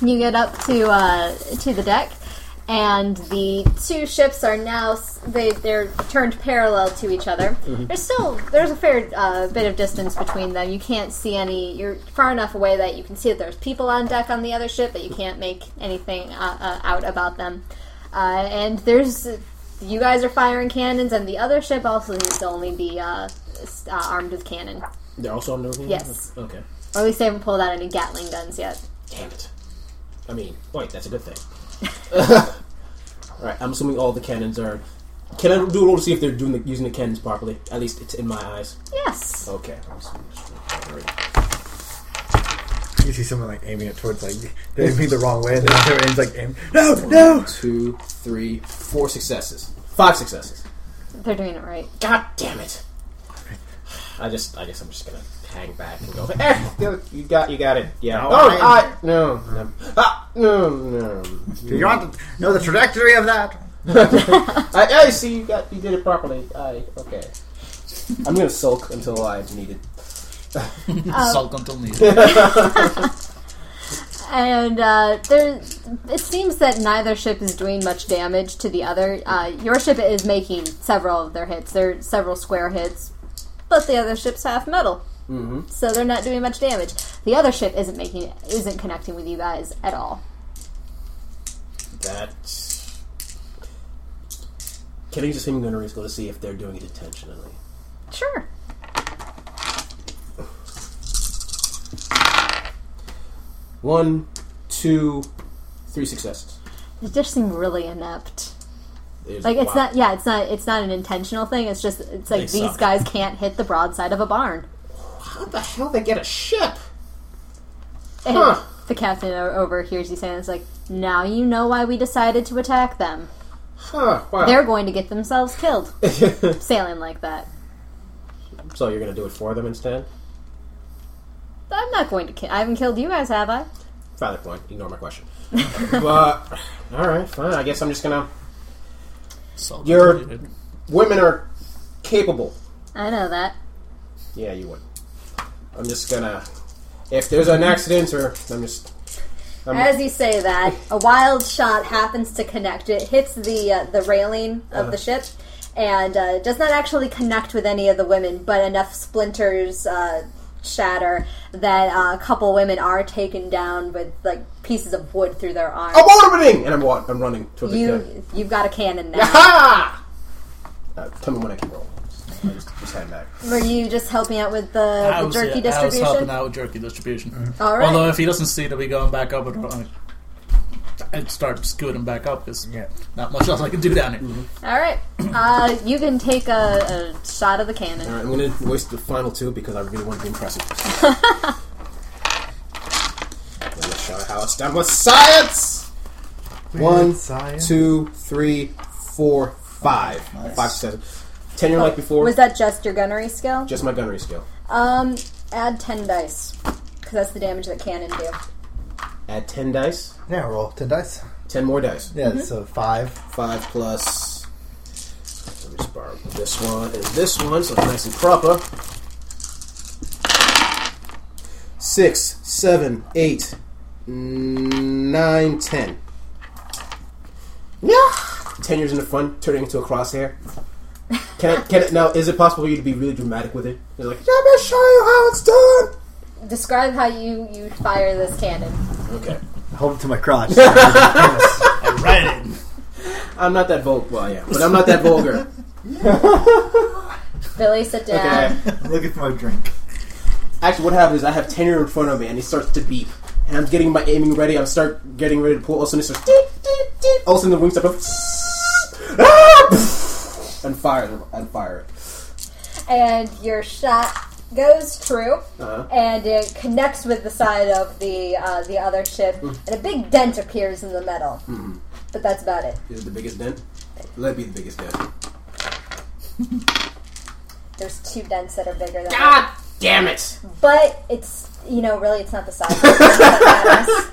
You get up to uh, to the deck, and the two ships are now s- they they're turned parallel to each other. There's still there's a fair uh, bit of distance between them. You can't see any. You're far enough away that you can see that there's people on deck on the other ship, but you can't make anything uh, uh, out about them. Uh, and there's you guys are firing cannons, and the other ship also needs to only be uh, s- uh, armed with cannon. They're also on the Norwegian? Yes. Okay. Or at least they haven't pulled out any Gatling guns yet. Damn it. I mean, wait, that's a good thing. Alright, I'm assuming all the cannons are. Can I do a roll to see if they're doing the, using the cannons properly? At least it's in my eyes. Yes. Okay. I'm assuming it's- alright. You see someone like aiming it towards like they aiming the wrong way, and then their aim's like aim. No, no. Two, three, four successes. Five successes. They're doing it right. God damn it! I just, I guess I'm just gonna hang back and go. Eh, you- you got, you got it. Yeah. No, oh, I- I, no, no, ah, no, no. Do you want to know the trajectory of that? I, I see you got, you did it properly. I okay. I'm gonna sulk until I need it. Sulk until needed. And uh, there, it seems that neither ship is doing much damage to the other. Uh, your ship is making several of their hits. They're several square hits, but the other ship's half metal, mm-hmm. so they're not doing much damage. The other ship isn't making, isn't connecting with you guys at all. That. Can I just him gonna go to see if they're doing it intentionally? Sure. One, two, three successes. They just seem really inept. There's- Like it's wow. not, yeah, it's not, it's not an intentional thing. It's just, it's like They these suck. guys can't hit the broadside of a barn. How the hell they get a ship? And Huh. the captain o- overhears you saying, "It's like now you know why we decided to attack them. Huh? Wow. They're going to get themselves killed." Sailing like that, So you're gonna do it for them instead? I'm not going to. Ki- I haven't killed you guys, have I? Valid point. Ignore my question. but all right, fine. I guess I'm just gonna. Sulk You're- until needed. Women are capable. I know that. Yeah, you would. I'm just gonna. If there's an accident, or I'm just. I'm, As you say that, a wild shot happens to connect. It hits the uh, the railing of the ship, and uh, does not actually connect with any of the women, but enough splinters uh, shatter that uh, a couple women are taken down with like pieces of wood through their arms. I'm orbiting, and I'm wa- I'm running toward the kid. You you've got a cannon now. Ha! Uh, tell me when I can roll. I just, just hand back. Were you just helping out with the, I the was, jerky yeah, I was helping distribution? out with jerky distribution. All right. Although if he doesn't see that we going back up, I'd, I'd start scooting back up because Yeah. not much else I can do down here. All right. Uh, you can take a, a shot of the cannon. All right, I'm gonna waste the final two because I really want to be impressive. I'm gonna show how it's done with science. One, science. two, three, four, five. Five, seven. Ten year like before. Oh, Was that just your gunnery skill? just my gunnery skill. Um, add ten dice because that's the damage that cannon do. Add ten dice. Yeah, roll ten dice. Ten more dice. Yeah, so five. Five plus. Let me just borrow this one and this one, so it's nice and proper. Six, seven, eight, nine, ten. Yeah. Ten years in the front, turning into a crosshair. Can I, can it, now? Is it possible for you to be really dramatic with it? You're like, let me show you how it's done. Describe how you you fire this cannon. Okay. I hold it to my crotch. I ran it. I'm not that vulgar. Well, I am, but I'm not that vulgar. Billy, sit down. Okay. Looking for my drink. Actually, what happens is I have tenure in front of me, and it starts to beep. And I'm getting my aiming ready. I start getting ready to pull. All of a sudden, it starts. Deep, deep, deep. All of a sudden, the wings up. Ah! And fire it. And fire it. And your shot goes true, Uh-huh. and it connects with the side of the uh, the other ship, and a big dent appears in the metal. But that's about it. Is it the biggest dent? Let it be the biggest dent. There's two dents that are bigger than it. God damn it! But it's you know really it's not the size. that matters.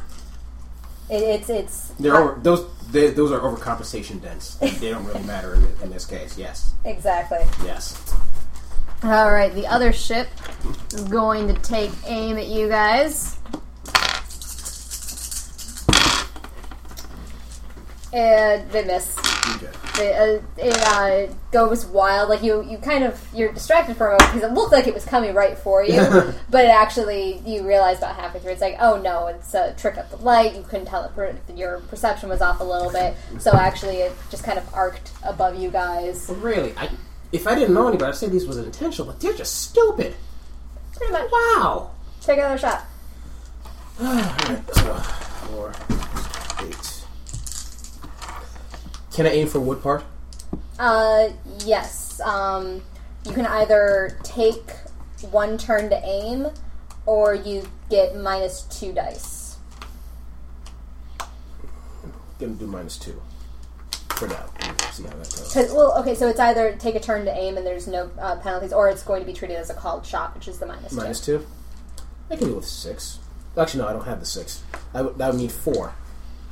It, it's it's They're over, those. They, those are overcompensation dents. They don't really matter in, in this case. Yes. exactly. Yes. All right, the other ship is going to take aim at you guys. And they miss. Okay. They, uh, it uh, goes wild. Like you, you kind of you're distracted for a moment because it looked like it was coming right for you, but it actually you realize about halfway through it's like, oh no, it's a trick of the light. You couldn't tell it. per- Your perception was off a little bit, so actually it just kind of arced above you guys. Really, I, if I didn't know anybody, I'd say these was intentional, but they're just stupid. Pretty much. Wow. Take another shot. Alright, so four, eight. Can I aim for wood part? Uh, yes. Um, you can either take one turn to aim, or you get minus two dice. Gonna do minus two. For now. See how that goes. 'Cause- well, okay, so it's either take a turn to aim and there's no uh, penalties, or it's going to be treated as a called shot, which is the minus, Minus two. I can do with six. Actually, no, I don't have the six. I would, that would need four.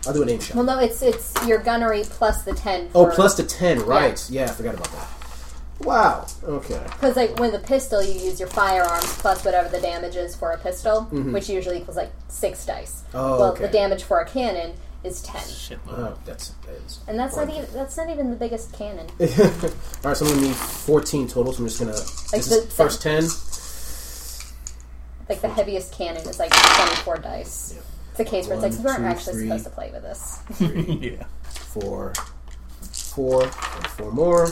I'll do an aim shot. Well, no, it's it's your gunnery plus the ten. Oh, plus the ten, right? Yeah, I forgot about that. Wow. Okay. because like with a pistol, you use your firearms plus whatever the damage is for a pistol, which usually equals like six dice. Mm-hmm. Oh, well, okay. the damage for a cannon is ten, Shitload. Oh, that's. that's and that's not even that's not even the biggest cannon. All right, so I'm gonna need 14 total. So I'm just gonna. This Like is the- first 10. Like the heaviest cannon is like 24 dice. It's a case where it's like One, we two, aren't actually three. supposed to play with this. yeah. four, four, and four more,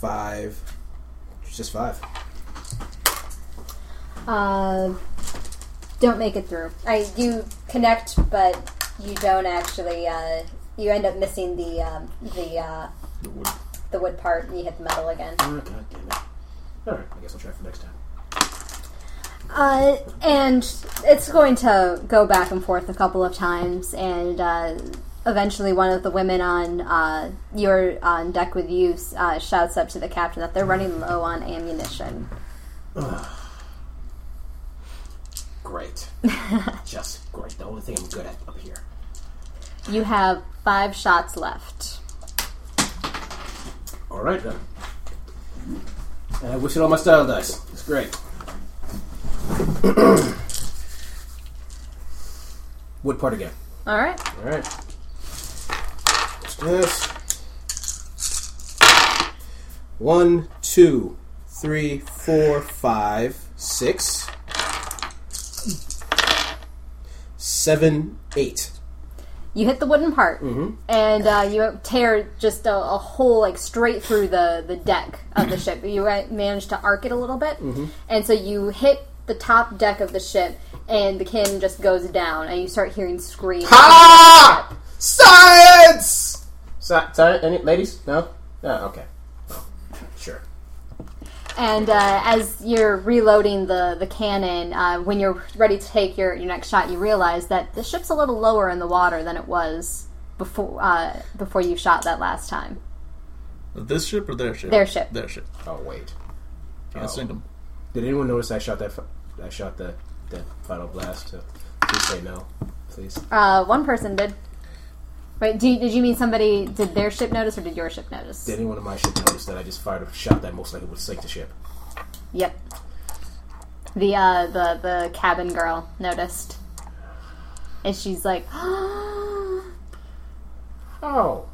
five, it's just five. Uh, don't make it through. I you connect, but you don't actually. Uh, you end up missing the um, the uh, The wood. the wood part, and you hit the metal again. Oh, God damn it. All right, I guess I'll try for next time. Uh, and it's going to go back and forth a couple of times, and uh, eventually one of the women on uh, your on deck with you uh, shouts up to the captain that they're running low on ammunition. Great. just great. The only thing I'm good at up here. You have five shots left. All right then. And I wish it all my style dice. It's great. Wood part again. All right. All right. Let's do this. One, two, three, four, five, six, seven, eight. You hit the wooden part, and uh, you tear just a, a hole like straight through the, the deck of the ship. You uh, manage to arc it a little bit, and so you hit the top deck of the ship, and the cannon just goes down, and you start hearing screams. Ah! Science! Sci- sci- any ladies? No? No, okay. Oh, sure. And uh, as you're reloading the the cannon, uh, when you're ready to take your, your next shot, you realize that the ship's a little lower in the water than it was before uh, before you shot that last time. This ship or their ship? Their ship. Their ship. Oh, wait. Can't Oh. sink 'em. Did anyone notice I shot that? Fi- I shot that that final blast. So please say no, please. Uh, one person did. Wait, do you, did you mean somebody? Did their ship notice or did your ship notice? Did anyone in my ship notice that I just fired a shot that most likely would sink the ship? Yep. The uh, the the cabin girl noticed, and she's like, "Oh, Oh,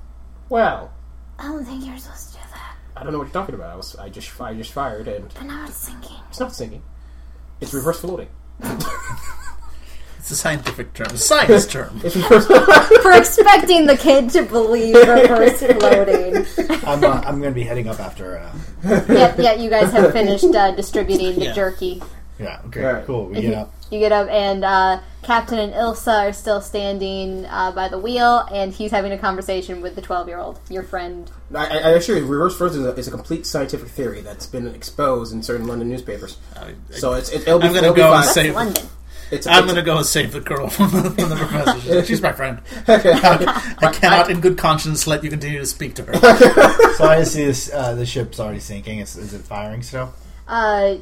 well, I don't think you're supposed to do that, I don't know what you're talking about. I was, I just, I just fired, and but now it's sinking." it's not sinking. It's reverse floating. It's a scientific term. A science term. For expecting the kid to believe reverse floating. I'm, uh, I'm going to be heading up after. Uh, yep, yeah, you guys have finished uh, distributing the Yeah. jerky. yeah. Okay. Alright. Cool. We get up. You get up, and uh, Captain and Ilsa are still standing uh, by the wheel, and he's having a conversation with the 12 year old, your friend. I, I I assure you, reverse floating is a, is a complete scientific theory that's been exposed in certain London newspapers. I- I- So it's, it, it'll be. I'm gonna it'll be go fine. and say- Hey, London. It's, I'm it's- gonna go and save the girl from the, from the professor. She's- She's my friend. I cannot, in good conscience, let you continue to speak to her. So I see this. Uh, the ship's already sinking. It's, is it firing still? Uh,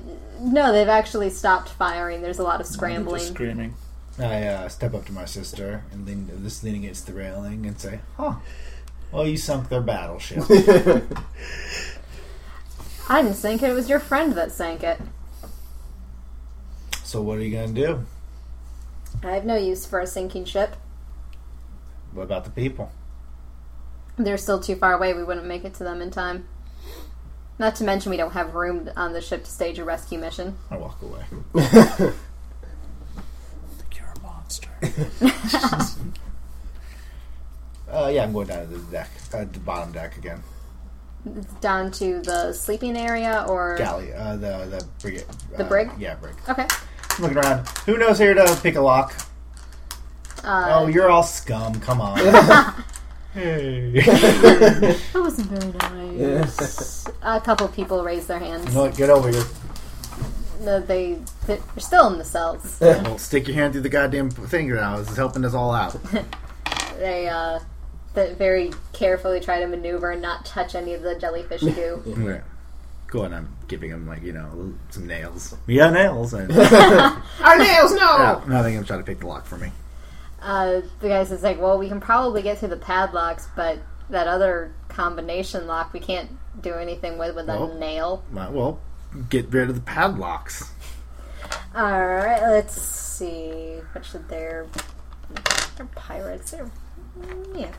no, they've actually stopped firing. There's a lot of Just scrambling. screaming. I uh, step up to my sister and lean, just lean against the railing and say, "Huh? Well, you sunk their battleship." I didn't sink it. It was your friend that sank it. so what are you going to do? I have no use for a sinking ship. What about the people? They're still too far away. We wouldn't make it to them in time. Not to mention, we don't have room on the ship to stage a rescue mission. I walk away. Think you're a monster. uh, yeah, I'm going down to the deck, uh, the bottom deck again. Down to the sleeping area or. Galley, uh, the the brig. The uh, brig? Yeah, brig. Okay. Looking around. Who knows here to pick a lock? Uh, Oh, you're all scum. Come on. hey. That wasn't very nice. a couple people raised their hands. You know what? Get over here. No, they, they're still in the cells. Well, stick your hand through the goddamn thing now. This is helping us all out. they uh, that very carefully try to maneuver and not touch any of the jellyfish goo. Okay. Cool, and I'm giving him like you know some nails. We got nails. And yeah, Our nails, no! no, I think I'm trying to pick the lock for me. Uh, the guy says like, "Well, we can probably get through the padlocks, but that other combination lock we can't do anything with with a Nope. nail." Might well get rid of the padlocks. All right, let's see. What should their they're pirates? They're yeah.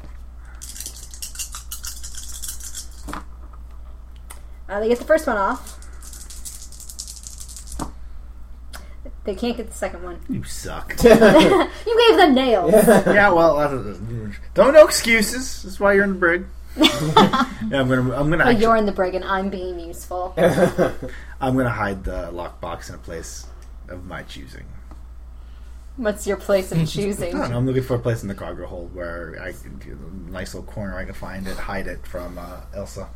Uh, they get the first one off. They can't get the second one. You suck. You gave them nails. yeah, well, I don't, don't no excuses. That's why you're in the brig. yeah, I'm gonna, I'm gonna, But actually, you're in the brig, and I'm being useful. I'm gonna hide the lockbox in a place of my choosing. What's your place of I choosing? don't know. I'm looking for a place in the cargo hold where I can do a nice little corner I can find it, hide it from uh, Elsa.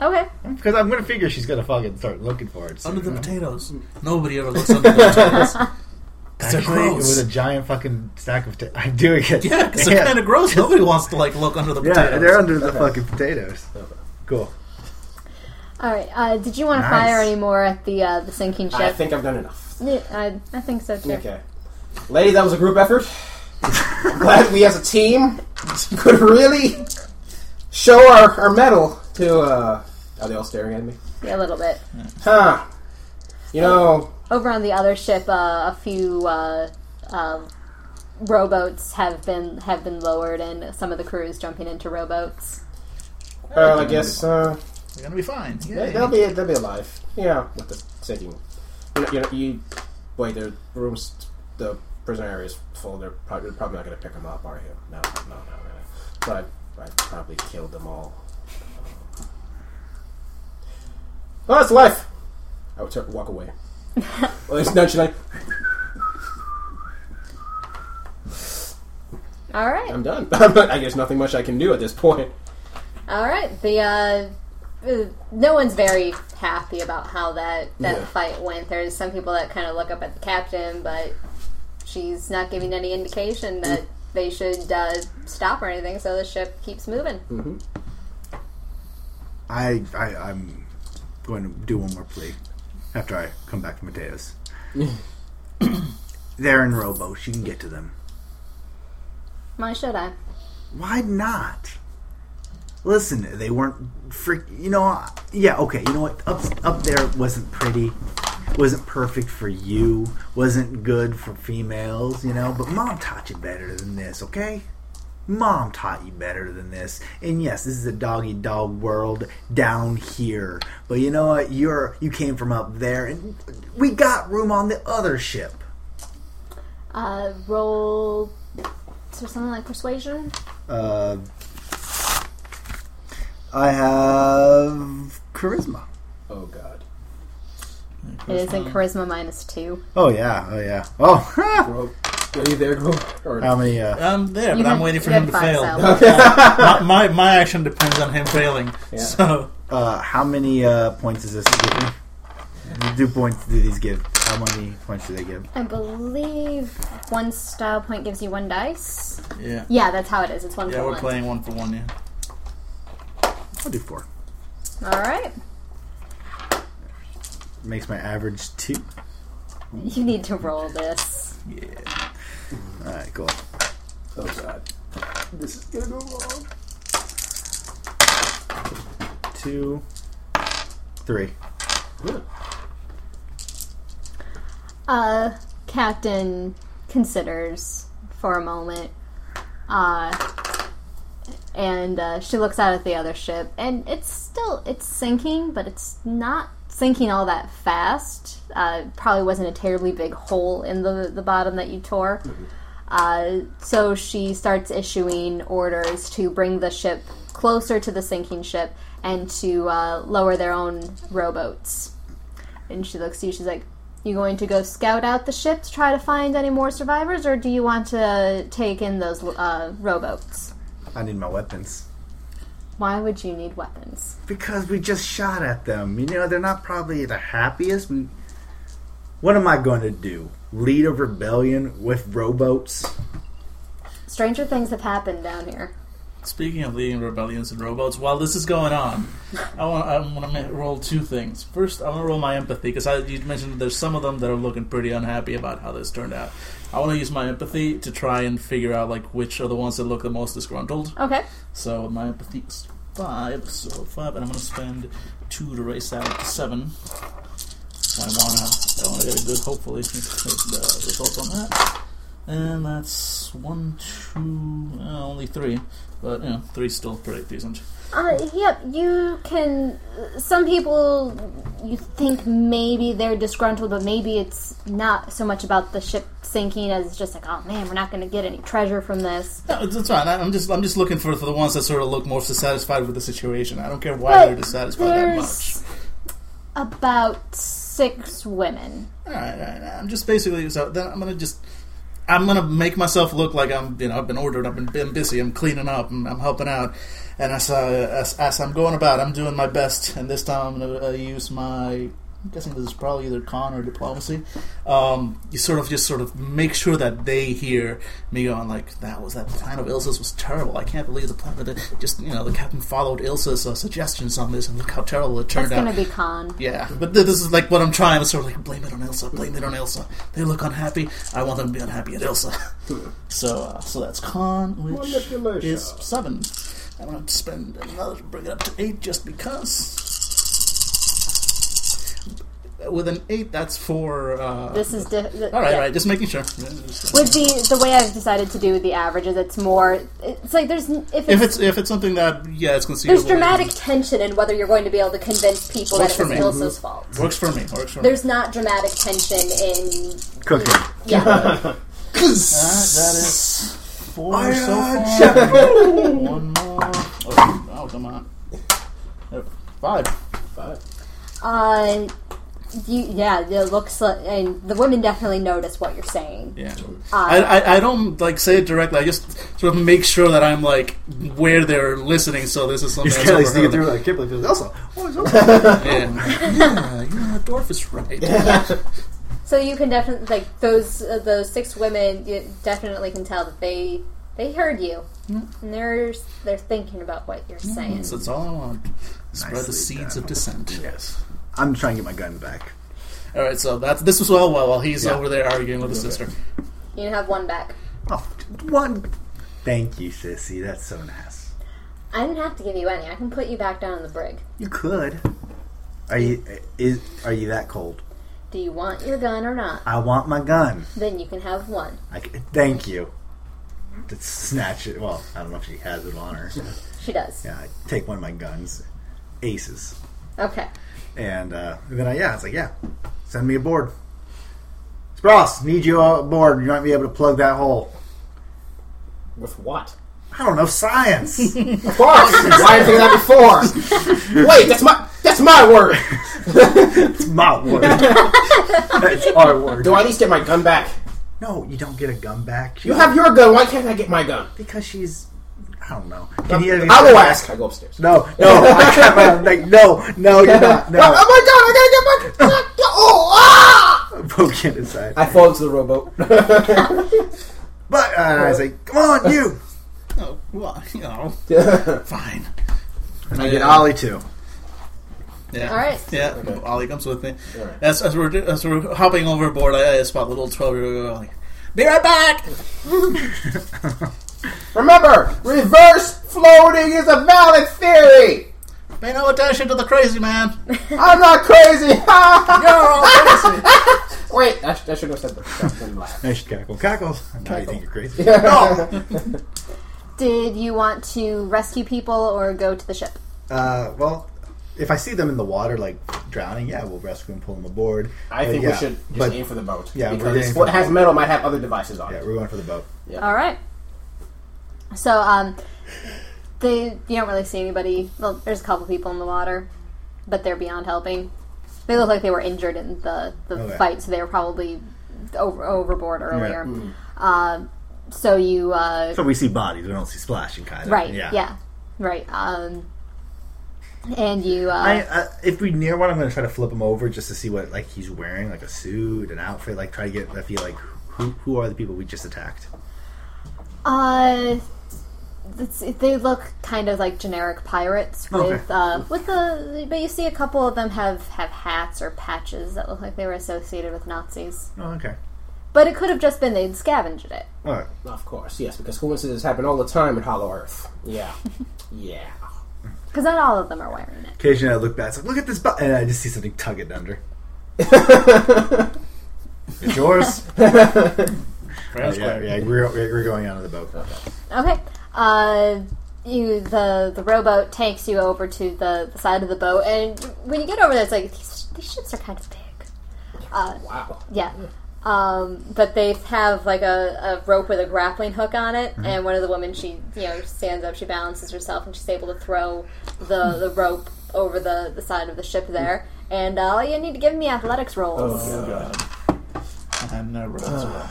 Okay. Because I'm gonna figure she's gonna fucking start looking for it. soon, Under the you know? potatoes. Nobody ever looks under the potatoes. 'Cause they're Actually, it gross. was a giant fucking stack of. Ta- I'm doing it. Yeah, because they're kind of gross. Nobody wants to like look under the Yeah, potatoes. they're under the fucking potatoes. Cool. All right. Uh, did you want to Nice. fire any more at the uh, the sinking ship? I think I've done enough. Yeah, I, I think so too. Okay. Ladies, that was a group effort. I'm glad we as a team could really show our, our metal to, uh... Are they all staring at me? Yeah, a little bit. Huh. You know, Over on the other ship, uh, a few uh, uh, rowboats have been have been lowered, and some of the crew is jumping into rowboats. well, I guess, uh... They're gonna be fine. Yeah, Yay. they'll be they'll be alive. Yeah, with the sinking. You, you, you wait. The rooms, the prison area is full. They're probably, they're probably not going to pick them up, are you? No, no, no, really. But I, I probably killed them all. Oh, that's life. I would turn, walk away. well, there's none. She's like, All right, I'm done. I guess nothing much I can do at this point. all right. The uh, uh, no one's very happy about how that that Yeah. fight went. There's some people that kind of look up at the captain, but she's not giving any indication that they should uh, stop or anything. So the ship keeps moving. I, I I'm going to do one more plea after I come back from Mateus. They're in rowboats. You can get to them. Why should I? Why not? Listen, they weren't freak. You know, yeah, okay. You know what? Up up there wasn't pretty, wasn't perfect for you, wasn't good for females. You know, but mom taught you better than this. Okay, mom taught you better than this. And yes, this is a doggy dog world down here. But you know what? You're you came from up there, and we got room on the other ship. Uh, roll. Is there something like persuasion? Uh, I have charisma. Oh God. It is in charisma minus two. Oh yeah, oh yeah. Oh, Bro, are you there, bro? Or, how many? Uh, I'm there, You but I'm had- waiting for you had him to five fail. cells. my, my my action depends on him failing. So uh, how many uh, points does this give me? Do points do these give? How many points do they give? I believe one style point gives you one dice. yeah, Yeah, that's how it is. It's one yeah, for we're one. playing one for one. Yeah. I'll do four. All right. Makes my average two. You need to roll this. All right, cool. oh God. This is gonna go wrong. Two, three. Uh, Captain considers for a moment. Uh, and uh, she looks out at the other ship, and it's still it's sinking, but it's not sinking all that fast. Uh, probably wasn't a terribly big hole in the the bottom that you tore. Uh, so she starts issuing orders to bring the ship closer to the sinking ship and to uh, lower their own rowboats. And she looks at you. She's like, "You going to go scout out the ship to try to find any more survivors, or do you want to take in those uh, rowboats?" I need my weapons. Why would you need weapons? Because we just shot at them. You know, they're not probably the happiest. We, what am I going to do? Lead a rebellion with rowboats? Stranger things have happened down here. Speaking of leading rebellions and robots, while this is going on, I want I want to roll two things. First, I want to roll my empathy because you mentioned there's some of them that are looking pretty unhappy about how this turned out. I want to use my empathy to try and figure out like which are the ones that look the most disgruntled. Okay. So my empathy is five, so five, and I'm going to spend two to race that up to seven. So I want to, I want to get a good, hopefully, uh, result on that. And that's one, two, uh, only three, but you know, three's still pretty decent. Uh, yep, you can. Some people you think maybe they're disgruntled, but maybe it's not so much about the ship sinking as it's just like, oh man, we're not going to get any treasure from this. No, it's, it's fine. I- I'm just I'm just looking for for the ones that sort of look most dissatisfied with the situation. I don't care why But they're dissatisfied that much. there's about six women. All right, all right, I'm just basically so then I'm gonna just I'm gonna make myself look like I'm you know I've been ordered, I've been, been busy, I'm cleaning up, and I'm helping out, and as, I, as as I'm going about, I'm doing my best, and this time I'm gonna uh, use my. I'm guessing this is probably either con or diplomacy. Um, you sort of just sort of make sure that they hear me going like that was that plan of Ilsa's was terrible. I can't believe the plan. But the, just you know the captain followed Ilsa's uh, suggestions on this, and look how terrible it turned That's out. going to be con. Yeah, but th- this is like what I'm trying to sort of like blame it on Elsa, blame it on Elsa. They look unhappy. I want them to be unhappy at Elsa. so, uh, so that's con, which Manipulation. is seven. I'm gonna spend another to bring it up to eight just because. With an eight, that's for. Uh, This is di- th- all right, yeah. all right, just making sure. Just- With the the way I've decided to do the averages, it's more. It's like there's n- if it's, If it's if it's something that yeah, it's conceivable. there's dramatic tension in whether you're going to be able to convince people Works that it for was me. Mm-hmm. Ilsa's fault. Works for me. Works for me. There's not dramatic tension in Cooking. yeah. All right, that is four so far. One more. Oh, oh, come on. There- Five. Five. uh, you, yeah, it looks like, and the women definitely notice what you're saying. Yeah. I, I, I don't like say it directly. I just sort of make sure that I'm like where they're listening. So this is something. He's that's kind of sneaking overheard. through. like, I can't believe this. Also, oh, it's also- Yeah. yeah, yeah, Dorf is right. So you can definitely like those uh, those six women. You definitely can tell that they they heard you, Mm-hmm. and they're they're thinking about what you're saying. So that's all I want. Spread the Nicely seeds done. of dissent. yes. I'm trying to get my gun back. All right. So that's this was all while while he's Yeah. over there arguing with his sister. You have one back. Oh, one. Thank you, sissy. That's so nice. I didn't have to give you any. I can put you back down in the brig. You could. Are you is are you that cold? Do you want your gun or not? I want my gun. Then you can have one. I c thank you. Let's snatch it. Well, I don't know if she has it on her. She does. Yeah, I take one of my guns, aces, Okay. and, uh, and then I yeah, I was like, yeah, send me aboard. Spross, need you aboard. You might be able to plug that hole. With what? I don't know science. Of course. Why did I think of that before? Wait, that's my that's my word. it's my word. That's our word. Do I at least get my gun back? No, you don't get a gun back. You have your gun. Why can't I get my gun? because she's. I don't know. Can you- I will ask. I go upstairs. No, no, I can't. I'm like, no, no, you're not. Oh, No, my god! I gotta get my. Oh! Ah! poke it inside. I fall into the rowboat. But uh, I was like, come on, you. Oh, well, you know, fine. And I get Ollie too. Yeah. All right. Yeah, Ollie comes with me. Alright. As, as, we're, do- as we're hopping overboard, I, I spot little 12 year old Ollie. Be right back! Remember, reverse floating is a valid theory. Pay no attention to the crazy man! I'm not crazy. You're all crazy! Wait, I, sh- I should have said that. That's been loud. Oh, Nice cackle. Cackles. I know you think you're crazy. No! Did you want to rescue people or go to the ship? Uh, well, if I see them in the water, like drowning, yeah, we'll rescue and pull them aboard. I But think yeah, we should just but aim for the boat. Yeah, we're aiming because for what the has boat. metal might have other devices on yeah, it. we're going for the boat. All right. So, um, they you don't really see anybody. Well, there's a couple people in the water, but they're beyond helping. They look like they were injured in the, the Okay. fight, so they were probably over, overboard earlier. Um, so you, uh, So we see bodies, we don't see splashing, kind of. right? Yeah. Yeah. right. Um, and you, uh, I, uh, if we near one, I'm going to try to flip him over just to see what like he's wearing, like a suit, an outfit, like try to get I feel like who who are the people we just attacked? Uh, it's, they look kind of like generic pirates with Okay. uh, with the but you see a couple of them have have hats or patches that look like they were associated with Nazis. Oh, okay. But it could have just been they'd scavenged it. All right. Of course, yes, because coincidences happen all the time in Hollow Earth. Yeah, yeah. Because not all of them are wearing it. Occasionally, I look back, it's like, look at this, bu-, and I just see something tug it under. it's yours. Ground yeah, square. yeah, we're, we're going out of the boat. Okay. Uh, you the the rowboat takes you over to the, the side of the boat, and when you get over there, it's like these, these ships are kind of big. Wow. Yeah. Um, but they have like a, a rope with a grappling hook on it, and one of the women she you know stands up, she balances herself, and she's able to throw the, the rope over the, the side of the ship there. And uh, you need to give me athletics rolls. Oh, I know roads Uh.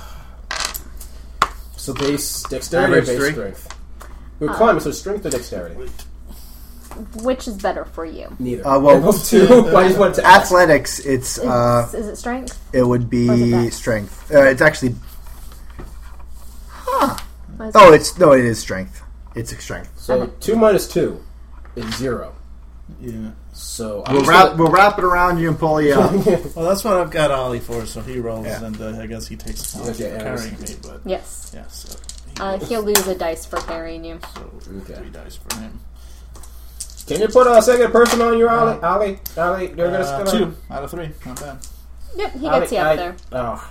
well. So base dexterity or Average base three. strength? Uh, We're climbing, so strength or dexterity? Which is better for you? Neither. Uh, well- They're both two. but I just wanted to ask. Athletics, it's uh, Is- is it strength? it would Was it be that? strength. Uh, it's actually Was oh, it's no, it is strength. It's strength. So two minus two is zero. Yeah. So I'm We'll just wrap gonna- we'll wrap it around you and pull you up. Well, that's what I've got Ollie for, so he rolls, Yeah. and uh, I guess he takes the Okay, point for arrows. carrying me. But Yes. yeah, so, Uh, he'll lose a dice for carrying you. so Okay. three dice for him. Can you put a second person on your Uh, Ollie? Ollie, Ollie, you're gonna Uh, spin on- two out of three, not bad. Yep, he Ollie, gets you up I- there. Oh,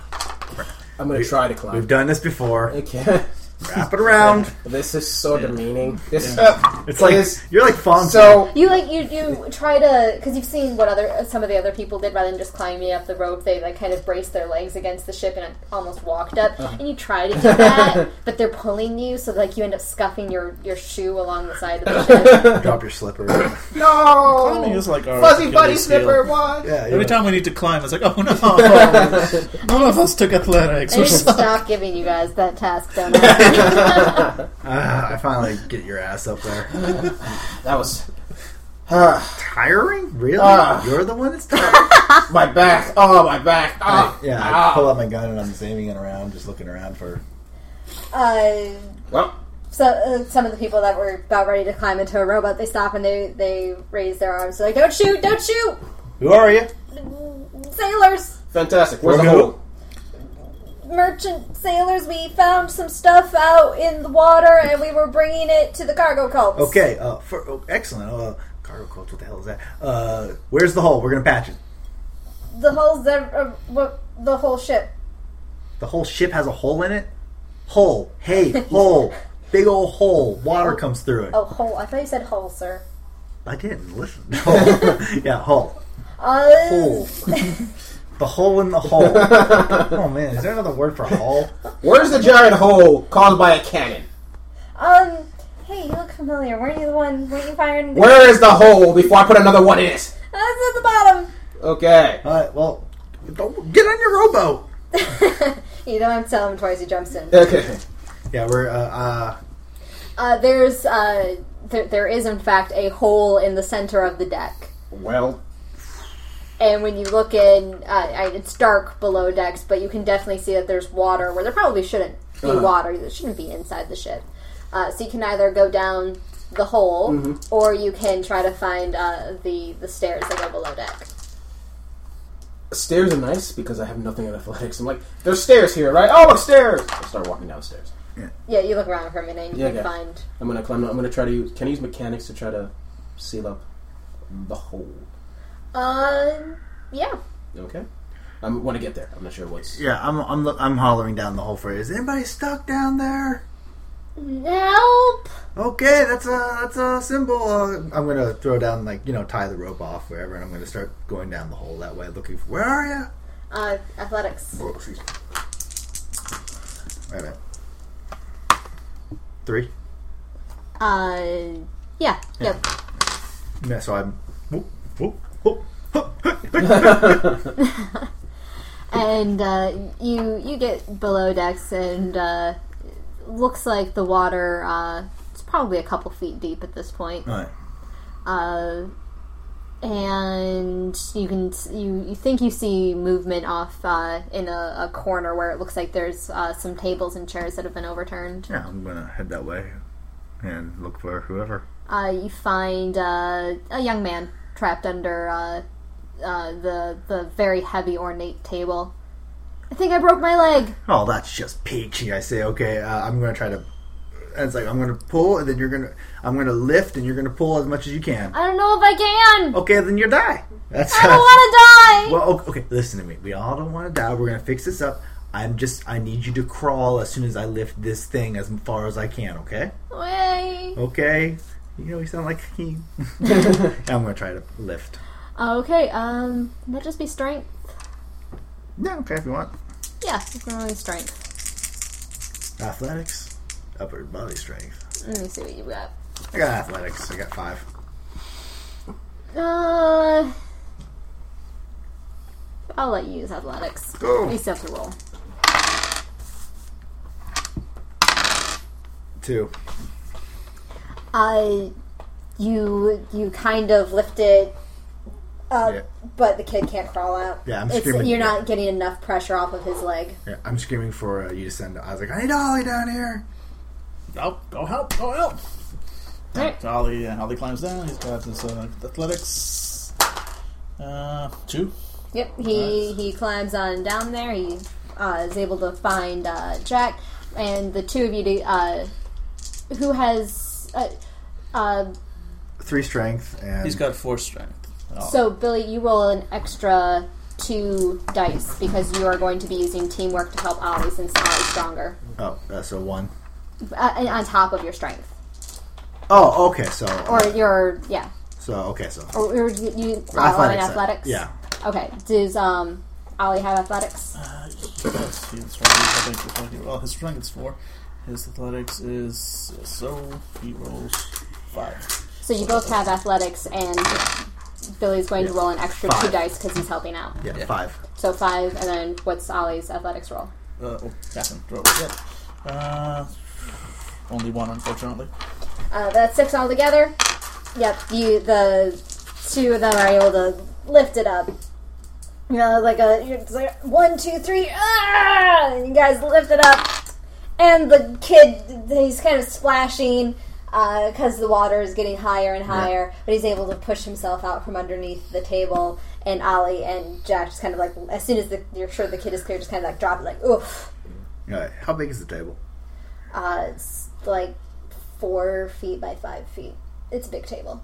I'm gonna try to climb. We've done this before. Okay. Wrap it around. this is so demeaning. This It's like is you're like Fonzie. so. You like you you try to because you've seen what other some of the other people did rather than just climbing up the rope. They like kind of braced their legs against the ship and almost walked up. And you try to do that, but they're pulling you, so like you end up scuffing your your shoe along the side of the ship. drop your slipper. yeah, Climbing No. is like our Oh. Fuzzy Achilles buddy heel. snipper. What? Every yeah. time we need to climb, it's like, oh no, none of us took athletics. They We're should so- stop giving you guys that task, don't they? Ah, I finally get your ass up there. That was Tiring? Really? Ah. You're the one that's tired. my back. Oh, my back. Ah. yeah, I Ah. pull out my gun and I'm just aiming it around, just looking around for. Uh, Well, so uh, some of the people that were about ready to climb into a robot, they stop and they they raise their arms. They're like, "Don't shoot! Don't shoot, Who are you? sailors!" fantastic. Where's We're the gonna- hole? merchant sailors, we found some stuff out in the water and we were bringing it to the cargo cults. Okay, uh, for, oh, excellent. Uh, cargo cults, what the hell is that? Uh, where's the hole? We're gonna patch it. The holes that uh, what the whole ship. The whole ship has a hole in it. Hole. Hey, hole. Big old hole. Water comes through it. Oh, hole. I thought you said hole, sir. I didn't listen. Hole. yeah, hole. Uh, Hole. the hole in the hole. oh man, is there another word for hole? Where's the giant hole caused by a cannon? um, hey, you look familiar. Weren't you the one? Weren't you firing? The- Where is the hole before I put another one in it? That's at the bottom. Okay. All right, well, don't- get on your rowboat. You don't have to tell him twice. He jumps in. Okay. Yeah, we're uh, uh Uh, there's uh, there, there is in fact a hole in the center of the deck. Well, And when you look in, uh, I- it's dark below decks, but you can definitely see that there's water where there probably shouldn't be Uh-huh. water. It shouldn't be inside the ship. Uh, so you can either go down the hole, Mm-hmm. or you can try to find uh, the the stairs that go below deck. stairs are nice because I have nothing in athletics. I'm like, there's stairs here, right? Oh, look, stairs! I start walking downstairs. Yeah, you look around for a minute and you Yeah, can okay. find. I'm gonna climb. I'm gonna try to use. Can I use mechanics to try to seal up the hole? Um, yeah. Okay. I want to get there. I'm not sure what's. yeah, I'm I'm I'm hollering down the hole for you. Is anybody stuck down there? Help! okay, that's a that's a symbol. Uh, I'm gonna throw down like you know tie the rope off wherever, and I'm gonna start going down the hole that way, looking for where are you? Uh, athletics. Oh, excuse me. Wait a minute. Three. Uh, yeah. Yep. Yeah, so I'm. Whoop, whoop, whoop. and uh, you you get below decks and uh, looks like the water uh, it's probably a couple feet deep at this point All right. uh, and you can you, you think you see movement off uh, in a, a corner where it looks like there's uh, some tables and chairs that have been overturned Yeah, I'm gonna head that way and look for whoever. uh, you find uh, a young man trapped under uh, uh, the the very heavy ornate table I think I broke my leg. Oh, that's just peachy. I say, okay, uh, I'm gonna try to. And it's like I'm gonna pull, and then you're gonna. I'm gonna lift, and you're gonna pull as much as you can. I don't know if I can. Okay, then you die. That's. I don't want to die. Well, o- okay, listen to me. We all don't want to die. We're gonna fix this up. I'm just. I need you to crawl as soon as I lift this thing as far as I can. Okay. Way. Okay. You know, you sound like he. I'm gonna try to lift. Okay, um, that just be strength. Yeah, okay, if you want. Yeah, it's only strength. Athletics, upper body strength. Let me see what you got. I got athletics. I got five. Uh, I'll let you use athletics. Go. You still have to roll. Two. I, you, you kind of lift it up, Yeah. but the kid can't crawl out. Yeah, I'm It's- screaming. You're not getting enough pressure off of his leg. Yeah, I'm screaming for uh, you to send. I was like, I need Ollie down here. I'll go help, go help. All right. So Ollie, uh, Ollie climbs down. He's got his uh, athletics. Uh, two. Yep, he he climbs on down there. He uh, is able to find uh, Jack, and the two of you, do, uh, who has. Uh, uh, Three strength and He's got four strength. Oh, so Billy, you roll an extra two dice because you are going to be using teamwork to help Ollie since Ollie's stronger, oh, uh, so one. uh, and on top of your strength Oh, okay, so or your yeah, so okay, so or, or you, you follow in uh, athletics. Yeah, Okay. Does um Ollie have athletics? that's, that's right. I think that's right. Well, his strength is four. His athletics is so he rolls five. So you both have athletics, and Billy's going to roll an extra two Five. dice because he's helping out. yeah, Yeah. five. So five, and then what's Ollie's athletics roll? Uh, oh, that's him. Throw it. Yep. Uh, only one, unfortunately. Uh, that's six altogether. Yep, you the two of them are able to lift it up. You know, like a you're just like, one, two, three, ah! And you guys lift it up, and the kid he's kind of splashing because the water is getting higher and higher, but he's able to push himself out from underneath the table. And Ollie and Jack just kind of like as soon as the, you're sure the kid is clear, just kind of like drop it like oof. All right, how big is the table? Uh, it's like four feet by five feet. It's a big table.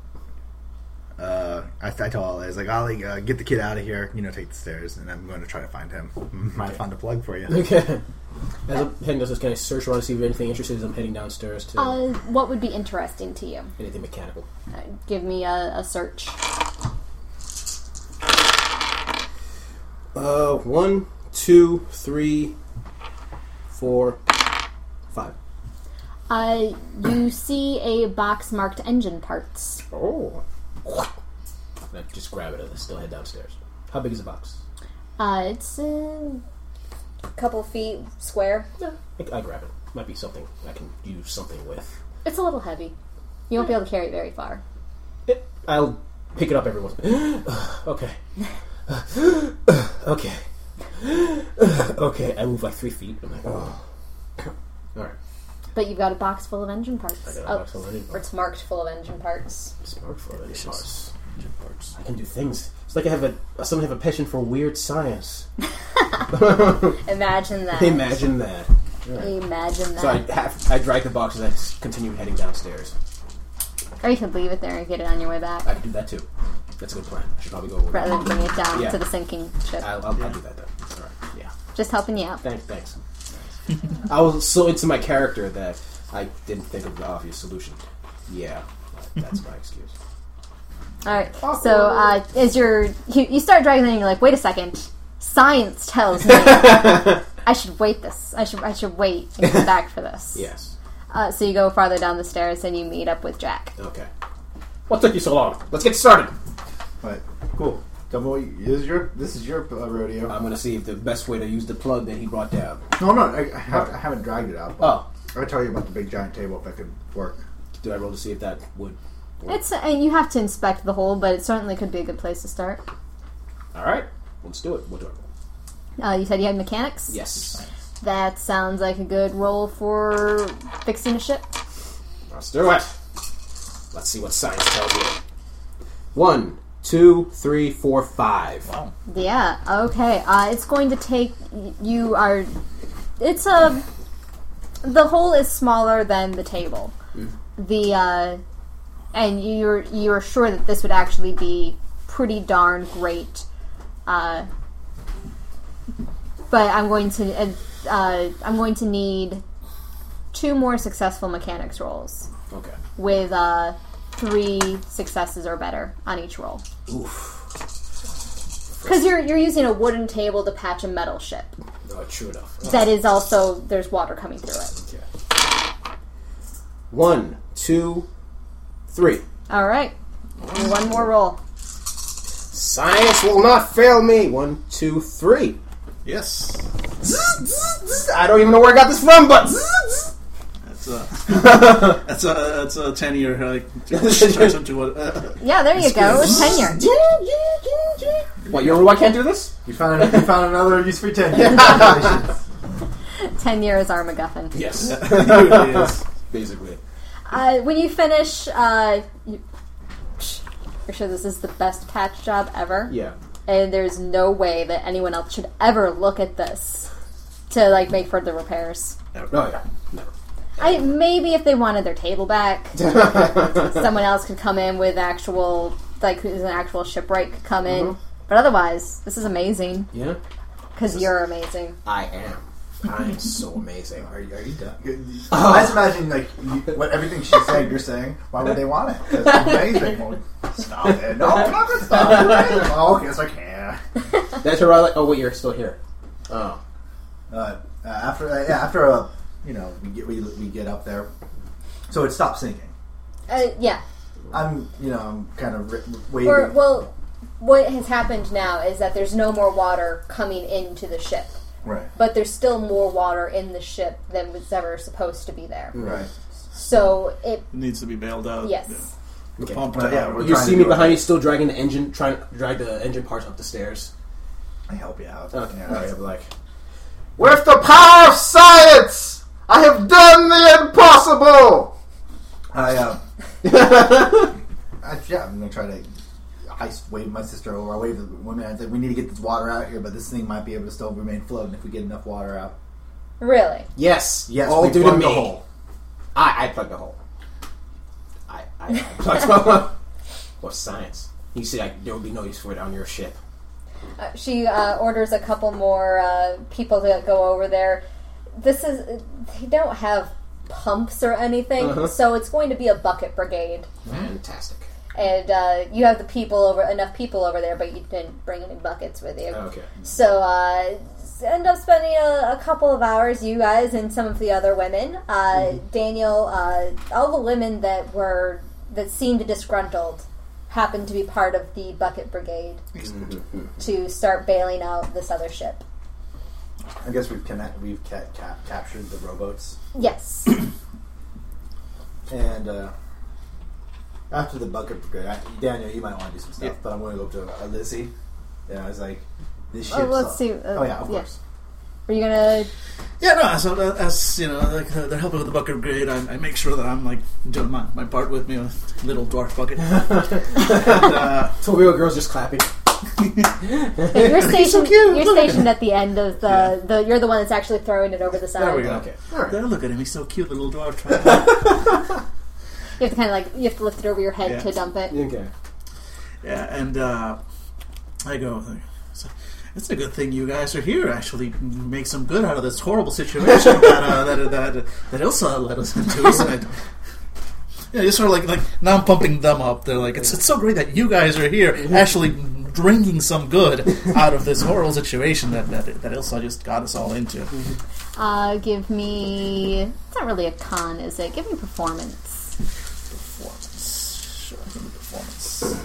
Uh, I, I tell Ollie, I was like, Ollie, uh, get the kid out of here. You know, take the stairs, and I'm going to try to find him. Might have found a plug for you. Okay. As I'm heading downstairs, can I search around to see if anything interesting as I'm heading downstairs to Uh, what would be interesting to you? anything mechanical? Uh, give me a, a search. Uh, one, two, three, four, five. Uh, you see a box marked engine parts. Oh. I just grab it and still head downstairs. How big is the box? Uh, it's a couple feet square. I, I grab it. Might be something I can use something with. It's a little heavy. You won't be able to carry it very far. Eh, I'll pick it up every once. okay. okay. okay. I move like three feet. I'm like, oh. All right. But you've got a box full of engine parts. Oh, I got a box full of engine Or it's marked full of engine parts. Smart for it. Parts. Engine parts. I can do things. It's like I have a some have a passion for weird science. Imagine that. Imagine that. Imagine that. So I have, I drag the box as I s- continue heading downstairs. Or you could leave it there and get it on your way back, I can do that too. That's a good plan. I should probably go over. rather than bring it down Yeah. to the sinking ship. I'll, I'll, I'll do that then. All right. Yeah. Just helping you out. Thanks. Thanks. I was so into my character that I didn't think of the obvious solution. Yeah, that's my excuse. All right. So uh, as you're, you, you start driving, and you're like, wait a second. Science tells me I should wait this. I should I should wait and come back for this. Yes. Uh, so you go farther down the stairs and you meet up with Jack. Okay. What took you so long? Let's get started. Alright, cool. Double, this is your this is your uh, rodeo. I'm gonna see if the best way to use the plug that he brought down. no, no, I, I, have, I haven't dragged it out. Oh, I'll tell you about the big giant table if that could work. did I roll to see if that would? It's and you have to inspect the hole, but it certainly could be a good place to start. All right, let's do it. What do I roll? Uh, you said you had mechanics. Yes. That sounds like a good role for fixing a ship. Let's do it. Let's see what science tells you. One, two, three, four, five. Wow. Yeah. Okay. Uh, it's going to take you are. It's a. The hole is smaller than the table. The uh, and you're you're sure that this would actually be pretty darn great. Uh, but I'm going to uh, uh, I'm going to need two more successful mechanics rolls Okay. with uh, three successes or better on each roll. Oof. Because you're you're using a wooden table to patch a metal ship Oh, true enough. that is also there's water coming through it. Okay. One, two, three. All right, one more roll. Science will not fail me. One, two, three. Yes. I don't even know where I got this from, but That's a that's a that's a ten year like. to what, uh, Yeah, there you go. It's tenure. what? You know why I can't do this? You found you found another use for ten. Congratulations. Tenure is our MacGuffin. Yes, it is. basically. Uh, when you finish, uh, you, you're sure this is the best patch job ever, Yeah. and there's no way that anyone else should ever look at this to like make further repairs. Oh yeah. Never. I maybe if they wanted their table back, someone else could come in with actual like who's an actual shipwright could come in. But otherwise, this is amazing Yeah. because you're amazing. I am. I am so amazing. are, you, are you done? I was imagining like you, what everything she said. You're saying, why would they want it? That's amazing. Well, stop it. No, I'm not gonna stop it. Oh, okay, it's like yeah. That's where I like. Oh wait, you're still here. Oh. uh, uh, after uh, yeah, after a you know we get we, we get up there, so it stops sinking. Uh, yeah. I'm you know I'm kind of ri waiting. Or well, what has happened now is that there's no more water coming into the ship, right, but there's still more water in the ship than was ever supposed to be there. right. So it It needs to be bailed out. yes. Yeah. The pump But, yeah, we're You trying see to me do it. behind you, still dragging the engine, trying to drag the engine parts up the stairs. I help you out. Okay. Yeah, I'm like With the power of science, I have done the impossible. I uh, I, yeah, I'm gonna try to. I s- wave my sister over. I wave the women. I was like, we need to get this water out here, but this thing might be able to still remain floating if we get enough water out. Really? Yes. Yes, All we due to plugged me. the hole. I I plugged the hole. I I, I plugged the hole. What's science? You said like, there would be no use for it on your ship. Uh, she uh, orders a couple more uh, people to go over there. This is they don't have pumps or anything, Uh-huh. so it's going to be a bucket brigade. Hmm? Fantastic. And uh, you have the people over enough people over there, but you didn't bring any buckets with you. Oh. Okay. So uh, end up spending a, a couple of hours, you guys and some of the other women. Uh, Mm-hmm. Daniel, uh, all the women that were that seemed disgruntled happened to be part of the bucket brigade Mm-hmm. to start bailing out this other ship. I guess we've connect, we've ca- cap- captured the rowboats, Yes. and uh, after the bucket brigade, I, Daniel, you might want to do some stuff, but I'm going to go up to uh, Lizzie, and I was like, this ship's Oh, let's up. see. Uh, oh yeah, of yeah. course. Are you gonna? Yeah, no. So uh, as you know, like uh, they're helping with the bucket grade, I, I make sure that I'm like doing my, my part with me, with little dwarf bucket. uh, So we were girls just clapping. You're stationed. you're stationed at the end of the, the. You're the one that's actually throwing it over the side. There we go. Okay. They're looking at me so cute, the little dwarf. Trying to, You have to kind of like you have to lift it over your head Yeah. to dump it. Okay. yeah, and uh, I go. So, It's a good thing you guys are here. Actually, make some good out of this horrible situation that uh, that that that Ilsa led us into, isn't it? Yeah, you're sort of like like now I'm pumping them up. They're like, it's it's so great that you guys are here, actually bringing some good out of this horrible situation that that that Ilsa just got us all into. Uh, give me. It's not really a con, is it? Give me performance. Performance, sure, give me performance.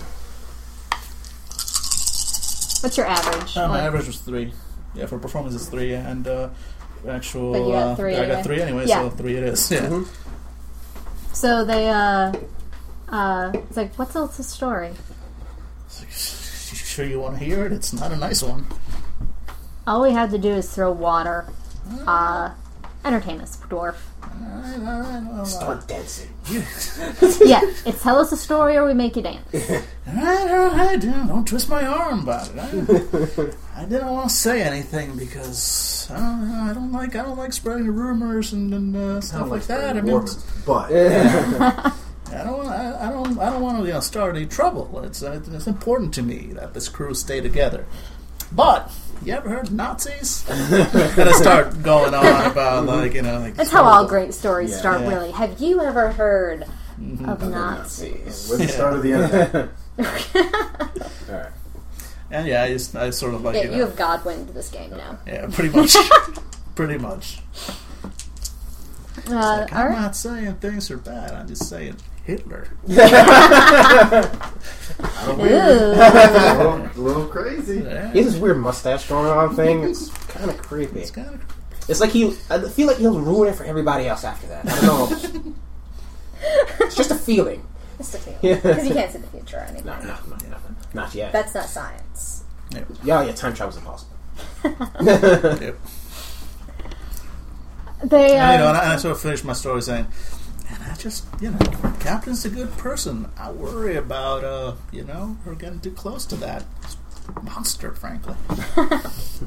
What's your average? Uh, my Or- average was three. Yeah, for performance it's three, and uh, actual. But you got uh, three I anyway. got three anyway, Yeah. so three it is. Yeah. So they, uh, uh, it's like, what's Elsa's story? It's like, "Sh- sh- Sure, you want to hear it? It's not a nice one. All we had to do is throw water. Uh, entertain us, dwarf. Alright, alright, well, Start dancing. yeah, it's tell us a story or we make you dance. alright, alright, yeah, don't twist my arm about it. I, I didn't want to say anything because I don't, know, I don't like I don't like spreading rumors and, and uh, stuff like that. I mean, but I don't, I, I don't, I don't want to you know, start any trouble. It's, uh, it's important to me that this crew stay together. But you ever heard of Nazis? and I start going on about like you know, like That's how all great stories start, Yeah. really. Have you ever heard Mm-hmm. of Nazis? we're the start of the end. and yeah, I, just, I sort of like Yeah, you know, you have Godwin to this game now. yeah, pretty much, pretty much. Uh, all I'm right. not saying things are bad. I'm just saying Hitler. Ooh. a, little, a little crazy. Yeah, He has this weird mustache going on thing. It's kind of creepy. it's kind of It's like he. I feel like he'll ruin it for everybody else after that. I don't know. it's just a feeling. Because you can't see the future or anything. No, no, no, no, not yet. That's not science. yeah, yeah. Time travel's impossible. yep. They, And, you know, uh, and I, and I sort of finished my story saying, and I just, you know, Captain's a good person. I worry about, uh, you know, her getting too close to that monster, frankly. the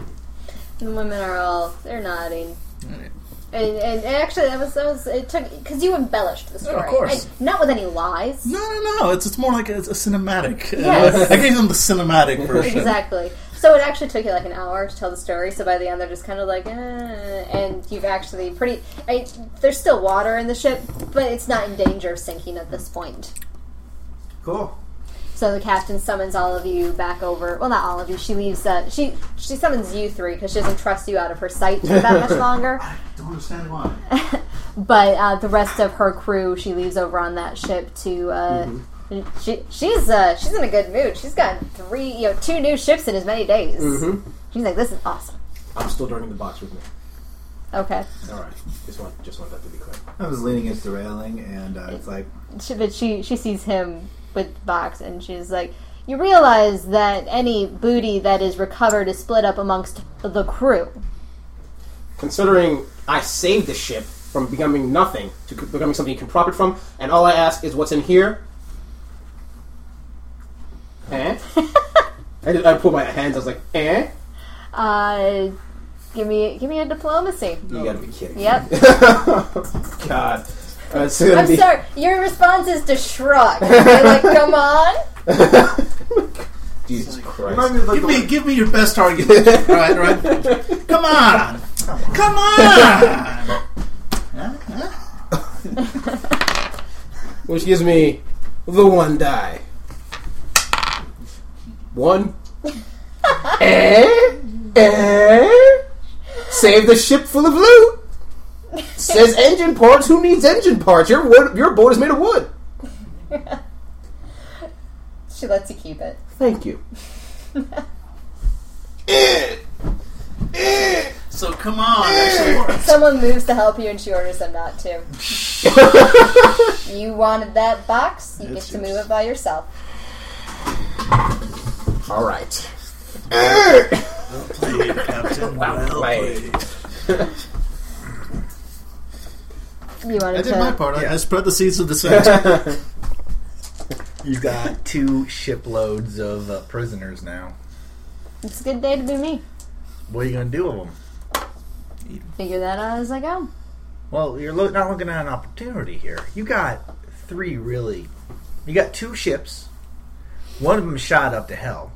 women are all, they're nodding. Right. And, and actually, that was, that was it took, because you embellished the story. course. And not with any lies. No, no, no. It's, it's more like a, it's a cinematic. Uh, Yes. I gave them the cinematic version. Exactly. So it actually took you like an hour to tell the story. So by the end, they're just kind of like, eh, and you've actually pretty. I, there's still water in the ship, but it's not in danger of sinking at this point. Cool. So the captain summons all of you back over. Well, not all of you. She leaves. Uh, she she summons you three because she doesn't trust you out of her sight for that much longer. Don't understand why. But uh, the rest of her crew, she leaves over on that ship to. Uh, She, she's uh, she's in a good mood. She's got three, you know, two new ships in as many days. Mm-hmm. She's like, this is awesome. I'm still learning the box with me. Okay. All right, just want just want that to be clear. I was leaning against the railing, and uh, it's like, She, but she she sees him with the box, and she's like, "You realize that any booty that is recovered is split up amongst the crew." Considering I saved the ship from becoming nothing to c- becoming something you can profit from, and all I ask is what's in here. Eh? I, did, I pulled my hands. I was like, eh? Uh, give me give me a diplomacy. You gotta be kidding. Yep. God. Uh, it's gonna I'm be- sorry. Your response is to shrug. You're like, "Come on." Jesus remind Christ. me of like Give the me, give me your best argument. right, right. Come on, come on. Which gives me the one die. One. eh? Eh? Save the ship full of loot. Says engine parts. Who needs engine parts? Your wood, your boat is made of wood. She lets you keep it. Thank you. So come on. Actually, Someone moves to help you, and she orders them not to. you wanted that box. You get to move it by yourself. All right. played, Captain. Well played. played. You wanted I did to. my part. I, I spread the seeds of dissent. You've got two shiploads of uh, prisoners now. It's a good day to be me. What are you going to do with them? Figure that out as I go. Well, you're lo- not looking at an opportunity here. You got three really. You got two ships. One of them shot up to hell.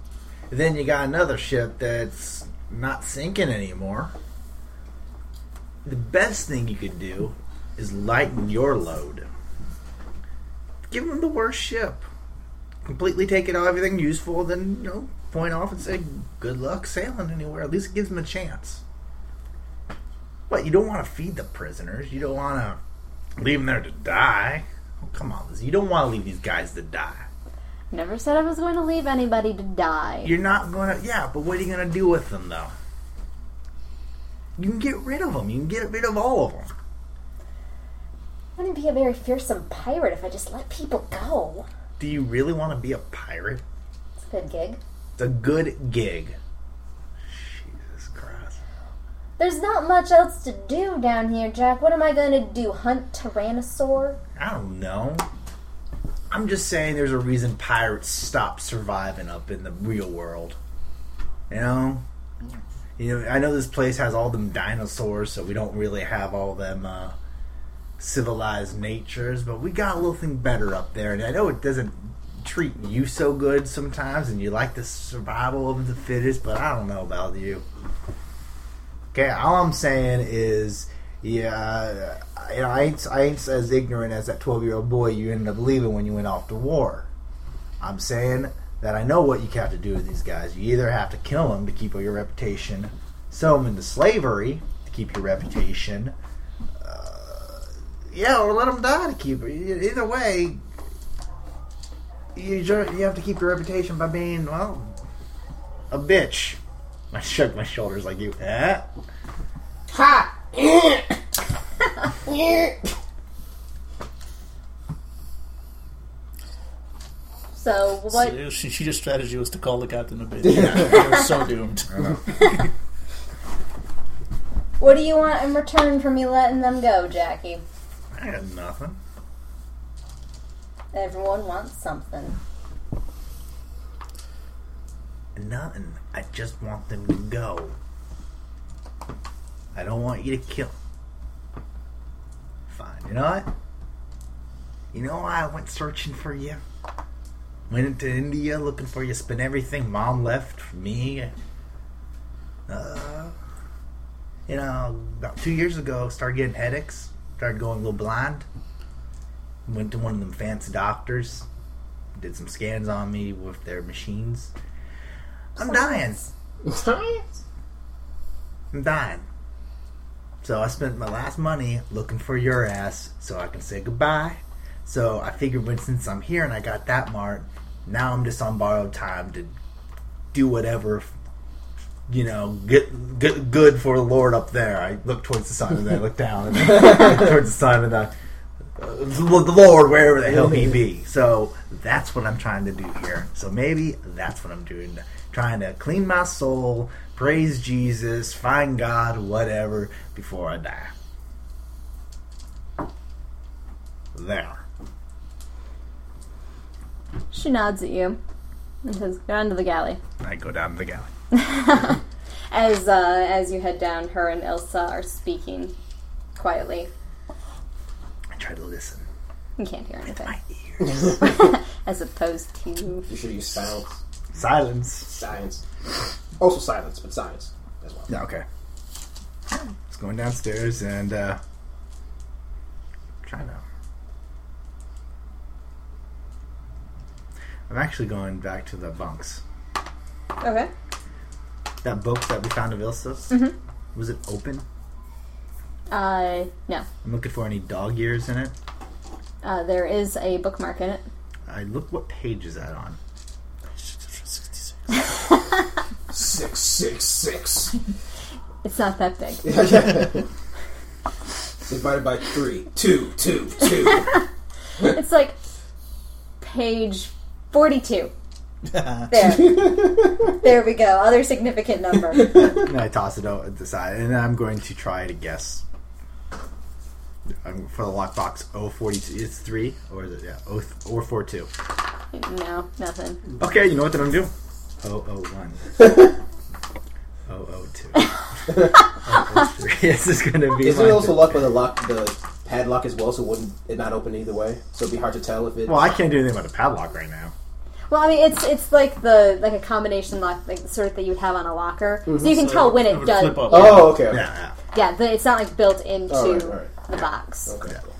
Then you got another ship that's not sinking anymore. The best thing you could do is lighten your load. Give them the worst ship. Completely take it out, everything useful, then, you know, point off and say, good luck sailing anywhere. At least it gives them a chance. But you don't want to feed the prisoners. You don't want to leave them there to die. Oh, come on, Liz. You don't want to leave these guys to die. Never said I was going to leave anybody to die. You're not gonna, yeah, but what are you gonna do with them though? You can get rid of them. You can get rid of all of them. I wouldn't be a very fearsome pirate if I just let people go. Do you really want to be a pirate? It's a good gig. It's a good gig. Jesus Christ. There's not much else to do down here, Jack. What am I going to do? Hunt Tyrannosaur? I don't know. I'm just saying there's a reason pirates stop surviving up in the real world. You know? You know, I know this place has all them dinosaurs, so we don't really have all them uh, civilized natures, but we got a little thing better up there. And I know it doesn't treat you so good sometimes, and you like the survival of the fittest, but I don't know about you. Okay, all I'm saying is, yeah, you know, I ain't, I ain't as ignorant as that 12 year old boy you ended up leaving when you went off to war. I'm saying that I know what you have to do with these guys. You either have to kill them to keep your reputation, sell them into slavery to keep your reputation, uh, yeah, or let them die to keep it. Either way, you ju- you have to keep your reputation by being well a bitch. I shook my shoulders like you. Eh? So, what? So she, she just strategy was to call the captain a bitch. they were so doomed. What do you want in return for me letting them go, Jackie? I got nothing. Everyone wants something. Nothing. I just want them to go. I don't want you to kill. 'em. Fine. You know what? You know why I went searching for you? Went into India looking for you, spent everything mom left for me. Uh, you know, about two years ago, started getting headaches, started going a little blind. Went to one of them fancy doctors, did some scans on me with their machines. I'm dying. I'm dying. So I spent my last money looking for your ass so I can say goodbye. So I figured, when since I'm here and I got that mark, now I'm just on borrowed time to do whatever, you know, get, get good for the Lord up there. I look towards the sun and then I look down and I look towards the sun and I. uh, The Lord, wherever the hell He be. So that's what I'm trying to do here. So maybe that's what I'm doing. Trying to clean my soul, praise Jesus, find God, whatever, before I die. There. She nods at you and says, "Go down to the galley." I go down to the galley. As uh, as you head down, her and Ilsa are speaking quietly. I try to listen. You can't hear anything, My ears. as opposed to You should use silence. Silence. Science. Also silence, but science as well. Yeah, okay. It's going downstairs and uh trying to I'm actually going back to the bunks. okay. That book that we found of Ilsa's? Was it open? Uh, no, I'm looking for any dog ears in it. uh, there is a bookmark in it. I look what page is that on? Six, six, six. It's not that big. Divided by three, two, two, two. It's like page forty-two. there, there we go. Other significant number. And I toss it out at the side, and I'm going to try to guess. I'm, for the lockbox, 042. It's 3, or is it, yeah, 0, or 42. No, nothing. Okay, you know what I'm doing? 001. 002. 003. This is going to be Isn't my it also locked by the lock, the padlock as well, so it wouldn't it not open either way? So it'd be hard to tell if it. Well, I can't do anything about the padlock right now. Well, I mean, it's it's like the like a combination lock, like the sort that you would have on a locker, Mm-hmm. so you can tell when it would does. flip up. Oh, okay. okay. Yeah, Yeah, the, it's not like built into All right, all right. the box. Okay. cool.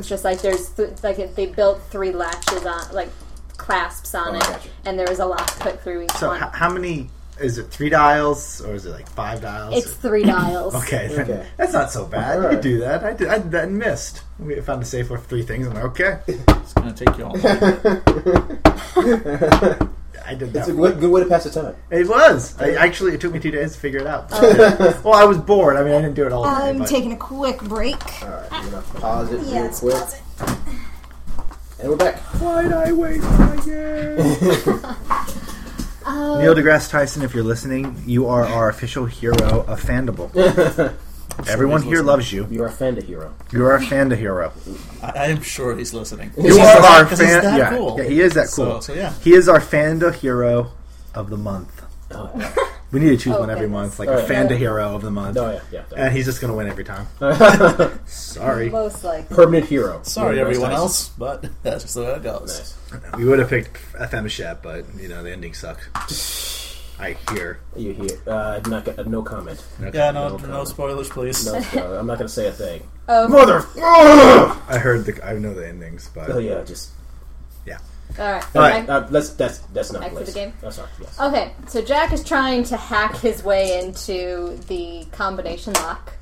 It's just like there's th- like it, they built three latches on, like clasps on Oh, it, gotcha. and there was a lock put through each So one. h- how many? Is it three dials or is it like five dials? it's three dials. okay, then Okay. that's not so bad. You All could right. do that. I did. I did that and missed. We found a safe for three things. I'm like, okay, It's gonna take you all. night. I did It's a that. good, good way to pass the time. It was. I, actually, it took me two days to figure it out. well, I was bored. I mean, I didn't do it all. day, I'm but- taking a quick break. All right, I'm gonna pause it Yeah, real it's quick, closet. and we're back. Why'd I wait my year? Neil deGrasse Tyson, if you're listening, you are our official hero of Fandible. Everyone here loves you. You are a fan of hero. You are a Fanda hero. I, I am sure he's listening. You are our Because he's fan. that yeah, cool. yeah, he is that cool. So, so yeah. He is our Fanda hero of the month. Oh, We need to choose one every goodness. month, like All a right. Fanda hero of the month. No, yeah, yeah. yeah. And he's just gonna win every time. Sorry, Most likely. Permanent hero. Sorry, Neil deGrasse everyone Tyson. else, but that's just the way it goes. Nice. we would have picked Afemishep, but you know the ending sucked. I hear. You hear? Uh, I'm not gonna, no comment. Yeah, no, No no, comment. spoilers, please. No, uh, I'm not gonna say a thing. Oh, Mother. I heard the. I know the endings, but Oh yeah, just. yeah. all right. All right, Okay. uh, let's. That's that's not. Back to place. the game? Oh, sorry. Yes. Okay, so Jack is trying to hack his way into the combination lock.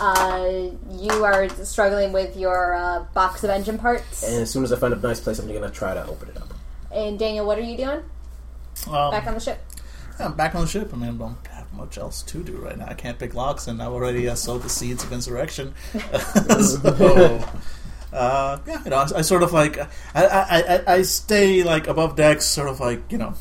Uh, you are struggling with your uh, box of engine parts. And as soon as I find a nice place, I'm gonna try to open it up. And Daniel, what are you doing? Um, Back on the ship. yeah, I'm back on the ship. I mean, I don't have much else to do right now. I can't pick locks, and I've already uh, sowed the seeds of insurrection. so, Oh. uh, yeah, you know, I, I sort of like I, I, I, I stay like above decks, sort of like you know,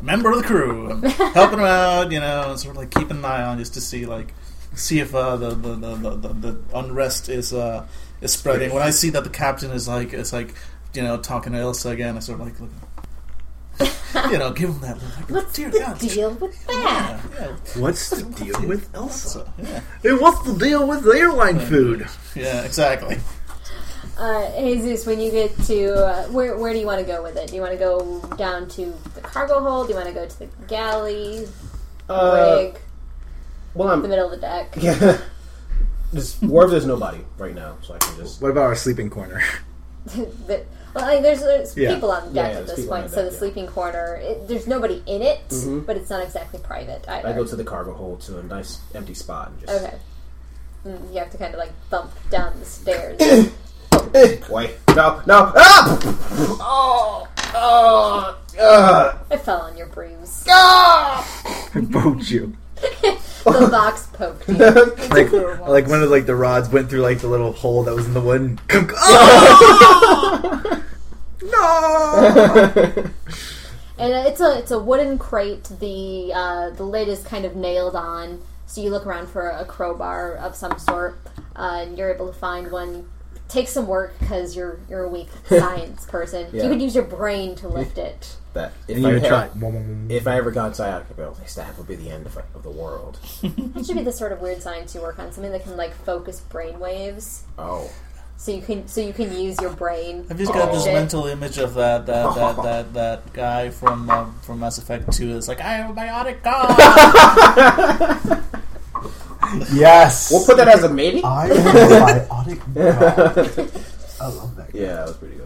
member of the crew, I'm helping them out, you know, and sort of like keeping an eye on just to see like see if uh, the, the, the, the, the the unrest is uh, is spreading. When I see that the captain is like is like you know talking to Elsa again, I sort of like look. you know, give him that. Look. Like, What's dear the God, deal with that? yeah, yeah. What's the deal with Elsa? yeah, And what's the deal with airline food? yeah, exactly. Uh, Jesus, when you get to uh, where, where do you want to go with it? Do you want to go down to the cargo hold? Do you want to go to the galley, Uh, rig, well, the I'm. middle of the deck? Yeah. Just wherever there's nobody right now, so I can just. What about our sleeping corner? The- well, like, there's, there's Yeah. people on Yeah, deck yeah, at there's this people on point, so the the deck, yeah. Mm-hmm. sleeping corner. It, there's nobody in it, but it's not exactly private either. I go to the cargo hold to a nice empty spot and just. okay. Mm, you have to kind of like bump down the stairs. Wait. No. No. Ah! Oh. Oh. Uh, I fell on your bruise. Boat you. The box poked you. Like, like one of like the rods went through like the little hole that was in the wood. and- oh! no. And uh, it's a it's a wooden crate. The uh, the lid is kind of nailed on, so you look around for a crowbar of some sort, uh, and you're able to find one. Takes some work because you're you're a weak science person. Yeah. You could use your brain to lift it. that. If And I you had- try. If I ever got sciatica, well, at least that would be the end of, of the world. It should be the sort of weird science you work on, something that can like focus brain waves, Oh. so you can so you can use your brain. I've just got this Shit. mental image of that that that, that, that guy from um, from Mass Effect Two. It's like I am a biotic god. Yes. We'll put that as a maybe. I am a biotic god. I love that. Yeah, that was pretty good.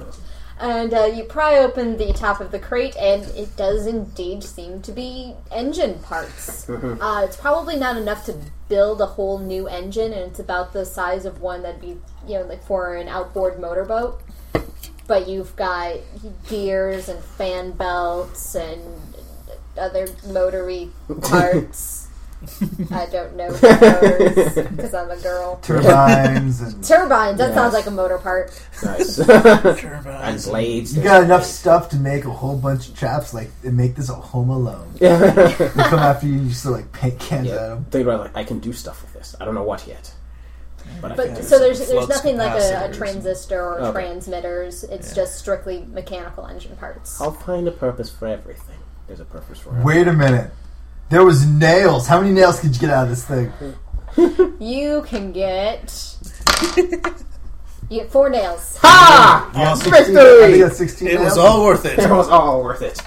And uh, you pry open the top of the crate, and it does indeed seem to be engine parts. uh, it's probably not enough to build a whole new engine, and it's about the size of one that'd be, you know, like for an outboard motorboat. But you've got gears and fan belts and other motory parts. I don't know because I'm a girl. turbines and Turbines. That sounds like a motor part. Nice. and Turbines. blades. you got enough stuff to make a whole bunch of traps like and make this a home alone. they come after you and just like paint cans at Yeah. 'em. Think about it, like I can do stuff with this. I don't know what yet. But, I But can do so something. there's there's flux nothing like a, a capacitors. transistor or Okay. transmitters. It's just strictly mechanical engine parts. I'll find a purpose for everything. There's a purpose for everything. Wait a minute. There was nails. How many nails could you get out of this thing? You can get You get four nails. Ha! I think Victory! that's 16 It now. was all worth it. It was all worth it.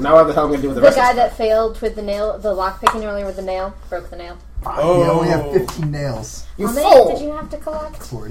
now what the hell am I going to do with the The rest of guy this? that failed with the nail, the lock picking earlier with the nail, broke the nail. Oh, Yeah, we have 15 nails. You How many did fool! you have to collect? 40.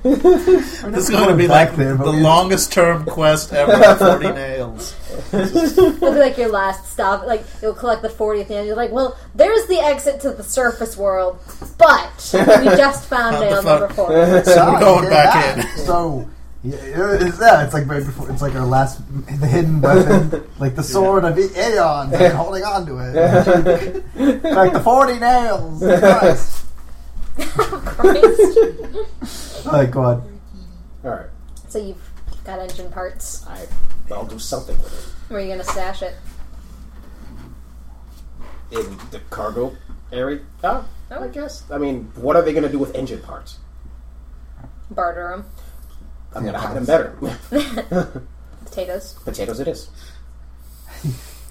this is going to be back like there, but the we- longest term quest ever. Forty nails. It'll be like your last stop. Like you'll collect the forty at the end. You're like, well, there's the exit to the surface world, but we just found Not the nail fuck. number four. So we're going back in. So, yeah, it- it's, yeah, it's like right before, it's like our last, the hidden weapon, like the sword of Aeon, and holding on to it. like the 40 nails. Christ. Christ. Oh, God. Alright, so you've got engine parts. I, I'll do something with Where are you gonna stash it? it. In the cargo area? Oh, I Okay. guess. I mean, what are they going to do with engine parts? Barter them. I'm going to hide them better. Potatoes. Potatoes it is.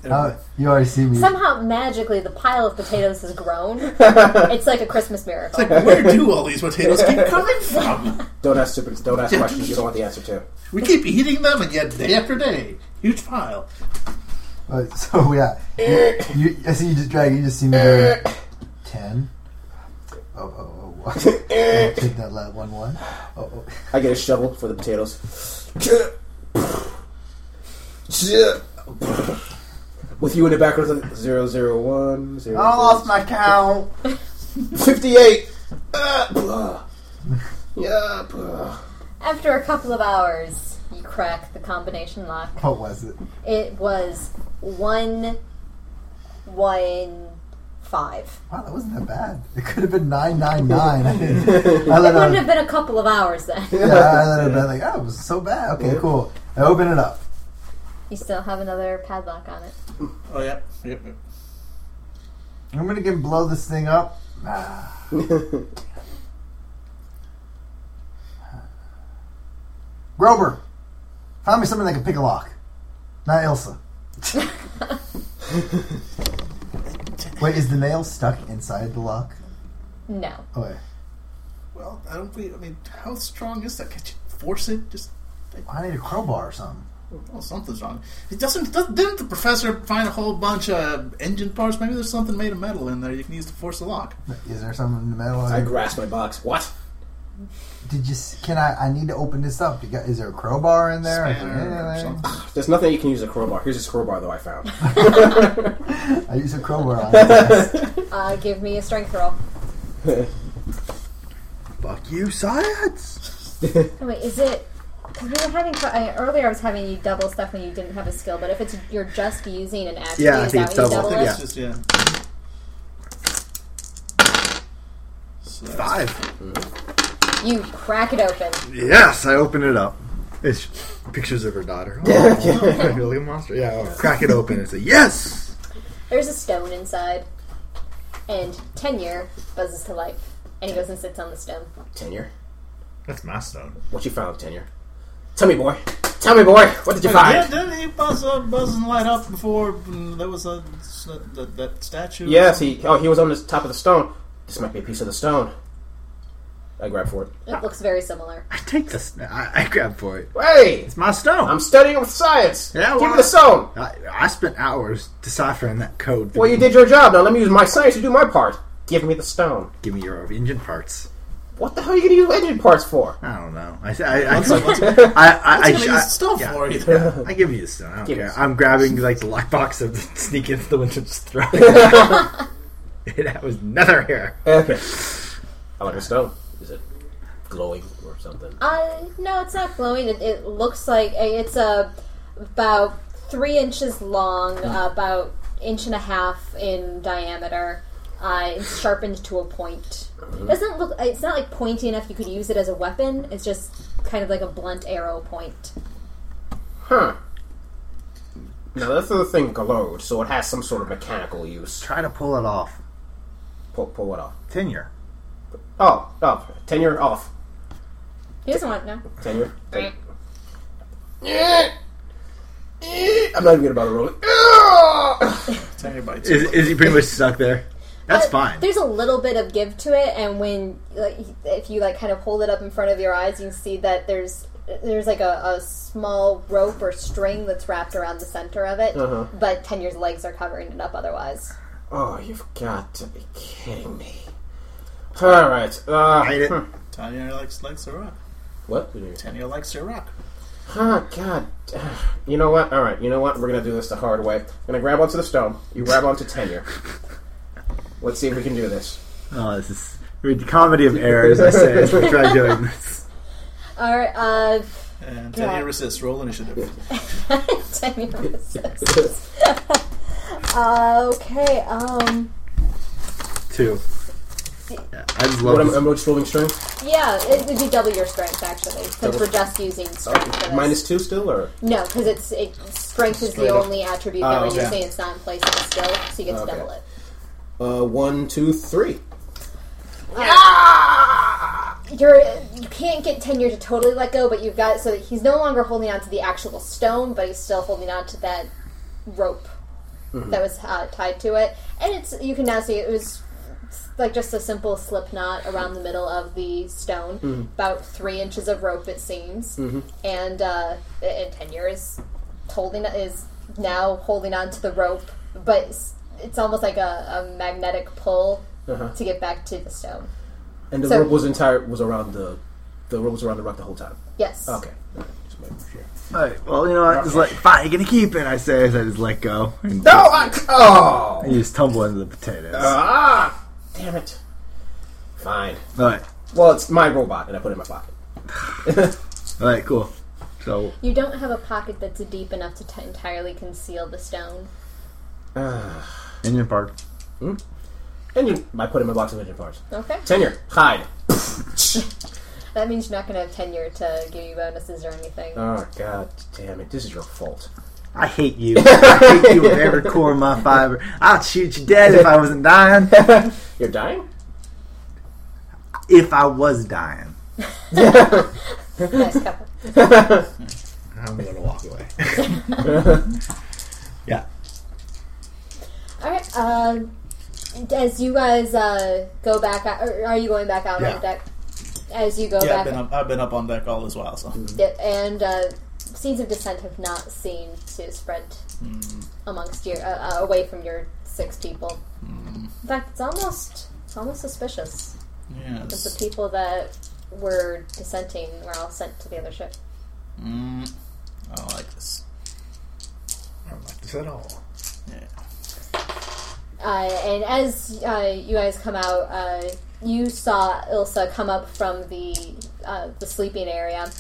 Oh, you already see me. Somehow magically, the pile of potatoes has grown. it's like a Christmas miracle. Where do all these potatoes keep coming from? Don't ask stupid, don't ask questions you don't want the answer to. We keep eating them, and yet day after day, huge pile. Uh, so yeah, you, you, I see you just drag. You just see me there. Ten. Oh oh oh. oh. I'll Take that last one one. Oh, oh. I get a shovel for the potatoes. With you in the background, it's like 001, I 0, Oh, lost my cow. 58. Ah, blah. Yeah, blah. After a couple of hours, you crack the combination lock. What was it? It was one, one, five. Wow, that wasn't that bad. It could have been nine nine nine. I, didn't- I It let wouldn't it. have been a couple of hours then. Yeah, I let it. be Like oh, it was so bad. Okay, cool. I open it up. You still have another padlock on it. Oh yeah, yep. yep. I'm gonna get blow this thing up. Ah, Grover, find me something that can pick a lock. Not Elsa. Wait, is the nail stuck inside the lock? No. Oh, wait. Well, I don't think. I mean, how strong is that? Can you force it? Just I need a crowbar or something. oh, something's wrong. It doesn't. does didn't the professor find a whole bunch of engine parts? Maybe there's something made of metal in there you can use to force the lock. Is there something in the metal? I grasp my box. What? Did you? s- Can I? I need to open this up. You got, is there a crowbar in there? Is there Spanner or anything? something. There's nothing you can use a crowbar. Here's a crowbar, though, I found. I use a crowbar on it. Uh, give me a strength roll. Fuck you, science. Oh, wait, is it? Because we were having fun- I, earlier. I was having you double stuff when you didn't have a skill. But if it's you're just using an attribute, Yeah, I is that think it's what you double. double I it? think it's just yeah. So that's- Five. You crack it open. Yes, I open it up. It's pictures of her daughter. Oh, you a monster. Yeah, I'll crack it open and say yes. There's a stone inside, and Tenure buzzes to life, and he goes and sits on the stone. Tenure. That's my stone. What you found, Tenure? Tell me, boy. Tell me, boy. What did you Yeah, find? didn't he buzz, uh, buzz and light up before mm, there was a, s- that- that statue? Yes, he. Oh, he was on the top of the stone. This might be a piece of the stone. I grab for it. It looks very similar. I take this. I, I grab for it. Hey, It's my stone. I'm studying with science. Yeah, Give why- me the stone. I, I spent hours deciphering that code. Well, you did your job. Now let me use my science to do my part. Give me the stone. Give me your engine parts. What the hell are you going to use engine parts for? I don't know. I I I, What's, what's, what's I, I, gonna I, use stuff yeah. for you? I give you the stone. I don't Give care. us- I'm grabbing like the lockbox of the sneak into the window, just throwing. it that was neither here. Okay. I like the stone. Is it glowing or something? Uh, no, it's not glowing. It, it looks like it's uh, about three inches long, uh, about inch and a half in diameter. Uh, it's sharpened to a point. It doesn't look. It's not like pointy enough. You could use it as a weapon. It's just kind of like a blunt arrow point. Huh. Now that's the thing glowed, so it has some sort of mechanical use. Try to pull it off. Pull, pull it off. Tenure. Oh, oh, tenure off. He doesn't want no. Tenure. Ten- I'm not even gonna bother rolling. Ah! Tell everybody. Is, is he pretty much stuck there? That's Uh, But fine. There's a little bit of give to it, and when like, if you like kind of hold it up in front of your eyes, you see that there's there's like a, a small rope or string that's wrapped around the center of it, Uh-huh. but Tenure's legs are covering it up otherwise. Oh, you've got to be kidding me. All right. Uh, Hide it. hmm. Tanya likes likes to rock. What? Tanya likes to rock. Oh, God. You know what? All right. You know what? We're going to do this the hard way. I'm going to grab onto the stone. You grab onto tenure. Let's see if we can do this. Oh, this is the comedy of errors. I say, as we try doing this. All right, uh, And Tanya Yeah. resists. Roll initiative. Tenure resists. uh, okay, um, Two. Yeah, I just love What, I'm, this. I'm just rolling strength? yeah, it would be double your strength actually, since Double- we're just using strength. for this. Minus two still, or? No, because it's it, strength is Straight the up. only attribute Oh, that we're okay. using. It's not in place of a skill, so you get to Okay. double it. Uh, one, two, three. You're you can't get tenure to totally let go, but you've got so that he's no longer holding on to the actual stone, but he's still holding on to that rope Mm-hmm. that was uh, tied to it, and it's you can now see it was like just a simple slip knot around the middle of the stone, Mm-hmm. about three inches of rope it seems, and uh, and tenure is holding is now holding on to the rope, but it's, it's almost like a, a magnetic pull Uh-huh. to get back to the stone. And the So- rope was entire was around the the rope was around the rock the whole time. Yes. Okay. All right, just making sure. Alright, well, you know, I just like, fine, you're gonna keep it, I say, as I just let go. And No, I, oh, And you just tumble into the potatoes. Uh. ah, damn it. Fine. Alright, Well, it's my robot, and I put it in my pocket. alright, cool. So, You don't have a pocket that's deep enough to t- entirely conceal the stone. engine park. And you, I put it in my box of engine parts. Okay. Tenure, hide. That means you're not going to have tenure to give you bonuses or anything. Oh god, damn it! This is your fault. I hate you. I hate you with every core of my fiber. I'll shoot you dead if I wasn't dying. You're dying. If I was dying. nice couple. I'm gonna walk away. Yeah. All right. Uh, as you guys uh, go back, out, or are you going back out Yeah. on deck? As you go Yeah, back, I've been up. I've been up on deck all this while. So Yeah, and uh, seeds of dissent have not seemed to spread Hmm. amongst your uh, uh, away from your six people. Hmm. In fact, it's almost it's almost suspicious. Because yes. the people that were dissenting were all sent to the other ship. Mm, I don't like this. I don't like this at all. Yeah. Uh, and as uh, you guys come out, uh, you saw Ilsa come up from the uh, the sleeping area,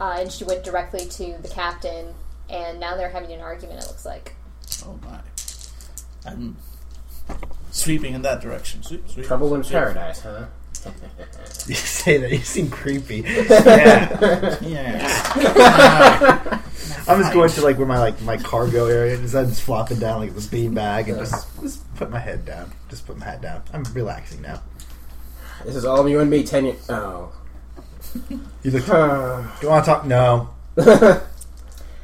uh, and she went directly to the captain. And now they're having an argument. It looks like. Oh my. I'm sweeping in that direction. Sweep, sweep, Trouble in sweep. paradise, huh? You say that you seem creepy. Yeah. I'm just going to like where my like my cargo area is. I'm just flopping down like this bean bag and just just put my head down. Just put my hat down. I'm relaxing now. This is all you and me, Tenure. Oh. You look. Do you want to talk? No,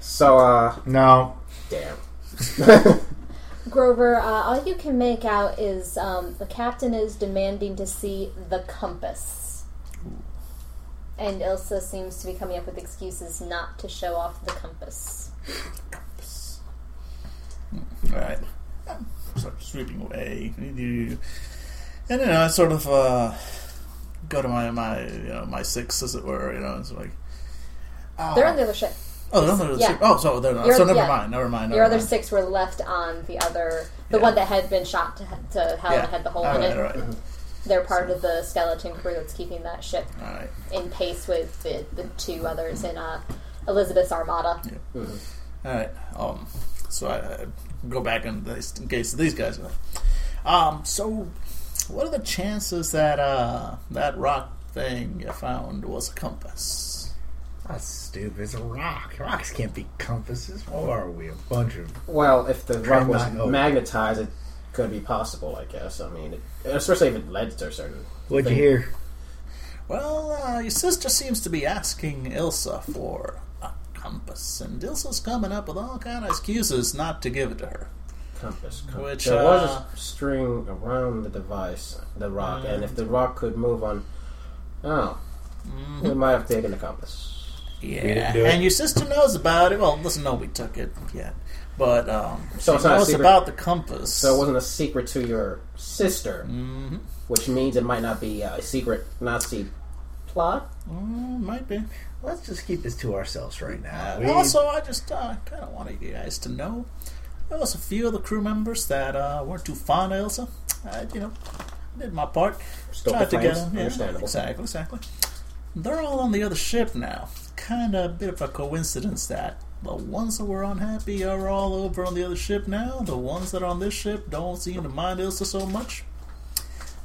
so, uh, no. damn. Grover, uh, all you can make out is um, the captain is demanding to see the compass. And Ilsa seems to be coming up with excuses not to show off the compass. All right. Start sweeping away. And you know, I sort of uh, go to my my you know my six, as it were. You know, it's like. Oh, They're on the other ship. oh, they're on the- yeah. oh, so they're not. Your- so never yeah. mind. Never mind. Never Your other mind. six were left on the other, the Yeah. one that had been shot to, to hell Yeah. and had the hole All in right, it. all right. Mm-hmm. They're part of the skeleton crew that's keeping that ship All right. in pace with the, the two others in uh, Elizabeth's armada. All right. Um. So I, I go back in, this, in case these guys. Are, um. So, what are the chances that uh that rock thing you found was a compass? That's stupid. It's a rock. Rocks can't be compasses. What are we? A bunch of Well, if the rock was Magnet- oh. magnetized, it could be possible, I guess. I mean, it, especially if it led to a certain. what'd you hear? Well, uh, your sister seems to be asking Ilsa for a compass, and Ilsa's coming up with all kind of excuses not to give it to her. compass. Com- Which, there was uh, a string around the device, the rock, and if the Mm. rock could move on, oh, we Mm-hmm. might have taken the compass. Yeah, and your sister knows about it. Well, listen, no, we took it yet, but um, So it's she not a knows secret. about the compass. So it wasn't a secret to your sister, which means it might not be uh, a secret Nazi plot. Mm, might be. Let's just keep this to ourselves right now. Uh, We- also, I just uh, kind of wanted you guys to know there was a few of the crew members that uh, weren't too fond of Elsa. I, you know, did my part. Stoke Tried the to get flames, them. Yeah, understandable. Exactly, exactly. They're all on the other ship now. Kind of a bit of a coincidence that the ones that were unhappy are all over on the other ship now. The ones that are on this ship don't seem to mind Elsa so much.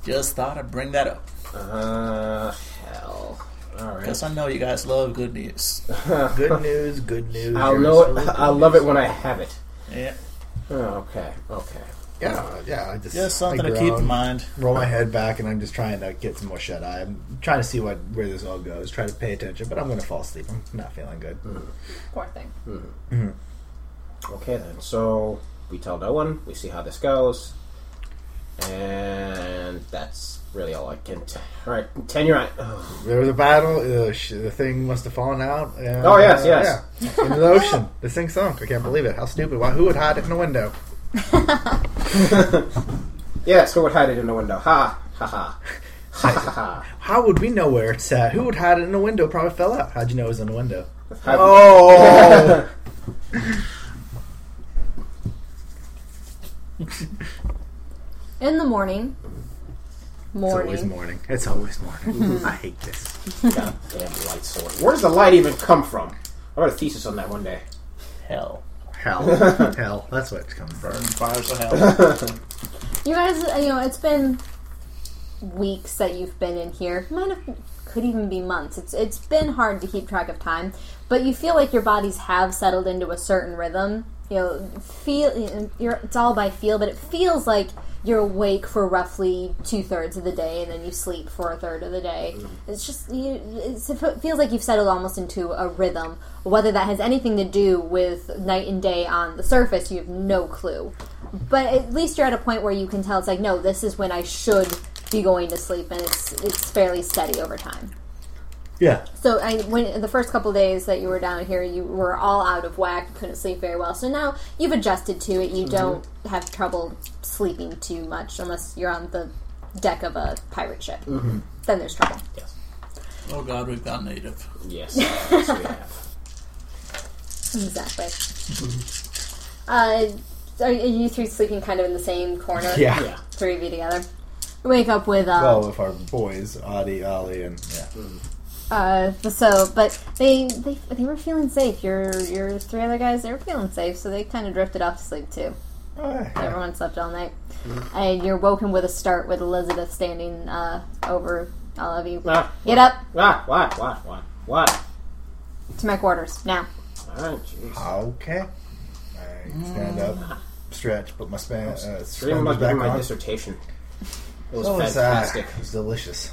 Just thought I'd bring that up Uh, hell. All right. because I know you guys love good news. good news, good news. I'll You're know so it. good I love it when I have it. Oh, Yeah, Okay. Okay. Yeah, yeah. I just, just something I to keep groan, in mind. Roll my head back, and I'm just trying to get some more shut eye. I'm trying to see what where this all goes. Try to pay attention, but I'm going to fall asleep. I'm not feeling good. Poor thing. Okay then. So we tell no one. We see how this goes, and that's really all I can. T- all right, oh. ten. You're right. Ugh. There was a battle. Uh, sh- the thing must have fallen out. and, Oh, yes, uh, yes. yeah, into the ocean. This thing sunk. I can't believe it. How stupid! Why? Who would hide it in a window? Yes, who would hide it in the window? Ha ha ha. Ha ha ha. How would we know where it's at? Who would hide it in a window? Probably fell out. How'd you know it was in a window? Oh. In the morning. It's always Morning. morning. It's always Mm-hmm. morning. I hate this. Goddamn light sword. Where does the light even come from? I wrote a thesis on that one day. Hell. Hell, hell. That's where it's coming from. Fires of hell. You guys, uh, you know, it's been weeks that you've been in here. Might have, could even be months. It's it's been hard to keep track of time, but you feel like your bodies have settled into a certain rhythm. You know, feel you're, it's all by feel, but it feels like you're awake for roughly two thirds of the day, and then you sleep for a third of the day. It's just you, it's, it feels like you've settled almost into a rhythm. Whether that has anything to do with night and day on the surface, you have no clue but at least you're at a point where you can tell it's like no this is when i should be going to sleep and it's it's fairly steady over time Yeah. so I when the first couple days that you were down here, you were all out of whack, you couldn't sleep very well. So now you've adjusted to it. Mhm. You don't have trouble sleeping too much unless you're on the deck of a pirate ship. Mm-hmm. Then there's trouble. Oh god, we've got native. Yes, yes we have. Exactly. Mm-hmm. uh, are you three sleeping kind of in the same corner? Yeah. Yeah. Three of you together. Wake up with um, Well, with our boys, Adi, Ali, and yeah. Uh, so, but they, they they were feeling safe. Your your three other guys, they were feeling safe, so they kind of drifted off to sleep too. Mm. Everyone slept all night, and you're woken with a start with Elizabeth standing uh, over all of you. Ah, Get up ah, why, why, why, why? to my quarters now. All right, Ah, jeez. Okay. I stand up, stretch, put my span, uh, Dream suspenders about back doing on. my dissertation. It was Oh, it's, uh, fantastic. It's delicious.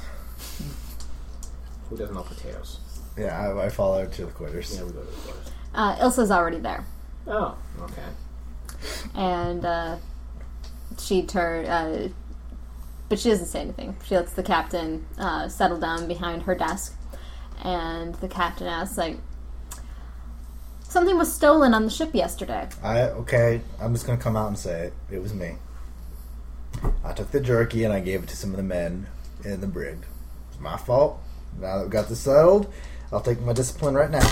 Who doesn't love potatoes? Yeah, I, I follow to the quarters. Yeah, we go to the quarters. Uh, Ilsa's already there, Oh, okay. and uh, she turned, uh, but she doesn't say anything. She lets the captain uh, settle down behind her desk, and the captain asks, like, "Something was stolen on the ship yesterday." I okay. I'm just gonna come out and say it. It was me. I took the jerky and I gave it to some of the men in the brig. It's my fault. Now that we got this settled, I'll take my discipline right now.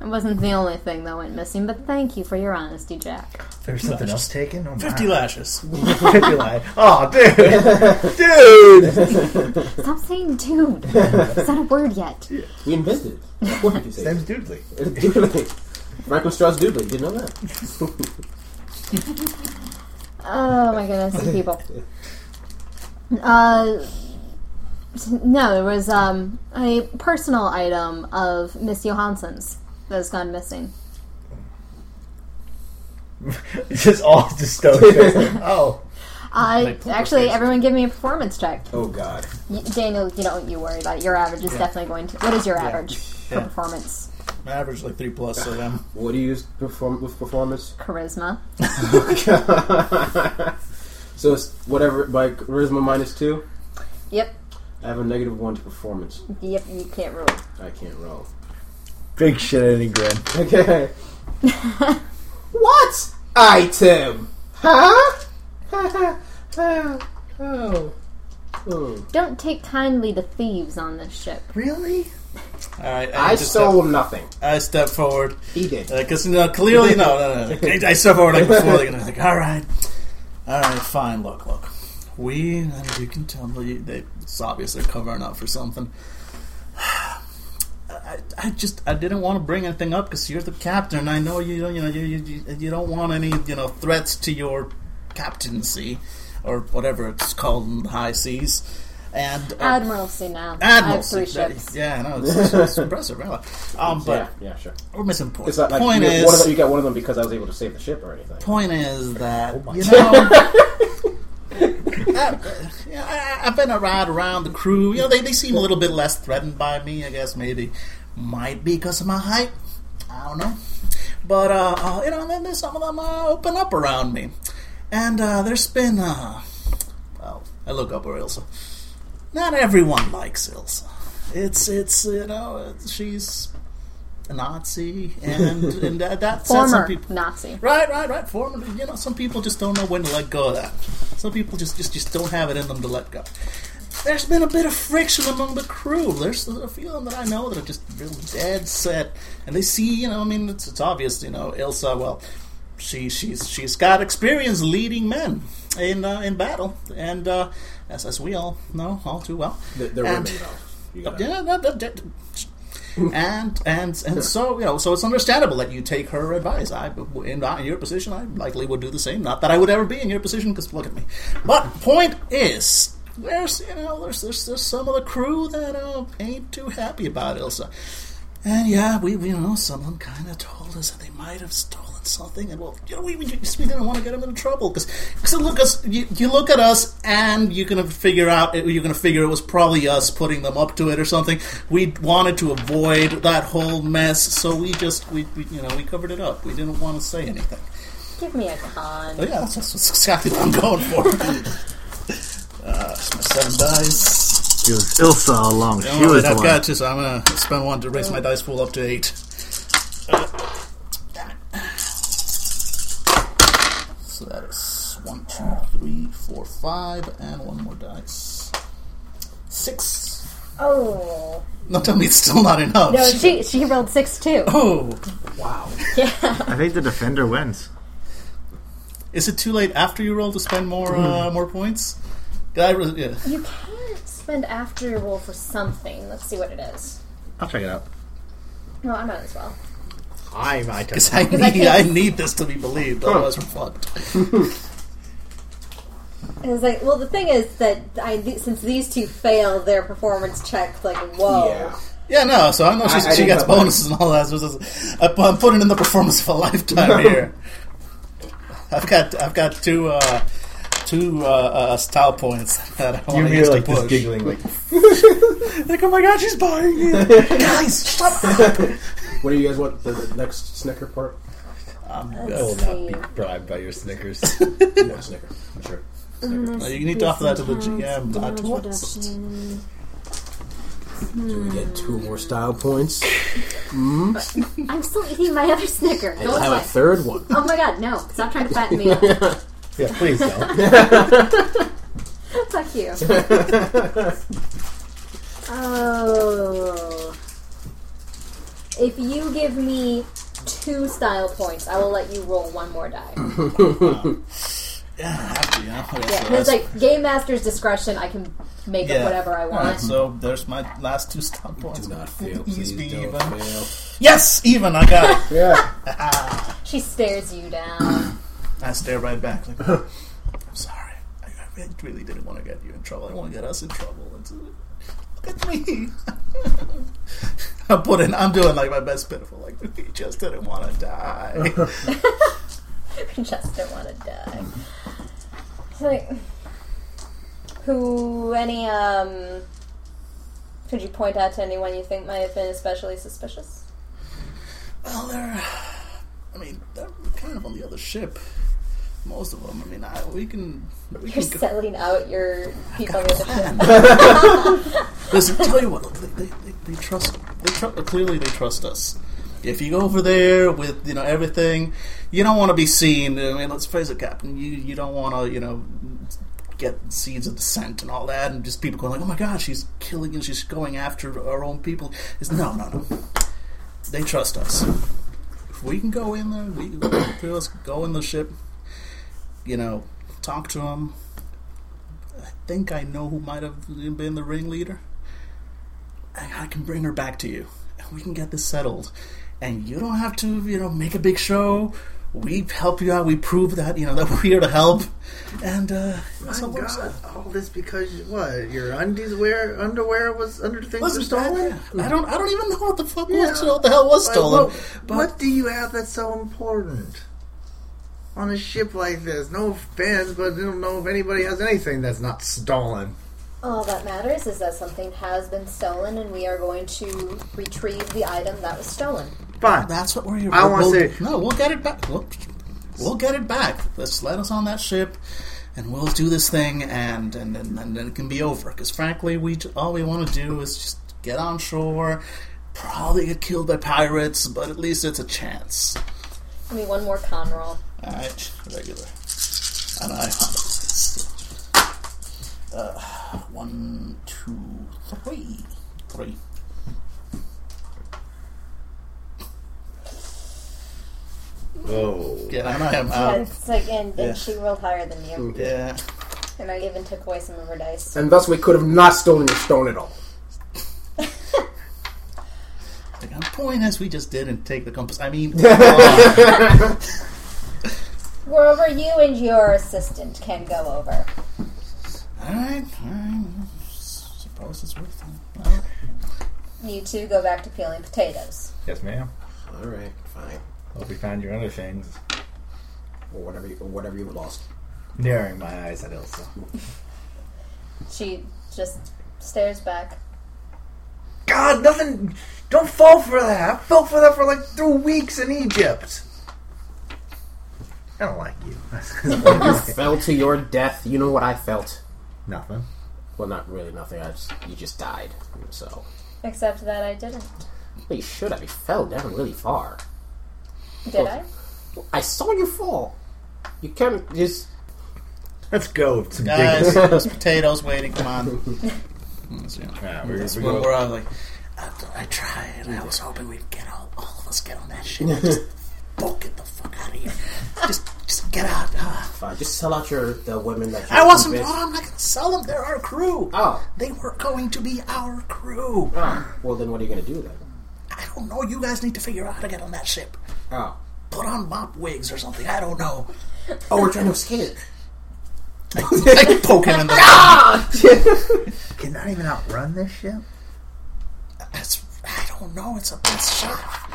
It wasn't the only thing that went missing, but thank you for your honesty, Jack. There's something else taken. Oh, 50 my. lashes. Fifty line. Oh, dude, dude. Stop saying dude. it's not a word yet. We invented it. Of course we could say Name's Doodley. it. Doodly. Franklin Strauss Doodly. Didn't know that. Oh my goodness, you people. Uh, no, there was um, a personal item of Miss Johansson's that has gone missing. just all just stone faced. Like, oh, Uh, actually, everyone give me a performance check. Oh God. Y- Daniel, you don't you worry about it. Your average is definitely going to. What is your average for Yeah. performance? I average like three plus, so I'm What do you use perform with performance? Charisma. so it's whatever by charisma minus two. Yep. I have a negative one to performance. Yep, you can't roll. I can't roll. Big shit, any grin. Okay. what item? Huh? oh. Hmm. Don't take kindly to thieves on this ship. Really? all right. I, I just stole nothing. Step, I step forward He did. because Uh, you know, clearly no, no, no. I, I step forward like before. They're gonna think, all right, all right, fine. Look, look. We and you can tell they, they it's obvious they're covering up for something. I, I just I didn't want to bring anything up because you're the captain. and I know you don't- you know you, you you don't want any you know threats to your captaincy or whatever it's called in the high seas. And uh, Admiralty now. I Admiralty. have three ships. Yeah, no, it's, it's, it's impressive, really. Um, but yeah, yeah, sure. we're missing point. It's not like point you, is, one of them, you got one of them because I was able to save the ship or anything. point is that you know. I, yeah, I, I've been around around the crew. You know, they, they seem a little bit less threatened by me. I guess maybe might be because of my height. I don't know, but uh, uh, you know, then there's some of them uh, open up around me, and uh, there's been. Uh, well, I look up at Ilsa. Not everyone likes Ilsa. It's it's you know she's a Nazi, and and that, that sets some Former people. Nazi. Right, right, right. Formerly, you know, some people just don't know when to let go of that. Some people just, just, just don't have it in them to let go. There's been a bit of friction among the crew. There's a few of them that I know that are just real dead set, and they see, you know, I mean, it's, it's obvious, you know, Ilsa. Well, she she's she's got experience leading men in uh, in battle, and uh, as as we all know all too well, They're, they're And- women though. You gotta- yeah, that, that, that- and and and so you know, so it's understandable that you take her advice. I, in your position, I likely would do the same. Not that I would ever be in your position, because look at me. But point is, there's you know, there's there's, there's some of the crew that uh, ain't too happy about Ilsa. And yeah, we, we you know someone kind of told us that they might have stolen something, and well, you know, we, we just we didn't want to get them into trouble because look us you, you look at us and you're gonna figure out you're gonna figure it was probably us putting them up to it or something. We wanted to avoid that whole mess, so we just we, we you know we covered it up. We didn't want to say anything. Give me a con. But Oh, yeah, that's, that's exactly what I'm going for. uh, it's my seven dice. It was Ilsa all along. She All was right, the I've one. got to, so I'm gonna spend one to raise my dice pool up to eight. Uh, damn it. So that is one, two, three, four, five, and one more dice. Six. Oh. No, tell me it's still not enough. No, she she rolled six too. oh, I think the defender wins. is it too late after you roll to spend more uh, more points? Did I re- yeah. You can't spend after your roll for something. Let's see what it is. I'll check it out. No, I might as well. I'm I took 'Cause I I need I can't- need this to be believed, otherwise we're fucked. It was like, well, the thing is that I since these two failed their performance check, like whoa. Yeah. Yeah, no. So I know she's, I- I she didn't gets have that. bonuses and all that. So it's- I, am putting in the performance of a lifetime here. I've got I've got two uh, two uh, uh, style points that I You want to hear use like to this push. giggling, like Like, oh my god, she's buying it, guys! Shut up! What do you guys want? The, the next snicker part? I'm Let's good. see. bribed by your Snickers. One snicker. Sure. No, you need to offer that to the GM. Not to us. Do we get two more style points? I'm still eating my other Snicker. Go We'll have a away. third one. Oh my god, no! Stop trying to fatten me up. yeah, please don't. Fuck you. oh. If you give me two style points, I will let you roll one more die. Yeah, have to, yeah. Okay, Yeah, so there's that's- like game master's discretion. I can make yeah. up whatever I All want. right, so there's my last two style points. Do not fail. Please Please be don't even. fail. Yes, even I got it. Yeah. She stares you down. I stare right back. Like, I'm sorry. I, I really- really didn't want to get you in trouble. I didn't want to get us in trouble. It's, look at me. I'm putting. I'm doing like my best pitiful. Like we just didn't want to die. I just don't want to die. She's like, who? Any um? Could you point out to anyone you think might have been especially suspicious? Well, they're. I mean, they're kind of on the other ship. Most of them. I mean, I, we can. We You're can go- selling out your people with the ship. Listen, tell you what, look, they, they, they, they trust. They tr- clearly they trust us. If you go over there with you know everything, you don't want to be seen. I mean, let's face it, Captain. You you don't want to you know get seeds of dissent and all that, and just people going like, "Oh my God, she's killing and she's going after our own people." It's no, no, no. They trust us. If we can go in there, we to us go in the ship. You know, talk to them. I think I know who might have been the ringleader. I, I can bring her back to you, and we can get this settled. And you don't have to, you know, make a big show. We help you out. We prove that, you know, that we're here to help. And uh, that's how it works out. All this because what? Your undies wear underwear was under things were Listen, stolen. I, I don't. I don't even know what the fuck Yeah. was, what the hell was Like, stolen. what, but what do you have that's so important on a ship like this? No offense, but I don't know if anybody has anything that's not stolen. All that matters is that something has been stolen, and we are going to retrieve the item that was stolen. Fine. that's what we're here. I we'll- wanna we'll- say- no. We'll get it back. We'll, we'll get it back. Let's let us on that ship, and we'll do this thing, and and and, and then it can be over. Because frankly, we j- all we want to do is just get on shore. Probably get killed by pirates, but at least it's a chance. Give me one more con roll. All right, regular. And I have uh, one, two, three, three. Whoa. Yeah, and I am Yeah, out. it's like, and, Yeah. and she rolled higher than you, Yeah. and I even took away some of her dice. And thus we could have not stolen the stone at all. Like, I'm pointing as we just did and take the compass. I mean, come on. We're over you and your assistant can go over. all right, all right. Suppose it's worth it. All right. You two go back to peeling potatoes. Yes, ma'am. All right, fine. Hope you found your other things. Or whatever, you, or whatever you lost. Narrowing my eyes at Elsa. She just stares back. God, nothing. Don't fall for that. I fell for that for like three weeks in Egypt. I don't like you. Fell to your death. You know what I felt? Nothing. Well, not really nothing. I just you just died. So Except that I didn't. Well, you should have. You fell down really far. Did I? I saw you fall. You can't just. Let's go. with Some Guys, dignity. there's potatoes waiting. Come on. Let's see. Yeah, we're- That's we when go- we're all like, I, I tried. I was hoping we'd get all, all of us get on that shit. Just fuck, get the fuck out of here. Just, just get out. Ah. Fine, just sell out your the women that. You I wasn't. convinced- Oh, I'm not gonna sell them. They're our crew. Oh. They were going to be our crew. Oh, well then, what are you gonna do then? I don't know. You guys need to figure out how to get on that ship. Oh, Put on mop wigs or something. I don't know. oh, we're trying to escape it. I poke him in the. Can that even outrun this ship? That's, I don't know. It's a best shot.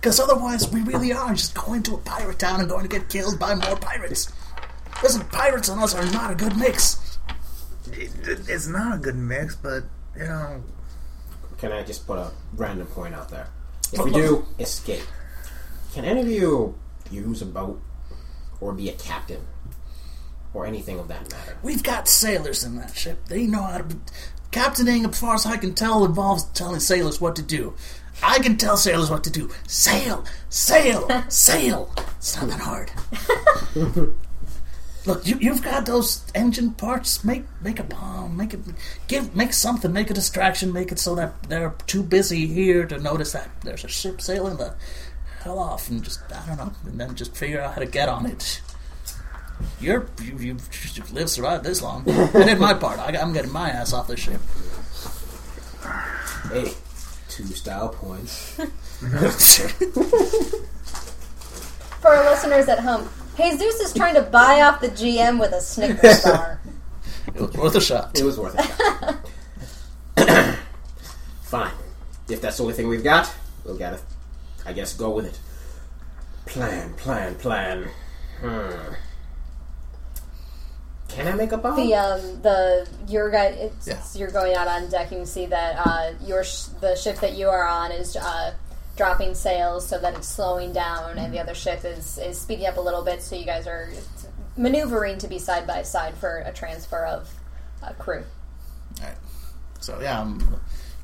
Because otherwise, we really are just going to a pirate town and going to get killed by more pirates. Listen, pirates and us are not a good mix. It- it- It's not a good mix, but you know, Can I just put a random point out there? If we do escape, can any of you use a boat or be a captain or anything of that matter? We've got sailors in that ship. They know how to. Captaining, as far as I can tell, involves telling sailors what to do. I can tell sailors what to do. Sail, sail, sail. It's not that hard. Look, you, you've got those engine parts. Make make a bomb. Make it give make something. Make a distraction. Make it so that they're too busy here to notice that there's a ship sailing the hell off, and just I don't know, and then just figure out how to get on it. You're you, you've, you've lived survived this long. I did my part. I, I'm getting my ass off this ship. Hey, two style points. For our listeners at home, Jesus is trying to buy off the GM with a Snickers bar. It was worth a shot. It was worth it. Fine. If that's the only thing we've got, we'll gotta, I guess, go with it. Plan, plan, plan. Hmm. Can I make a bomb? The um the your guy it's, Yeah. you're going out on deck. You can see that uh your sh- the ship that you are on is uh dropping sails so that it's slowing down, and the other ship is is speeding up a little bit. So you guys are maneuvering to be side by side for a transfer of uh, crew. Alright. So yeah, I'm,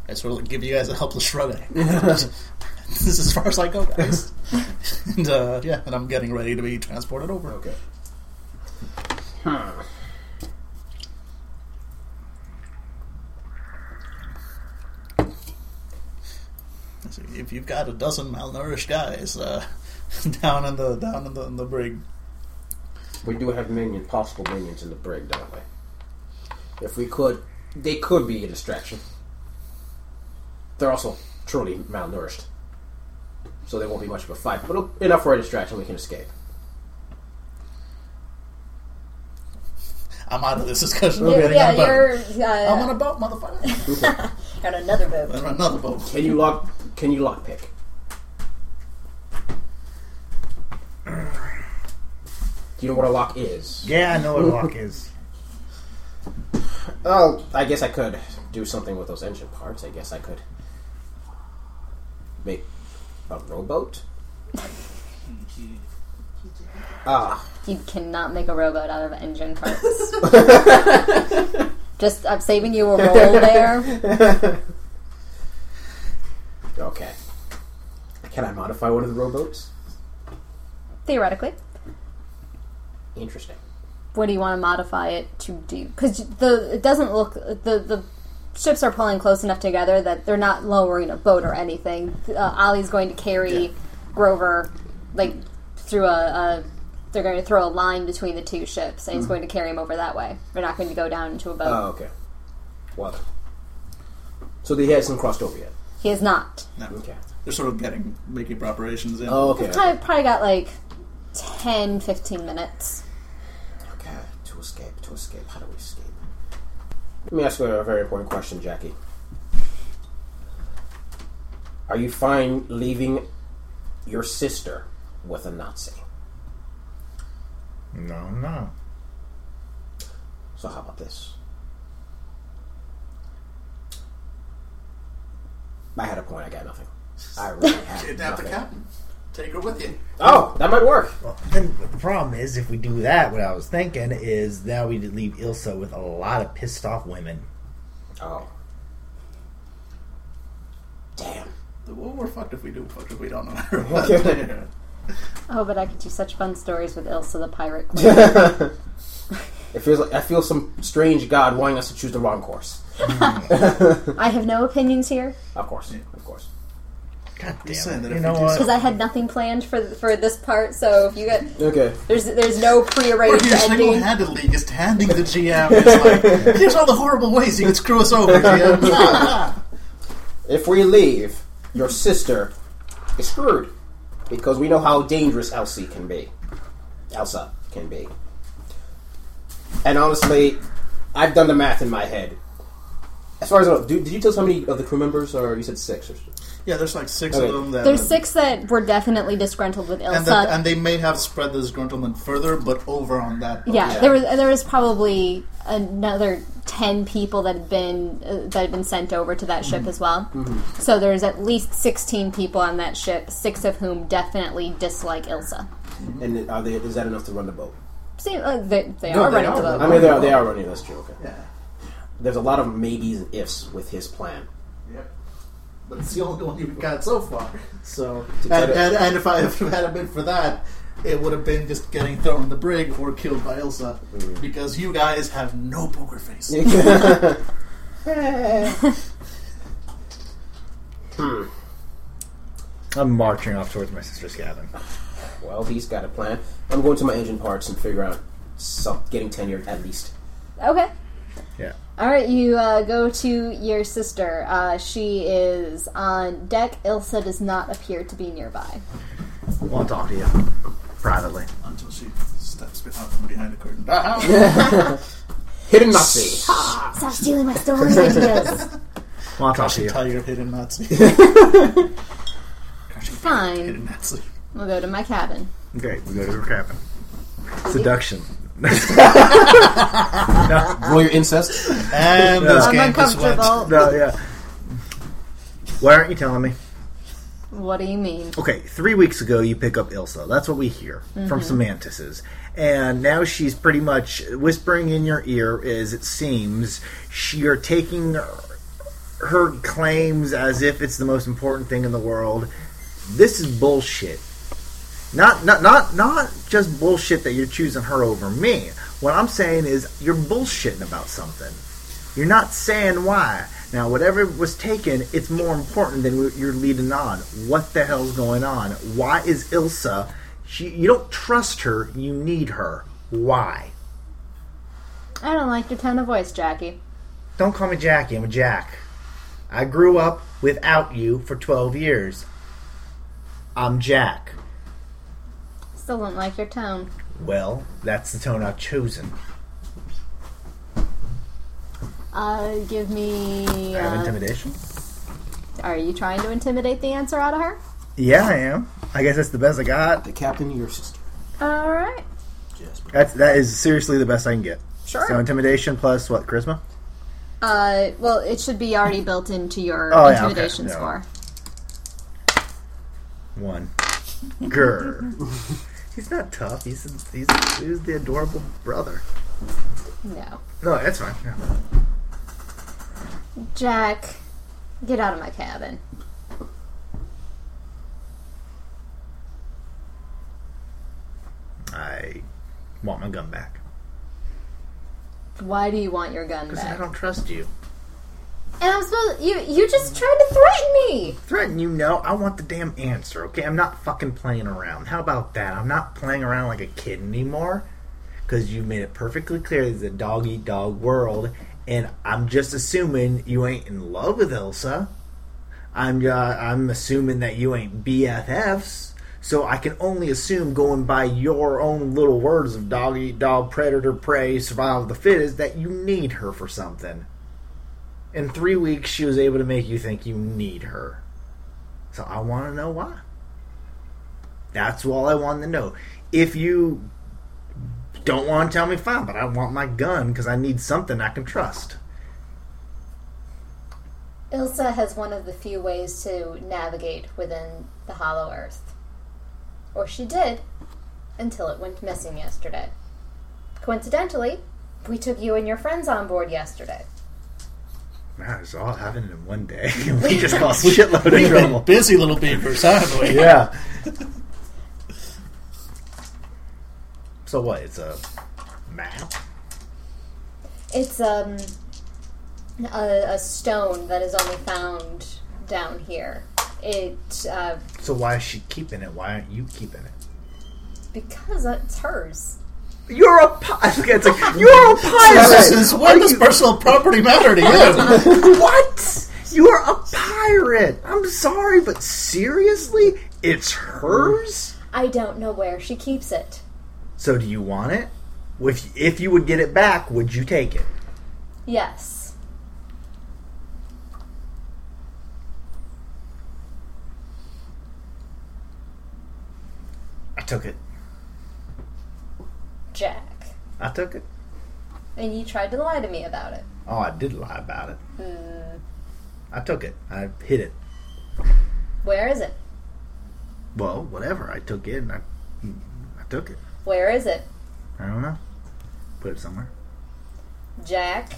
I sort of give you guys a helpless shrug. this is as far as I go, guys. and uh, yeah, and I'm getting ready to be transported over. Okay. So if you've got a dozen malnourished guys uh, down in the down in the, in the brig, We do have minion, possible minions in the brig, don't we? If we could, they could be a distraction. They're also truly malnourished, so they won't be much of a fight. But enough for a distraction, we can escape. I'm out of this discussion. I'm Yeah, getting yeah, on boat. you're uh, I'm on a boat, motherfucker. on another boat. I'm on another boat. Can you lock? Can you lockpick? Do you know what a lock is? Yeah, I know what a lock is. Oh, I guess I could do something with those engine parts. I guess I could make a rowboat. Ah, You cannot make a rowboat out of engine parts. Just I'm saving you a roll there. okay. Can I modify one of the rowboats? Theoretically, Interesting. what do you want to modify it to do? Because the it doesn't look the the ships are pulling close enough together that they're not lowering a boat or anything. Uh, Ollie's going to carry Grover like through a. a they're going to throw a line between the two ships, and he's going to carry him over that way. They're not going to go down into a boat. Oh, okay. Well, then. so they hasn't crossed over yet. He is not. No, Okay. they're sort of getting making preparations in. Oh, okay. I probably got like 10, 15 minutes. Okay, to escape, to escape. How do we escape? Let me ask you a very important question, Jackie. Are you fine leaving your sister with a Nazi? No, no. So how about this? I had a point. I got nothing. I really had Kidnap the nothing. captain. Take her with you. Oh, that might work. Well, then the problem is, if we do that, what I was thinking is now we leave Ilsa with a lot of pissed off women. Oh, damn. Well, we're fucked if we do. Fucked if we don't know. Oh, but I could do such fun stories with Ilsa the Pirate Queen. It feels like I feel some strange god wanting us to choose the wrong course. I have no opinions here Of course, of course. God damn Just saying it. that You if know we do what? because I had nothing planned for for this part. So if you get Okay. there's there's no We're prearranged here ending. single-handedly just handing the GM. It's like, here's all the horrible ways you could screw us over, GM. If we leave, your sister is screwed because we know how dangerous Elsie can be. Elsa can be. And honestly, I've done the math in my head. As far as I know, do, did you tell us how many of the crew members, or you said six? Or, yeah, there's like six Okay. of them. That There's six that were definitely disgruntled with Ilsa. And, the, and they may have spread the disgruntlement further, but over on that. boat. yeah, there was there was probably another ten people that had been uh, that had been sent over to that Mm-hmm. ship as well. So there's at least sixteen people on that ship, six of whom definitely dislike Ilsa. Mm-hmm. and are they, is that enough to run the boat? See, uh, they, they are running to the I mean, they are, they are running. That's true. Okay. Yeah. There's a lot of maybes and ifs with his plan. But it's the only one you've got so far. So, and, try to- and, and if I if it had been for that, it would have been just getting thrown in the brig or killed by Ilsa, because you guys have no poker face. I'm marching off towards my sister's cabin. Well, he's got a plan. I'm going to my engine parts and figure out some, getting tenured at least. Okay. Yeah. All right, you uh, go to your sister. Uh, she is on deck. Ilsa does not appear to be nearby. I'll talk to you privately. Until she steps out from behind the curtain. Ah, Hidden Nazi. Stop stealing my story ideas. Well, I'll talk to you. Tell your hidden Nazi. Fine. hidden Nazi. We'll go to my cabin. Okay, we go to her cabin. Seduction. Roll your incest. And this I'm game just went. uncomfortable. No, yeah. Why aren't you telling me? What do you mean? Okay, three weeks ago you pick up Ilsa. That's what we hear from Semantises. And now she's pretty much whispering in your ear, as it seems, you're taking her claims as if it's the most important thing in the world. This is bullshit. Not, not, not, not just bullshit that you're choosing her over me. What I'm saying is you're bullshitting about something. You're not saying why. Now, whatever was taken, it's more important than what you're leading on. What the hell's going on? Why is Ilsa? She, you don't trust her. You need her. Why? I don't like your tone of voice, Jackie. Don't call me Jackie. I'm a Jack. I grew up without you for 12 years. I'm Jack. Still don't like your tone. Well, that's the tone I've chosen. Uh, give me. I have Uh, intimidation. are you trying to intimidate the answer out of her? Yeah, I am. I guess that's the best I got. The captain, your sister. All right. That's that is seriously the best I can get. Sure. So intimidation plus what charisma? Uh, well, it should be already built into your Oh, yeah, okay. intimidation Yeah. score. One. Grr. he's not tough. He's he's he's the adorable brother. No, No, that's fine. Yeah. Jack, get out of my cabin. I want my gun back Why do you want your gun because I back? don't trust you. And I'm supposed you you just tried to threaten me. Threaten you? No, I want the damn answer. Okay, I'm not fucking playing around. How about that? I'm not playing around like a kid anymore. Because you've made it perfectly clear this is a dog eat dog world, and I'm just assuming you ain't in love with Elsa. I'm uh, I'm assuming that you ain't BFFs, so I can only assume going by your own little words of dog eat dog, predator prey, survival of the fittest, that you need her for something. In three weeks, she was able to make you think you need her. So I want to know why. That's all I want to know. If you don't want to tell me, fine, but I want my gun because I need something I can trust. Ilsa has one of the few ways to navigate within the Hollow Earth. Or she did, until it went missing yesterday. Coincidentally, we took you and your friends on board yesterday. Man, it's all happening in one day. we just caused a shitload of trouble. Busy little beavers, haven't we? Yeah. so what? It's a map? It's um a, a stone that is only found down here. It uh, So why is she keeping it? Why aren't you keeping it? because it's hers. You're a pi- It's like, you're a pirate. Since when does personal property matter to you? What? You're a pirate. I'm sorry, but seriously, it's hers. I don't know where she keeps it. So do you want it? If if you would get it back, would you take it? Yes. I took it. Jack. I took it. And you tried to lie to me about it. Oh, I did lie about it. Hmm. I took it. I hid it. Where is it? Well, whatever. I took it and I I took it. Where is it? I don't know. Put it somewhere. Jack.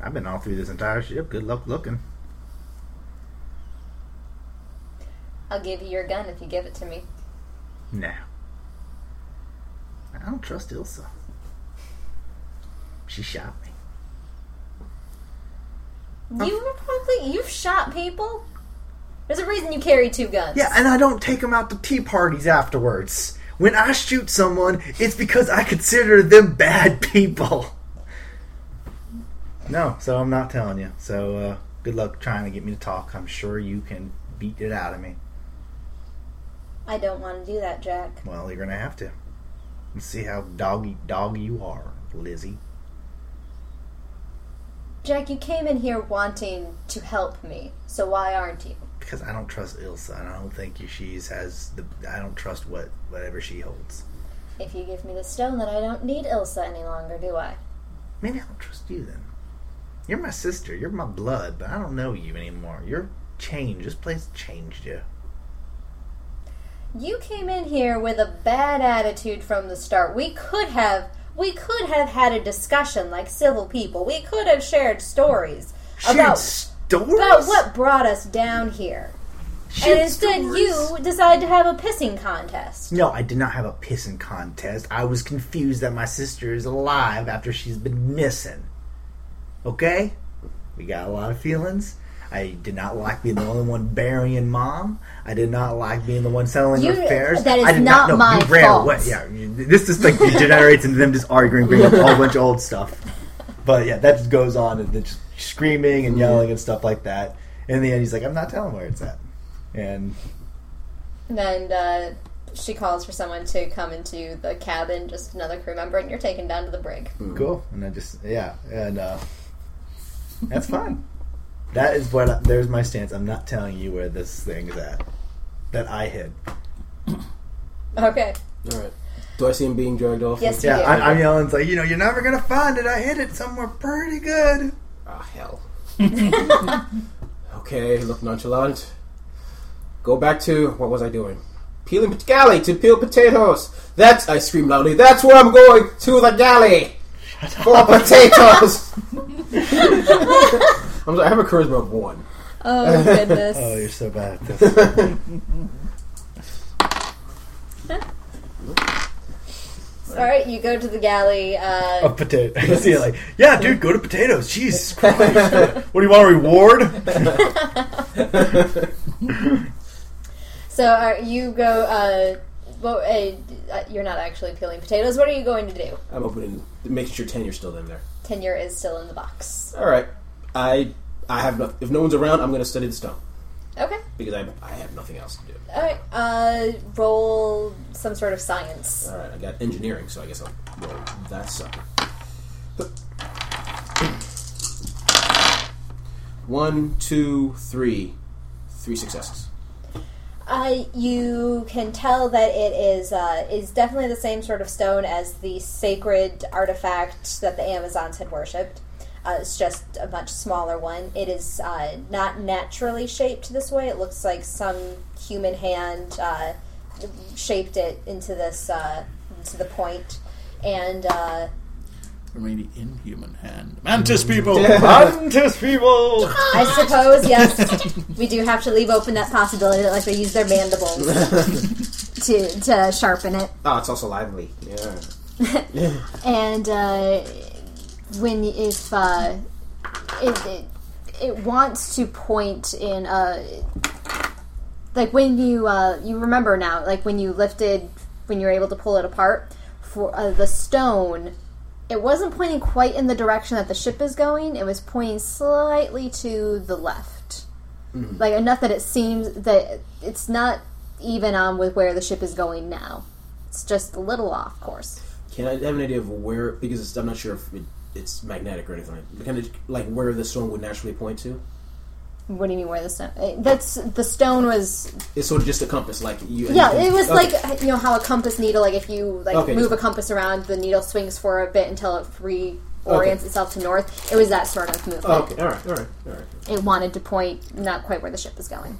I've been all through this entire ship. Good luck looking. I'll give you your gun if you give it to me. No. I don't trust Ilsa. She shot me. You were probably you've shot people. There's a reason you carry two guns. Yeah, and I don't take them out to tea parties afterwards. When I shoot someone, it's because I consider them bad people. No, so I'm not telling you. So uh, good luck trying to get me to talk. I'm sure you can beat it out of me. I don't want to do that, Jack. Well, you're gonna have to. Let's see how doggy dog you are, Lizzie. Jack, you came in here wanting to help me, so why aren't you? because I don't trust Ilsa, and I don't think she's has the. I don't trust what whatever she holds. If you give me the stone, then I don't need Ilsa any longer, do I? Maybe I don't trust you then. You're my sister. You're my blood, but I don't know you anymore. You're changed. This place changed you. You came in here with a bad attitude from the start. We could have we could have had a discussion like civil people. We could have shared stories Shared about stories. about what brought us down here. Shared and instead stories? you decide to have a pissing contest. No, I did not have a pissing contest. I was confused that my sister is alive after she's been missing. Okay? We got a lot of feelings. I did not like being the only one burying mom. I did not like being the one settling You- affairs. that is I did not my you ran fault. away. Yeah, you- this just like degenerates into them just arguing, bringing up a whole bunch of old stuff. But yeah, that just goes on and then just screaming and yelling and stuff like that. In the end, he's like, "I'm not telling where it's at," and And uh, she calls for someone to come into the cabin, just another crew member, and you're taken down to the brig. cool and i just yeah and uh that's fine that is what I, there's my stance i'm not telling you where this thing is at that i hid Okay. All right. Do I see him being dragged off? Yes, yeah you do. I, i'm yelling it's like you know you're never gonna find it i hid it somewhere pretty good Ah, hell. okay, look nonchalant. Go back to what was I doing? Peeling pot- galley to peel potatoes. That's I scream loudly. That's where I'm going to the galley for potatoes. I'm sorry, I have a charisma of one. Oh goodness. oh you're so bad at this All right, you go to the galley. Uh, a potato I see it like yeah dude go to potatoes jesus christ what do you want a reward So are you go. Uh, well, uh, uh, you're not actually peeling potatoes. What are you going to do? I'm opening, making sure tenure's still in there. Tenure is still in the box. All right, I I have no, if no one's around, I'm going to study the stone Okay. because I I have nothing else to do. All right. Uh, roll some sort of science. All right, I got engineering, so I guess I'll roll that sucker. One, two, three, three successes. Uh, you can tell that it is uh, is definitely the same sort of stone as the sacred artifact that the Amazons had worshipped. Uh, it's just a much smaller one. It is uh, not naturally shaped this way. It looks like some human hand uh, shaped it into this uh, into the point, and uh, Or maybe inhuman hand. Mantis people! Mantis people I suppose, yes, we do have to leave open that possibility that like they use their mandibles to to sharpen it. Ah, it's also lively. Yeah. And uh, when if uh, it, it it wants to point in uh, like when you uh, you remember now, like when you lifted when you were able to pull it apart for uh, the stone. It wasn't pointing quite in the direction that the ship is going. It was pointing slightly to the left, like enough that it seems that it's not even on with where the ship is going now. It's just a little off course. Can I have an idea of where? Because it's, I'm not sure if it, it's magnetic or anything. Kind of like where the stone would naturally point to. What do you mean where the stone? eh, That's the stone was. It's sort of just a compass, like you. Yeah, it was Mm-hmm. Okay. like uh, you know how a compass needle, like if you like Okay. move a compass around, the needle swings for a bit until it reorients Okay. itself to north. It was that sort of movement. Oh, okay, all right, all right, all right. It wanted to point not quite where the ship is going.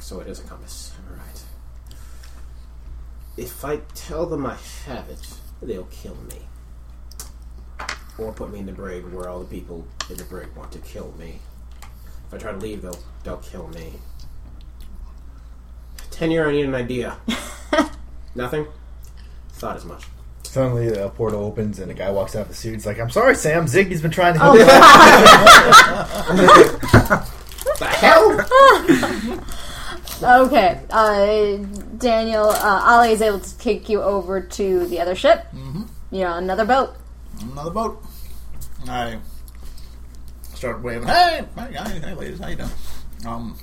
So it is a compass. All right. If I tell them I have it, they'll kill me. Or put me in the brig where all the people in the brig want to kill me. If I try to leave, they'll, they'll kill me. Tenure, I need an idea. Nothing? Thought as much. suddenly a portal opens and a guy walks out of the suit it's like i'm sorry sam ziggy's been trying to Oh. help you The hell? Okay, uh, Daniel, uh, Ali is able to take you over to the other ship. Mm-hmm. You know, another boat. Another boat. I start waving. Hey, hey, hey, hey ladies, how you doing? Um,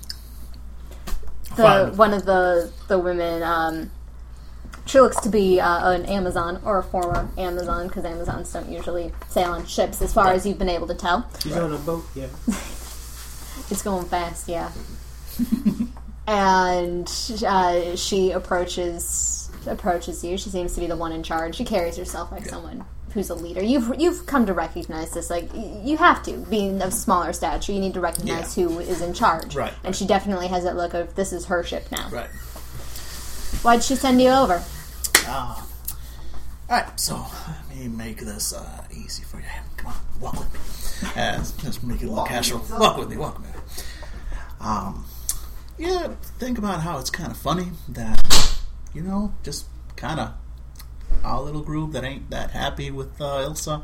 the Fun. one of the the women. Um, she looks to be uh, an Amazon or a former Amazon because Amazons don't usually sail on ships, as far as you've been able to tell. He's on a boat, yeah. It's going fast, yeah. and uh, she approaches approaches you. She seems to be the one in charge. She carries herself like someone who's a leader. You've you've come to recognize this. Like y- you have to, being of smaller stature, you need to recognize who is in charge. Right. And she definitely has that look of this is her ship now. Right. Why'd she send you over? All right, so let me make this uh, easy for you. Come on, walk with me. Uh, just make it a little casual. Walk with me, walk with me. Um, yeah, think about how it's kind of funny that, you know, just kind of our little group that ain't that happy with uh, Elsa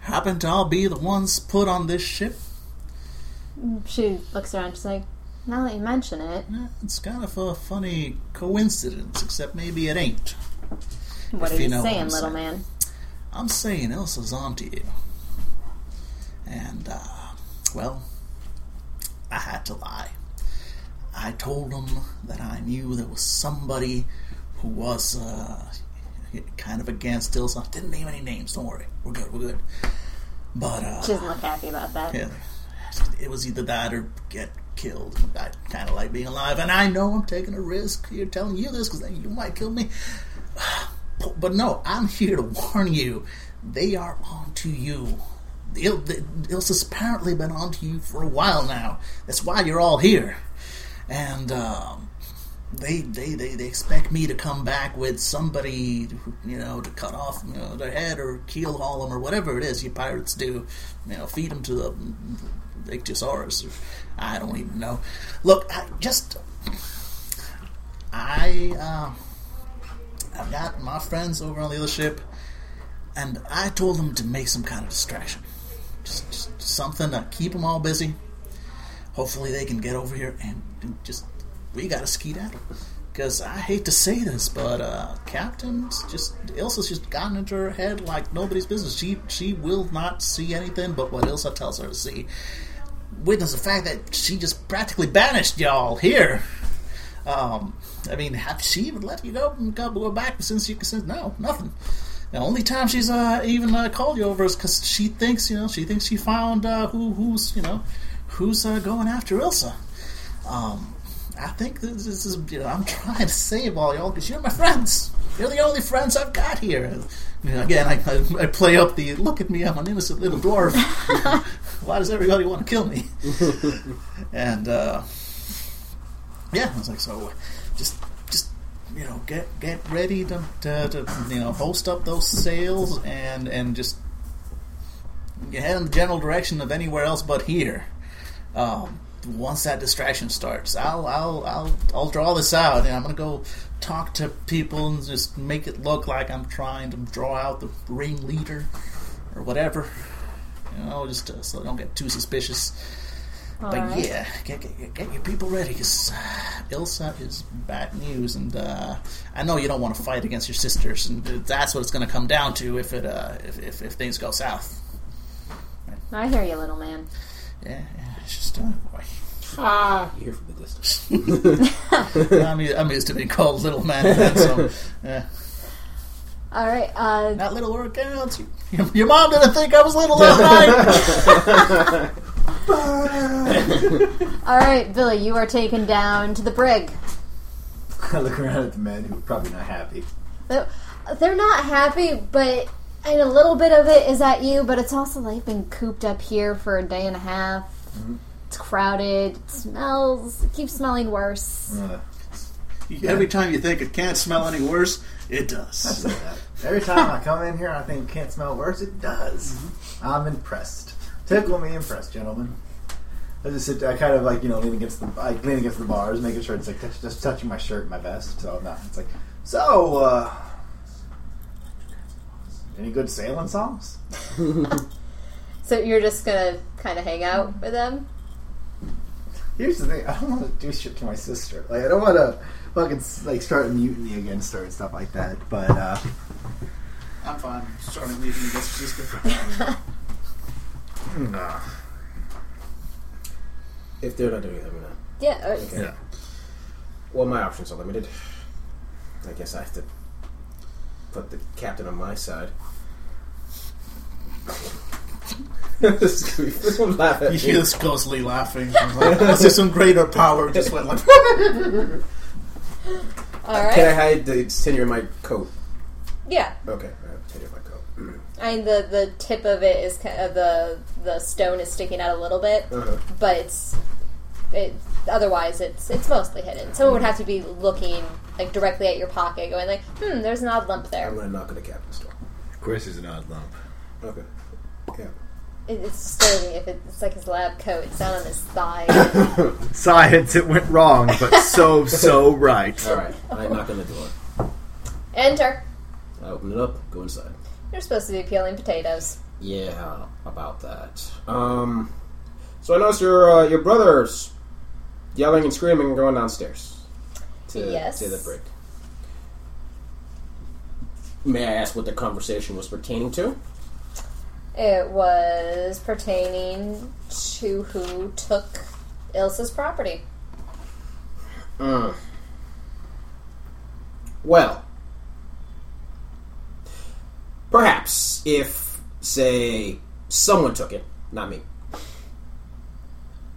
happen to all be the ones put on this ship. She looks around. She's like, now that you mention it, Eh, It's kind of a funny coincidence, except maybe it ain't. what If are you you, know what saying, I'm little saying. man? I'm saying Elsa's onto you. And, uh, well, I had to lie. I told him that I knew there was somebody who was, uh, kind of against Elsa. I didn't name any names, don't worry. We're good, we're good. But, uh, She doesn't look happy about that. yeah, it was either that or get killed. I kind of like being alive, and I know I'm taking a risk here telling you this because you might kill me. But no, I'm here to warn you. They are on to you. Il- the- Ilsa's apparently been on to you for a while now. That's why you're all here. And um, they, they, they, they expect me to come back with somebody, who- you know, to cut off you know, their head or keel haul them or whatever it is you pirates do. You know, feed them to the ichthyosaurus. Or, I don't even know. Look, I just. I. Uh, I've got my friends over on the other ship, and I told them to make some kind of distraction. Just, just something to keep them all busy. Hopefully, they can get over here and and just. We gotta skedaddle. Because I hate to say this, but uh, Captain's just. Ilsa's just gotten into her head like nobody's business. She, she will not see anything but what Ilsa tells her to see. Witness the fact that she just practically banished y'all here. Um, I mean, have she even let you go and go, go back since you since no nothing. The only time she's uh, even uh, called you over is because she thinks you know she thinks she found uh, who who's you know who's uh, going after Ilsa. Um, I think this, this is you know I'm trying to save all y'all because you're my friends. You're the only friends I've got here. You know, again, I, I, I play up the look at me, I'm an innocent little dwarf. Why does everybody want to kill me? and uh, yeah, I was like, so uh, just just you know get get ready to, to, to you know post up those sails and and just you head in the general direction of anywhere else but here. Um, once that distraction starts, I'll I'll I'll I'll draw this out, and I'm gonna go talk to people and just make it look like I'm trying to draw out the ringleader or whatever. You know, just uh, so I don't get too suspicious. But Alright. yeah, get, get, get your people ready because Ilsa is bad news, and uh, I know you don't want to fight against your sisters, and that's what it's going to come down to if it uh, if, if, if things go south. I hear you, little man. Yeah, yeah it's just uh, boy. You hear from the distance. I'm, u- I'm used to being called little man, so yeah. All right. Uh, not little or counts. Your, your mom didn't think I was little last night. All right, Billy, you are taken down to the brig. I look around at the men who are probably not happy. They're they're not happy, but and a little bit of it is at you, but it's also like been cooped up here for a day and a half. Mm-hmm. It's crowded. It smells. It keeps smelling worse. Uh, Every time you think it can't smell any worse, it does. every time I come in here, I think can't smell worse. It does. I'm impressed. Tickle me impressed, gentlemen. I just sit. I kind of like you know lean against the I lean against the bars, making sure it's like touch, just touching my shirt, and my vest. So I'm not. It's like so. uh Any good sailing songs? So you're just gonna kind of hang out with them. Here's the thing. I don't want to do shit to my sister. Like I don't want to fucking like start a mutiny again, start stuff like that. But uh I'm fine. Starting meeting against sister. If they're not doing it, let me know. Yeah. uh, or- Well, my options are limited. I guess I have to put the captain on my side. this is gonna be- this one's laughing. You at hear me. this ghostly laughing. I'm like, Must be some greater power just went like. All Can I right. hide the tenure in my coat? Yeah. Okay, I have tenure in my coat. I mean, the the tip of it is ki uh, the the stone is sticking out a little bit, Uh-huh. but it's it. Otherwise, it's it's mostly hidden. Someone would have to be looking like directly at your pocket, going like, "Hmm, there's an odd lump I'm there." gonna knock on the captain's door. Of course, there's an odd lump. Okay. Yeah. It, it's disturbing if it, it's like his lab coat. It's down on his thigh. Science, it went wrong, but so, so right. All right. I knock on the door. Enter. I open it up. Go inside. You're supposed to be peeling potatoes. Yeah, about that. Um, so I noticed your uh, your brother's yelling and screaming and going downstairs to Yes. to the break. May I ask what the conversation was pertaining to? It was pertaining to who took Ilsa's property. Mm. Well, perhaps if, say, someone took it, not me,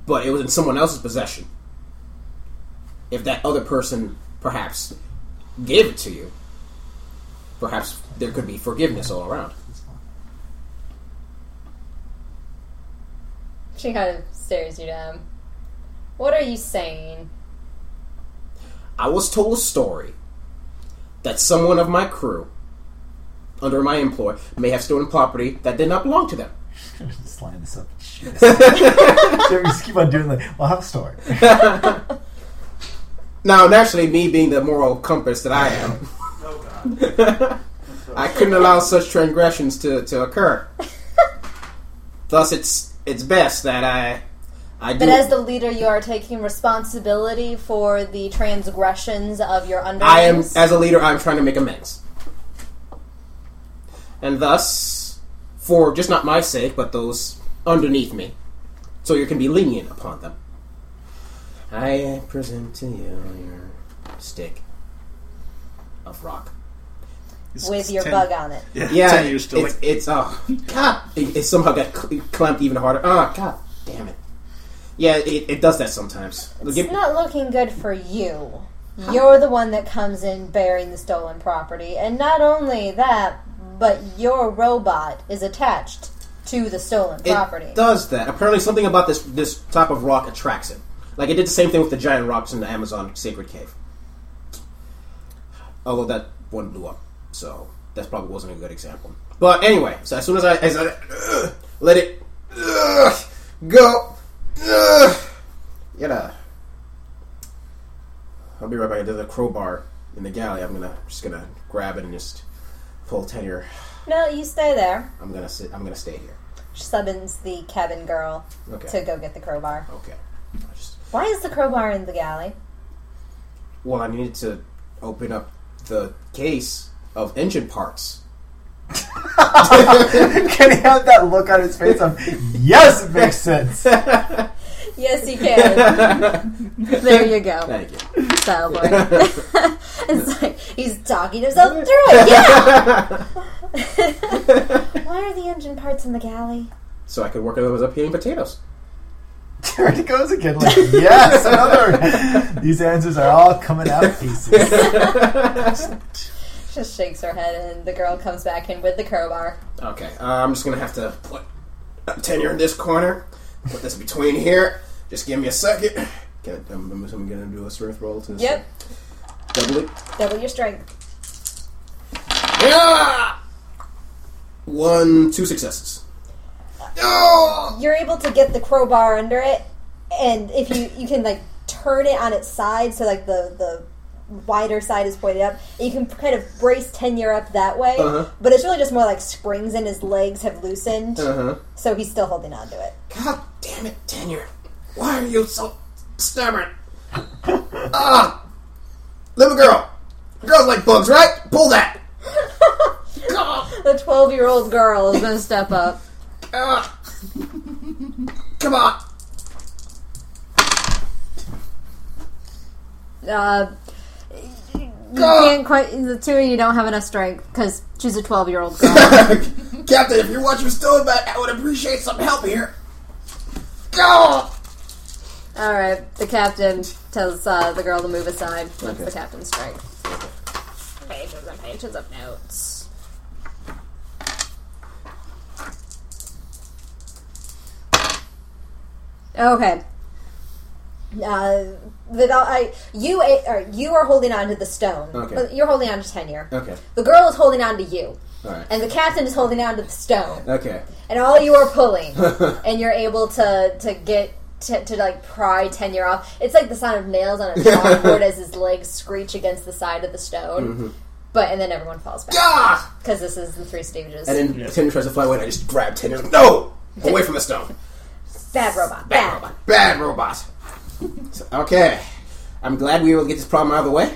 but it was in someone else's possession, if that other person perhaps gave it to you, perhaps there could be forgiveness all around. She kind of stares you down. What are you saying? I was told a story that someone of my crew, under my employ, may have stolen property that did not belong to them. Just line this up. Shit. Jerry, just keep on doing that. Well, have a story. Now, naturally, me being the moral compass that I am, I couldn't allow such transgressions to, to occur. Thus, it's it's best that I I do. But as the leader, you are taking responsibility for the transgressions of your underlings. I am as a leader, I'm trying to make amends, and thus, for just not my sake, but those underneath me, so you can be lenient upon them. I present to you your stick of rock. with your Ten- bug on it. Yeah, Yeah, ten years still it's, like, it's oh god, it, it somehow got cl- clamped even harder. Oh god, damn it! Yeah, it, it does that sometimes. Look, It's it- not looking good for you. You're the one that comes in bearing the stolen property, and not only that, but your robot is attached to the stolen it property. does that. Apparently, something about this this type of rock attracts it. Like it did the same thing with the giant rocks in the Amazon sacred cave. Although that one blew up, so that probably wasn't a good example. But anyway, so as soon as I, as I let it ugh, go, ugh, you know, I'll be right back. There's a crowbar in the galley. I'm gonna just gonna grab it and just pull tenure. no, you stay there. I'm gonna sit. I'm gonna stay here. She summons the cabin girl Okay. to go get the crowbar. Okay. I just Why is the crowbar in the galley? Well, I needed to open up the case of engine parts. Can he have that look on his face of, yes, it makes sense? Yes, you can. there you go. Thank you. style board. it's like he's talking himself through it. Yeah. Why are the engine parts in the galley? So I could work on those up peeling potatoes. There he goes again, like, yes, another. These answers are all coming out pieces. Just shakes her head, and the girl comes back in with the crowbar. Okay, uh, I'm just gonna have to put a tenure in this corner, put this between here. Just give me a second. Can I, I'm, I'm gonna do a strength roll to Yep, double it. double your strength. Yeah! One, two successes. Oh! You're able to get the crowbar under it, and if you you can like turn it on its side, so like the the wider side is pointed up. and You can kind of brace tenure up that way, Uh-huh. but it's really just more like springs in his legs have loosened, Uh huh. so he's still holding on to it. God damn it, Tenure. Why are you so stubborn? Ah! little girl! Girls like bugs, right? Pull that! The 12 year old girl is going to step up. Ah! Come on! Uh, you can't quite, the two of you don't have enough strength because she's a 12 year old girl. Captain, if your watch was still back, I would appreciate some help here. Go! All right. The captain tells uh, the girl to move aside. That's the captain's strength. Pages and pages of notes. Okay. Uh, the, do- I, you, a- or you are holding on to the stone. Okay. Uh, You're holding on to tenure. Okay. The girl is holding on to you. Alright. And the captain is holding on to the stone Okay. and all you are pulling, and you're able to to get to, to like pry tenure off. It's like the sound of nails on a chalkboard as his legs screech against the side of the stone. Mm-hmm. But and then everyone falls back Ah! because this is the Three Stooges. And then Tinder tries to fly away, and I just grab Tinder. No! Away from the stone. bad robot, bad. Bad robot. Bad robot. So, okay. I'm glad we were able to get this problem out of the way.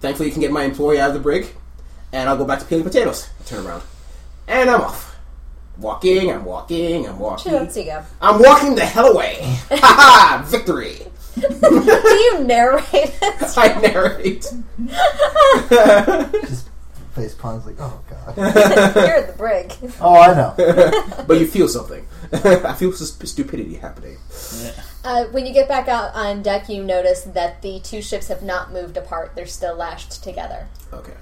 Thankfully, you can get my employee out of the brig, and I'll go back to peeling potatoes. Turn around. And I'm off. Walking, I'm walking, I'm walking. Let's see go. I'm walking the hell away. Ha ha! Victory! Do you narrate it? I narrate. Face Pond's like, oh god. you're at the brig. oh, I know. But you feel something. I feel st- stupidity happening. Uh, when you get back out on deck, you notice that the two ships have not moved apart; they're still lashed together. Okay.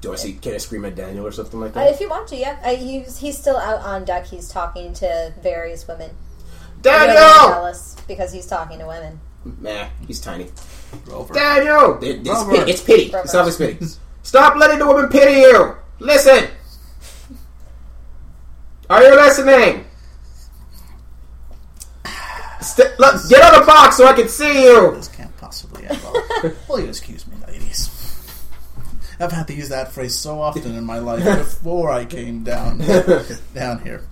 Do I see? Can I scream at Daniel or something like Uh, that? if you want to, yeah. Uh, he's, he's still out on deck. He's talking to various women. Really Daniel! jealous because he's talking to women. Nah, he's tiny. Rover. Daniel! It- it's, Robert. pity, it's pity. Robert. It's obvious pity. Stop letting the woman pity you. Listen. Are you listening? St- look, get out of the box so I can see you. This can't possibly end well. Will you excuse me, ladies? I've had to use that phrase so often in my life before I came down down here.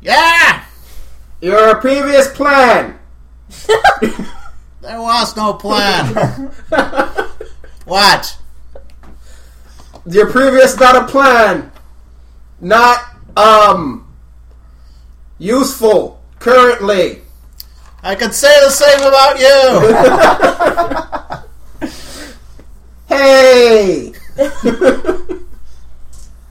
Yeah, Your previous plan. there was no plan. What? Your previous not a plan. Not um useful currently. I could say the same about you. Hey!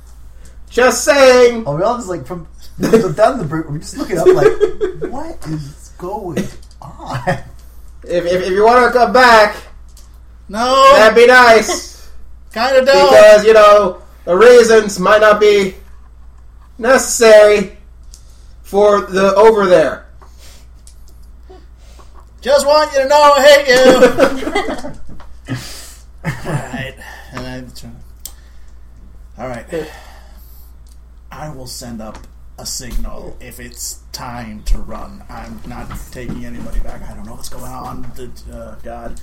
Just saying. Oh, we all just like from from down the bridge. We're just looking up like, what is going on? If, if, if you want to come back, No, that'd be nice. kind of don't. Because, you know, the reasons might not be necessary for the over there. Just want you to know I hate you. All right, and I turn. All right, I will send up a signal if it's time to run. I'm not taking anybody back. I don't know what's going on. The uh, God,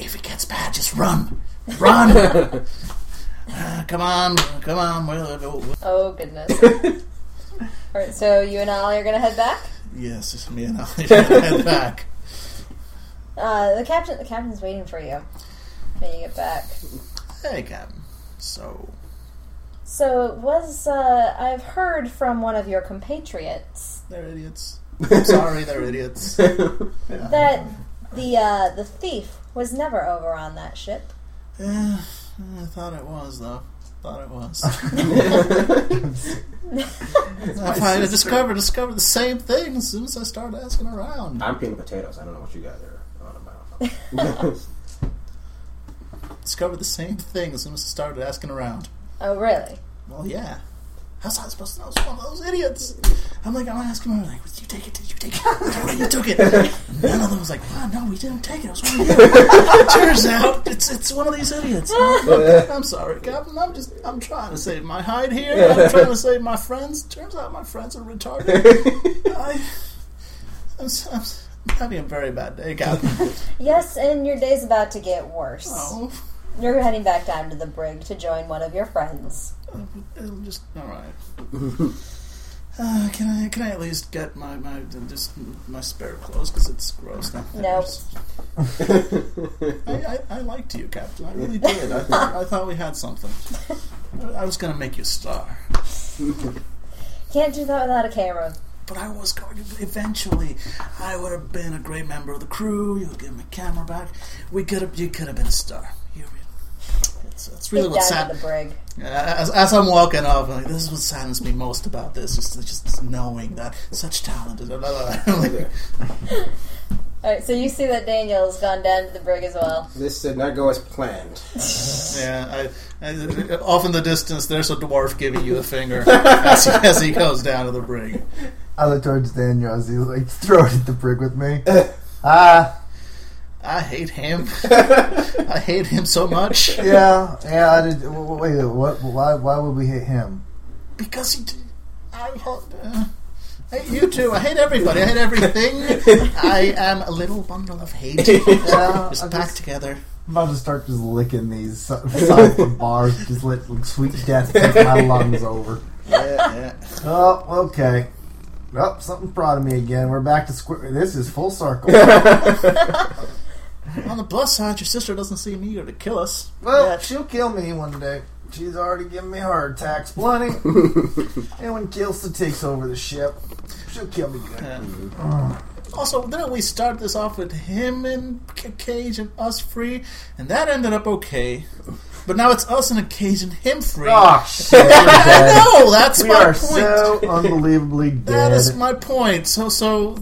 if it gets bad, just run, run. Ah, come on, come on. We'll, we'll, we'll- Oh goodness. All right, so you and Ollie are gonna head back. Yes, it's me and I head back. Uh, the captain, the captain's waiting for you when you get back. Hey, Captain. So. So it was uh, I've heard from one of your compatriots They're idiots. I'm sorry, they're idiots. that the uh, the thief was never over on that ship. Yeah, Eh, I thought it was though. Thought it was. I finally discovered discovered the same thing as soon as I started asking around. I'm peeling potatoes. I don't know what you guys are on about. Discovered the same thing as soon as I started asking around. Oh really? Well, yeah. How's I supposed to know? It's one of those idiots. I'm like, I'm asking him. I'm like, did you take it? Did you take it? Yeah, you took it. None of them was like, oh, no, we didn't take it. It was one of you. Turns out, it's it's one of these idiots. Look, I'm sorry, Captain. I'm just I'm trying to save my hide here. I'm trying to save my friends. Turns out my friends are retarded. I, I'm, s- I'm, s- I'm having a very bad day, Captain. Yes, and your day's about to get worse. Oh, You're heading back down to the brig to join one of your friends. it'll just all right. Uh, can I can I at least get my my just my spare clothes because it's gross now. Nope. I, I, I liked you, Captain. I really did. I, thought I thought we had something. I was going to make you a star, Can't do that without a camera. but I was going to. Eventually, I would have been a great member of the crew. You would give me a camera back. We could have. You could have been a star. You, It's, it's really what down sad. to the brig. As, as I'm walking off, I'm like this is what saddens me most about this. Just just knowing that such talent is. Blah, blah, blah. Like, All right, so you see that Daniel's gone down to the brig as well. This did not go as planned. yeah, I, I, off in the distance, there's a dwarf giving you the finger as, as he goes down to the brig. I look towards Daniel as he like throws at the brig with me. Ah, I hate him. I hate him so much yeah, yeah. I did, w- w- wait, what? Why? Why would we hate him? because he. d- I, uh, I hate you too. I hate everybody. I hate everything. I am a little bundle of hate. Yeah, just I'm packed just- together. I'm about to start just licking these si- sides of bars. Just let like, sweet death take my lungs over. Yeah, Oh, okay. Oh, something proud of me again. We're back to square. This is full circle. yeah. On the plus side, your sister doesn't seem eager to kill us. Well, Yeah. she'll kill me one day. She's already given me heart attacks plenty. and when Gilsa takes over the ship, she'll kill me good. Yeah. Also, didn't we start this off with him in a cage and us free? And that ended up okay. But now it's us in a cage and him free. Oh, shit. We're dead. no, that's we my are point. so unbelievably that dead. is my point. So, so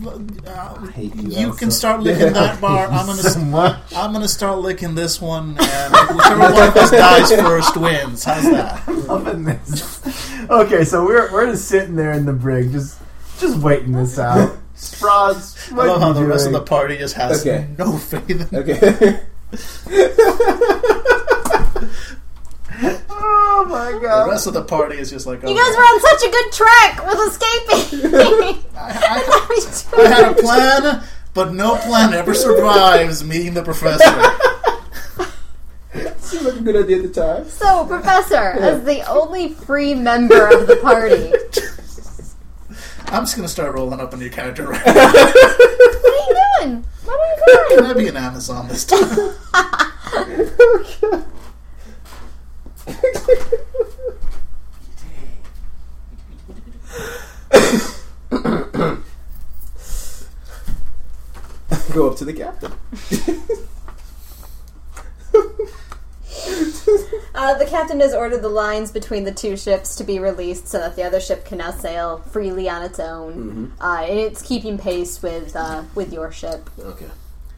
uh, you, hate you, can Elsa. start licking that bar. I'm gonna, so much. I'm gonna start licking this one, and whichever one of us dies first wins. How's that? loving this. Okay, so we're we're just sitting there in the brig, just just waiting this out. Sprods, I what love you how the rest of the doing? party just has Okay. no faith in Okay. Oh my the god! rest of the party is just like, oh, You guys were on such a good track with escaping. I, What are we doing? I had a plan, but no plan ever survives meeting the professor. Seemed like a good idea at the time. So, Professor, as the only free member of the party, what I'm just gonna start rolling up a new character. Right now. are you doing? What are you doing? Can I be an Amazon this time? Go up to the captain. Uh, the captain has ordered the lines between the two ships to be released so that the other ship can now sail freely on its own. Mm-hmm. Uh, and it's keeping pace with uh, with your ship. Okay.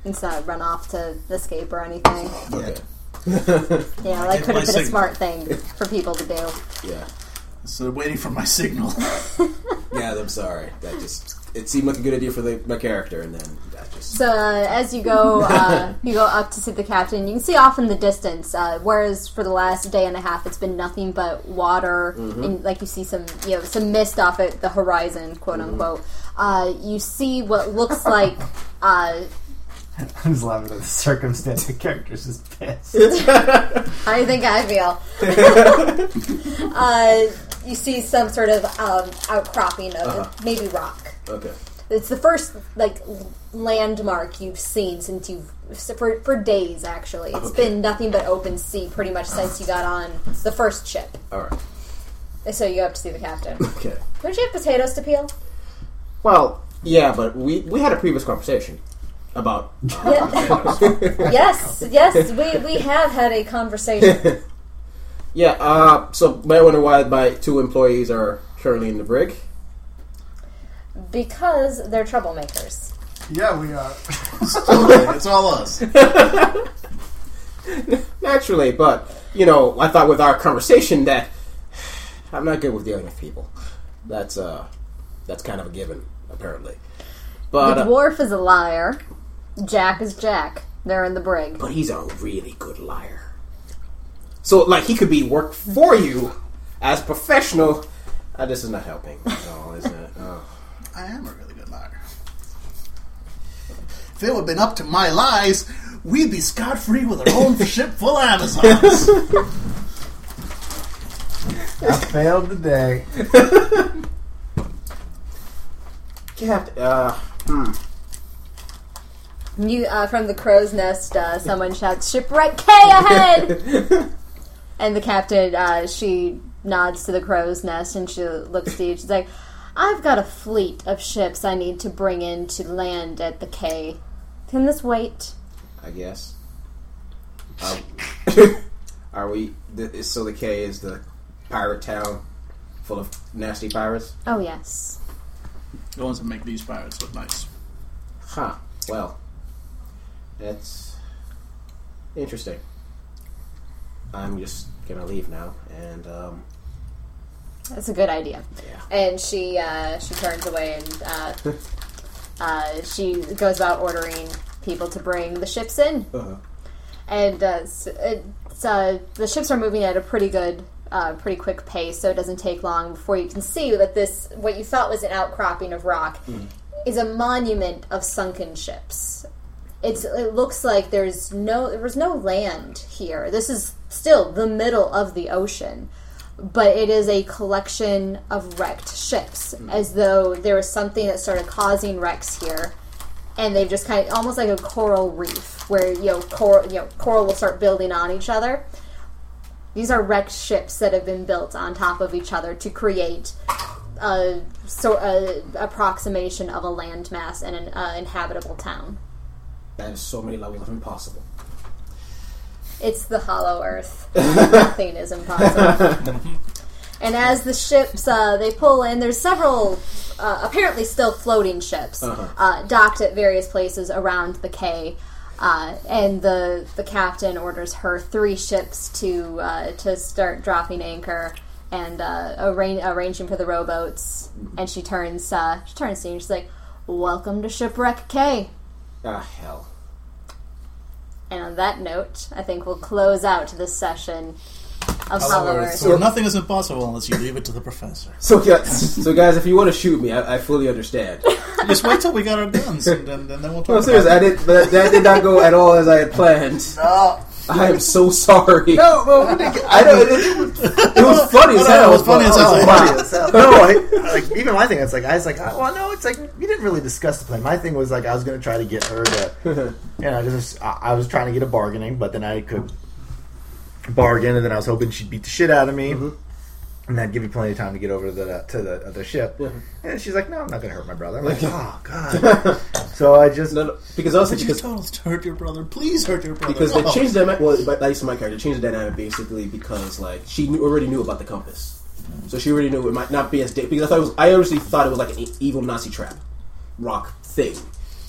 It's not run off to escape or anything. Okay. Yeah, that could my have been a signal. smart thing for people to do. Yeah. So waiting for my signal. Yeah, I'm sorry. That just it seemed like a good idea for the, my character, and then that just So uh, as you go, uh, you go up to see the captain. You can see off in the distance. Uh, whereas for the last day and a half, it's been nothing but water, and like you see some, you know, some mist off at the horizon, quote unquote. Uh, you see what looks like. Uh, I'm just laughing at the circumstance. The character's just pissed. how do you think I feel? uh, you see some sort of um, outcropping of maybe rock. okay. It's the first like l- landmark you've seen since you've for, for days actually. It's Okay. been nothing but open sea pretty much since you got on the first ship. All right. So you have to see the captain. Okay. Don't you have potatoes to peel? Well, yeah, but we we had a previous conversation about yes, yes, we, we have had a conversation. yeah. Uh, so may I wonder why my two employees are currently in the brig? Because they're troublemakers. Yeah, we are. Totally, it's all us. Naturally, but you know, I thought with our conversation that I'm not good with dealing with people. That's uh, that's kind of a given, apparently. The But uh, dwarf is a liar. Jack is Jack. They're in the brig. but he's a really good liar. So like he could be work for you as professional. Uh, this is not helping at all, is it? Oh. I am a really good liar. If it would have been up to my lies, we'd be scot free with our own ship full of Amazons. I failed today. Captain, uh, hmm. You uh, from the crow's nest. Uh, someone shouts, "Shipwreck K ahead!" and the captain, uh, she nods to the crow's nest and she looks to you. She's like, "I've got a fleet of ships I need to bring in to land at the K. Can this wait?" I guess. Um, Uh, Are we? Th- is- so the K is the pirate town full of nasty pirates? Oh yes. The ones that make these pirates look nice. Huh. Well, that's interesting. I'm just gonna leave now, and um, That's a good idea. Yeah. And she uh, she turns away and uh, uh, she goes about ordering people to bring the ships in. uh And uh, s- it's, uh, the ships are moving at a pretty good, uh, pretty quick pace, so it doesn't take long before you can see that this what you thought was an outcropping of rock is a monument of sunken ships. It's, it looks like there's no there was no land here. This is still the middle of the ocean but it is a collection of wrecked ships, as though there was something that started causing wrecks here, and they've just kind of almost like a coral reef where you know coral you know coral will start building on each other. These are wrecked ships that have been built on top of each other to create a sort a approximation of a landmass and an uh, inhabitable town. that is so many levels of impossible. It's the Hollow Earth. Nothing is impossible. and as the ships uh, they pull in, there's several uh, apparently still floating ships uh docked at various places around the K. Uh, and the the captain orders her three ships to uh, to start dropping anchor and uh, arra- arranging for the rowboats. And she turns uh, she turns to you and she's like, "Welcome to Shipwreck K." Ah, hell. And on that note, I think we'll close out this session of Hollow However, Earth. so nothing is impossible unless you leave it to the professor. So, yeah, so guys, if you want to shoot me, I, I fully understand. Just wait till we got our guns, and, and, and then we'll talk. No, about seriously, I it. did, that, that did not go at all as I had planned. I am so sorry. No, no, I know it, it was funny as No, no, hell. it was funny but- as oh, hell. wow. no, I, like even my thing, it's like I was like, oh, well, no, it's like we didn't really discuss the plan. My thing was like I was gonna try to get her to, you know, just I, I was trying to get a bargaining, but then I could bargain, and then I was hoping she'd beat the shit out of me, Mm-hmm. and that'd give you plenty of time to get over to the to the other ship. And she's like, no, I'm not gonna hurt my brother. I'm like, oh god. so I just No, no, because also But you because told us to hurt your brother. Please hurt your brother. Oh, because they No. changed the dynamic. Well, but that's my character. Changed the dynamic basically because like she knew, already knew about the compass, so she already knew it might not be as da- because I thought it was, I honestly thought it was like an e- evil Nazi trap rock thing.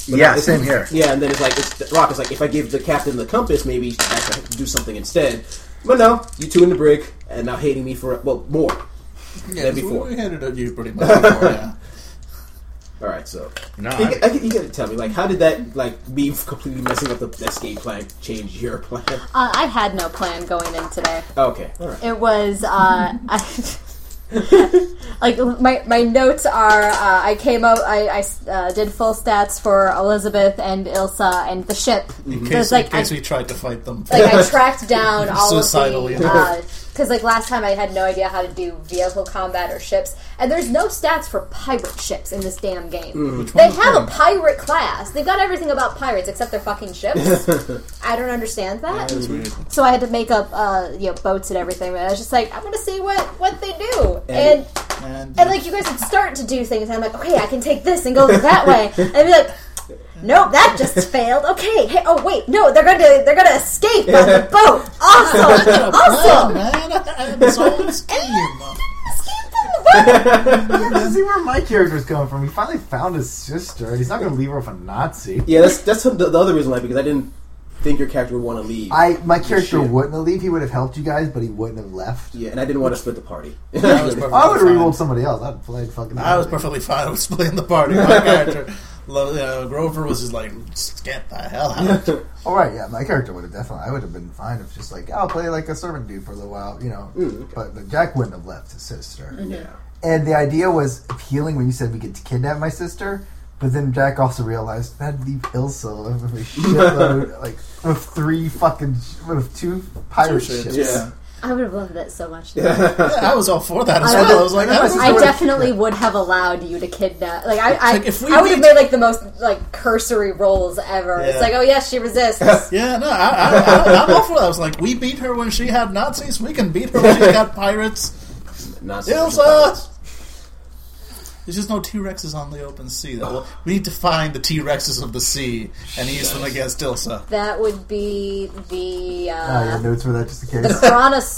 But yeah, it's- same here. Yeah, and then it's like it's, the rock is like if I give the captain the compass, maybe I could do something instead. But no, you two in the brig and now hating me for well more. yeah, than so before. We handed it you pretty much. Before, yeah. All right, so No, Uh, you, I- I, you gotta tell me like how did that like me completely messing up the escape plan change your plan? Uh, I had no plan going in today. Okay, all right. It was uh, I, like my my notes are. Uh, I came out. I, I s- uh, did full stats for Elizabeth and Ilsa and the ship. In So case, it's like in case I, we tried to fight them. like I tracked down all Suicidal, of yeah. the because like last time I had no idea how to do vehicle combat or ships, and there's no stats for pirate ships in this damn game. Which one They is have a wrong? pirate class. They've got everything about pirates except their fucking ships. I don't understand that. That's weird. so I had to make up, uh, you know, boats and everything. And I was just like, I'm gonna see what what they do. And- And And, and like you guys would start to do things, and I'm like, okay, I can take this and go that way, and I'd be like. Nope, that just failed. Okay, hey, oh wait, no, they're gonna they're gonna escape on the boat. Awesome, Oh, awesome. man, I, I, this whole scheme. Yeah, this is where my character's coming from. He finally found his sister, and he's not going to leave her with a Nazi. Yeah, that's that's the, the other reason why because I didn't think your character would want to leave. I my character shit. wouldn't have leave. He would have helped you guys, but he wouldn't have left. yeah, and I didn't want to split the party. I was perfectly I would have fine. re-rolled somebody else. I'd played fucking. I was perfectly fine with splitting the party. My character, Lo- uh, Grover, was just like, "Just get the hell out. All right, yeah, my character would have definitely. I would have been fine if just like I'll play like a servant dude for a little while, you know. Mm. But, but Jack wouldn't have left his sister. yeah, And the idea was appealing when you said we could kidnap my sister, but then Jack also realized that'd leave Ilsa with a shitload, like with three fucking, with two pirate Two ships. ships. yeah. I would have loved that so much. Yeah, I was all for that as I- well. I was like, I I definitely would have allowed you to kidnap. Like I, I, Like, if we I would have did- made like the most like cursory rolls ever. It's Yeah. like, oh yes, she resists. yeah, no, I, I, I, I'm all for that. I was like, we beat her when she had Nazis. We can beat her when she's got pirates. Not Ilsa! There's just no T Rexes on the open sea. Though. Well, we need to find the T Rexes of the sea and use them against Ilsa. That would be the Oh, I have uh, Oh, notes for that just in the case.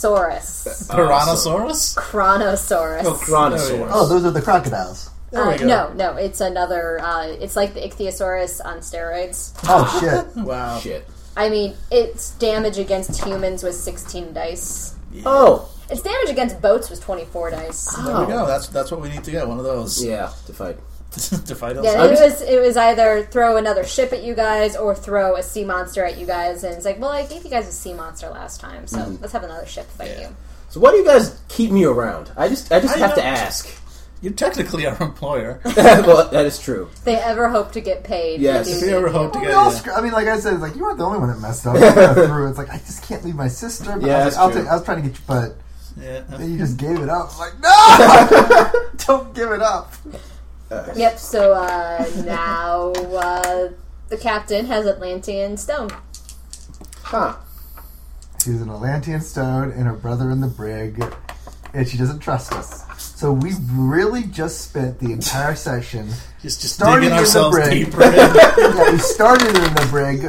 Chronosaurus. Tyrannosaurus? Chronosaurus. Oh, Chronosaurus. Oh, those are the crocodiles. there we Uh, go. no, no, it's another. Uh, it's like the Ichthyosaurus on steroids. Oh shit! Wow. Shit. I mean, its damage against humans was 16 dice. Oh. Its damage against boats was 24 dice. There we go. That's that's what we need to get. One of those Yeah, to fight. to fight Ilsa. Yeah, it was it was either throw another ship at you guys or throw a sea monster at you guys, and it's like, well, I gave you guys a sea monster last time, so let's have another ship fight you. So why do you guys keep me around? I just I just I have to don't- ask. You're technically our employer. well, that is true. If they ever hope to get paid, Yes. they do If If you need- ever hope to Well, get we all yeah. scr- I mean, like I said, it's like you weren't the only one that messed up. I kinda threw. It's like I just can't leave my sister. But Yeah, I that's was, like, I'll true. take- I was trying to get you, but Yeah. then you just gave it up. I'm like no, don't give it up. Yep. So uh, now uh, the captain has Atlantean stone. Huh. She's an Atlantean stone and her brother in the brig, and she doesn't trust us. So we really just spent the entire session. Just just Starting digging in the ourselves brain. deeper. in. Yeah, we started in the brig,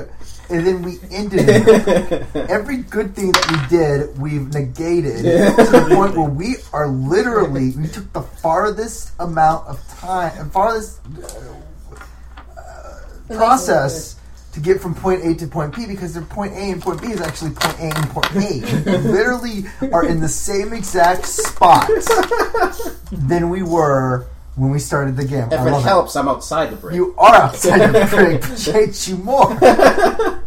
and then we ended in the brig. Every good thing that we did, we've negated to the point where we are literally we took the farthest amount of time and farthest uh, process. To get from point A to point B because their point A and point B is actually point A and point A. We literally are in the same exact spot than we were when we started the game. If I it love it. helps, I'm outside the break. You are outside your break, but she hates you more. yeah,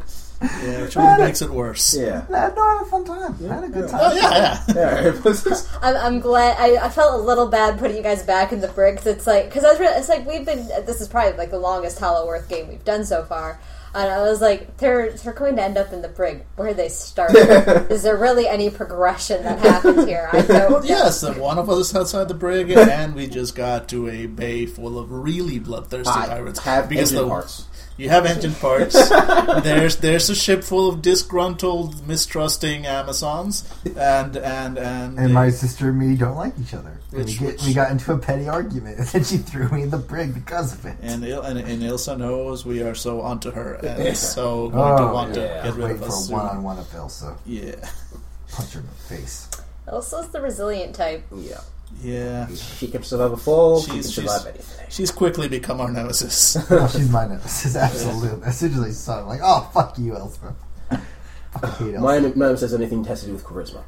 which only makes it worse. yeah. I had, no, I had a fun time. I had a good Oh time. yeah. yeah. Alright. I'm, I'm glad. I, I felt a little bad putting you guys back in the brig. 'cause it's like because I was. Re- it's like we've been. This is probably like the longest Hollow Earth game we've done so far. And I was like, they're they're going to end up in the brig where they started. is there really any progression that happens here? I don't. know. Yes, and one of us outside the brig, and we just got to a bay full of really bloodthirsty pirates. have because engine the- parts. You have engine parts. there's there's a ship full of disgruntled, mistrusting Amazons, and and and, And my sister and me don't like each other. And Which- we, get, which- we got into a petty argument, and then she threw me in the brig because of it. and, Il- and and Ilsa knows we are so onto her, and is so going to Oh, want yeah. to get rid Wait of for us a soon. one on one of Elsa. Yeah, Punch her in the face. Elsa's the resilient type. Yeah. yeah. She can survive a fall. She can She's- survive she's- anything. She's quickly become our nemesis. Oh, she's my nemesis. Absolutely. As soon as I saw it, I'm like, oh, fuck you, Elsa. Fucking hate Elsa. Mine, mine says anything that has to do with charisma.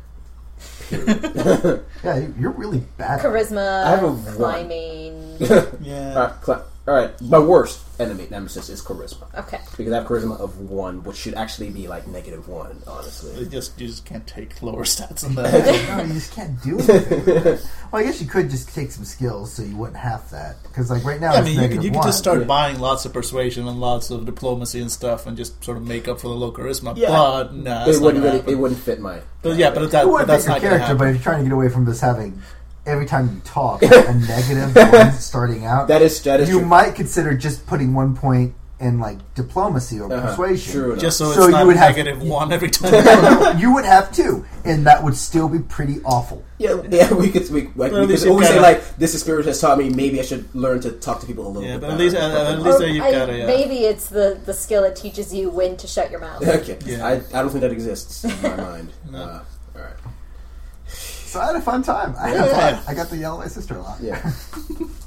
yeah, you- you're really bad. at it. Charisma, I have a one. climbing. Yeah, Alright, Uh, cla- alright. My worst enemy nemesis is charisma. Okay. Because I have charisma of one, which should actually be like negative one, honestly. It just you just can't take lower stats than that. No, you just can't do anything. with it. well, I guess you could just take some skills so you wouldn't have that. Because, like, right now, I it's mean, you could, negative you could one. just start buying lots of persuasion and lots of diplomacy and stuff, and just sort of make up for the low charisma. Yeah. But nah, that's It not wouldn't gonna really, it happen. wouldn't fit my. But yeah, but, that, It but would make that's your not gonna character, happen. but if you're trying to get away from this having every time you talk a negative one starting out, That is that is you true. might consider just putting one point in like diplomacy or Uh-huh. persuasion. True enough. Just So so, it's you not would have- negative one every time. you would have two, and that would still be pretty awful. yeah, yeah, we could we, like, But at we least could you always say gotta- like this experience has taught me maybe I should learn to talk to people a little Yeah, bit. but at better. least- at- at But- least- Or So you've Oh, I- got a, uh, Maybe it's the, the skill that teaches you when to shut your mouth. Okay, Yeah. I, I don't think that exists in my mind. uh, all right, So I had a fun time. I had Yeah. fun. I got to yell at my sister a lot. yeah,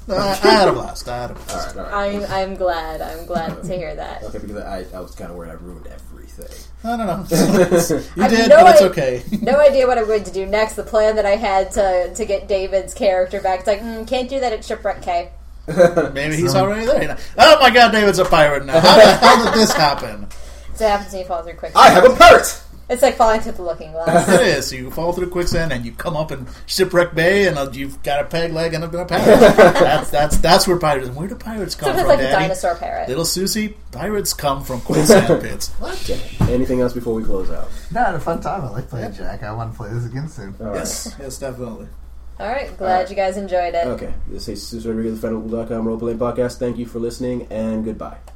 I, I had a blast. I had a blast. all right, all right. I'm I'm glad. I'm glad to hear that. Okay, because I, I was kind of worried I ruined everything. I don't know. you have did, no but it's i- okay. No idea what I'm going to do next. The plan that I had to to get David's character back. It's like mm, can't do that at shipwreck K. Maybe he's already there. You know. Oh my god, David's a pirate now. How the hell did this happen? So it happens when you fall through quicksand. I have a parrot. It's like falling through the looking glass. It is. You fall through quicksand and you come up in shipwreck bay and uh, you've got a peg leg and a been a pirate. that's that's that's where pirates. Where do pirates come Sometimes from, like a Daddy? dinosaur parrot. Little Susie, pirates come from quicksand pits. What? Anything else before we close out? No, I had a fun time. I like playing Jack. I want to play this again soon. All right. Yes, yes, definitely. All right, glad you guys enjoyed it. Okay. This is Jesus Rodriguez, the Federal Podcast. Thank you for listening, and goodbye.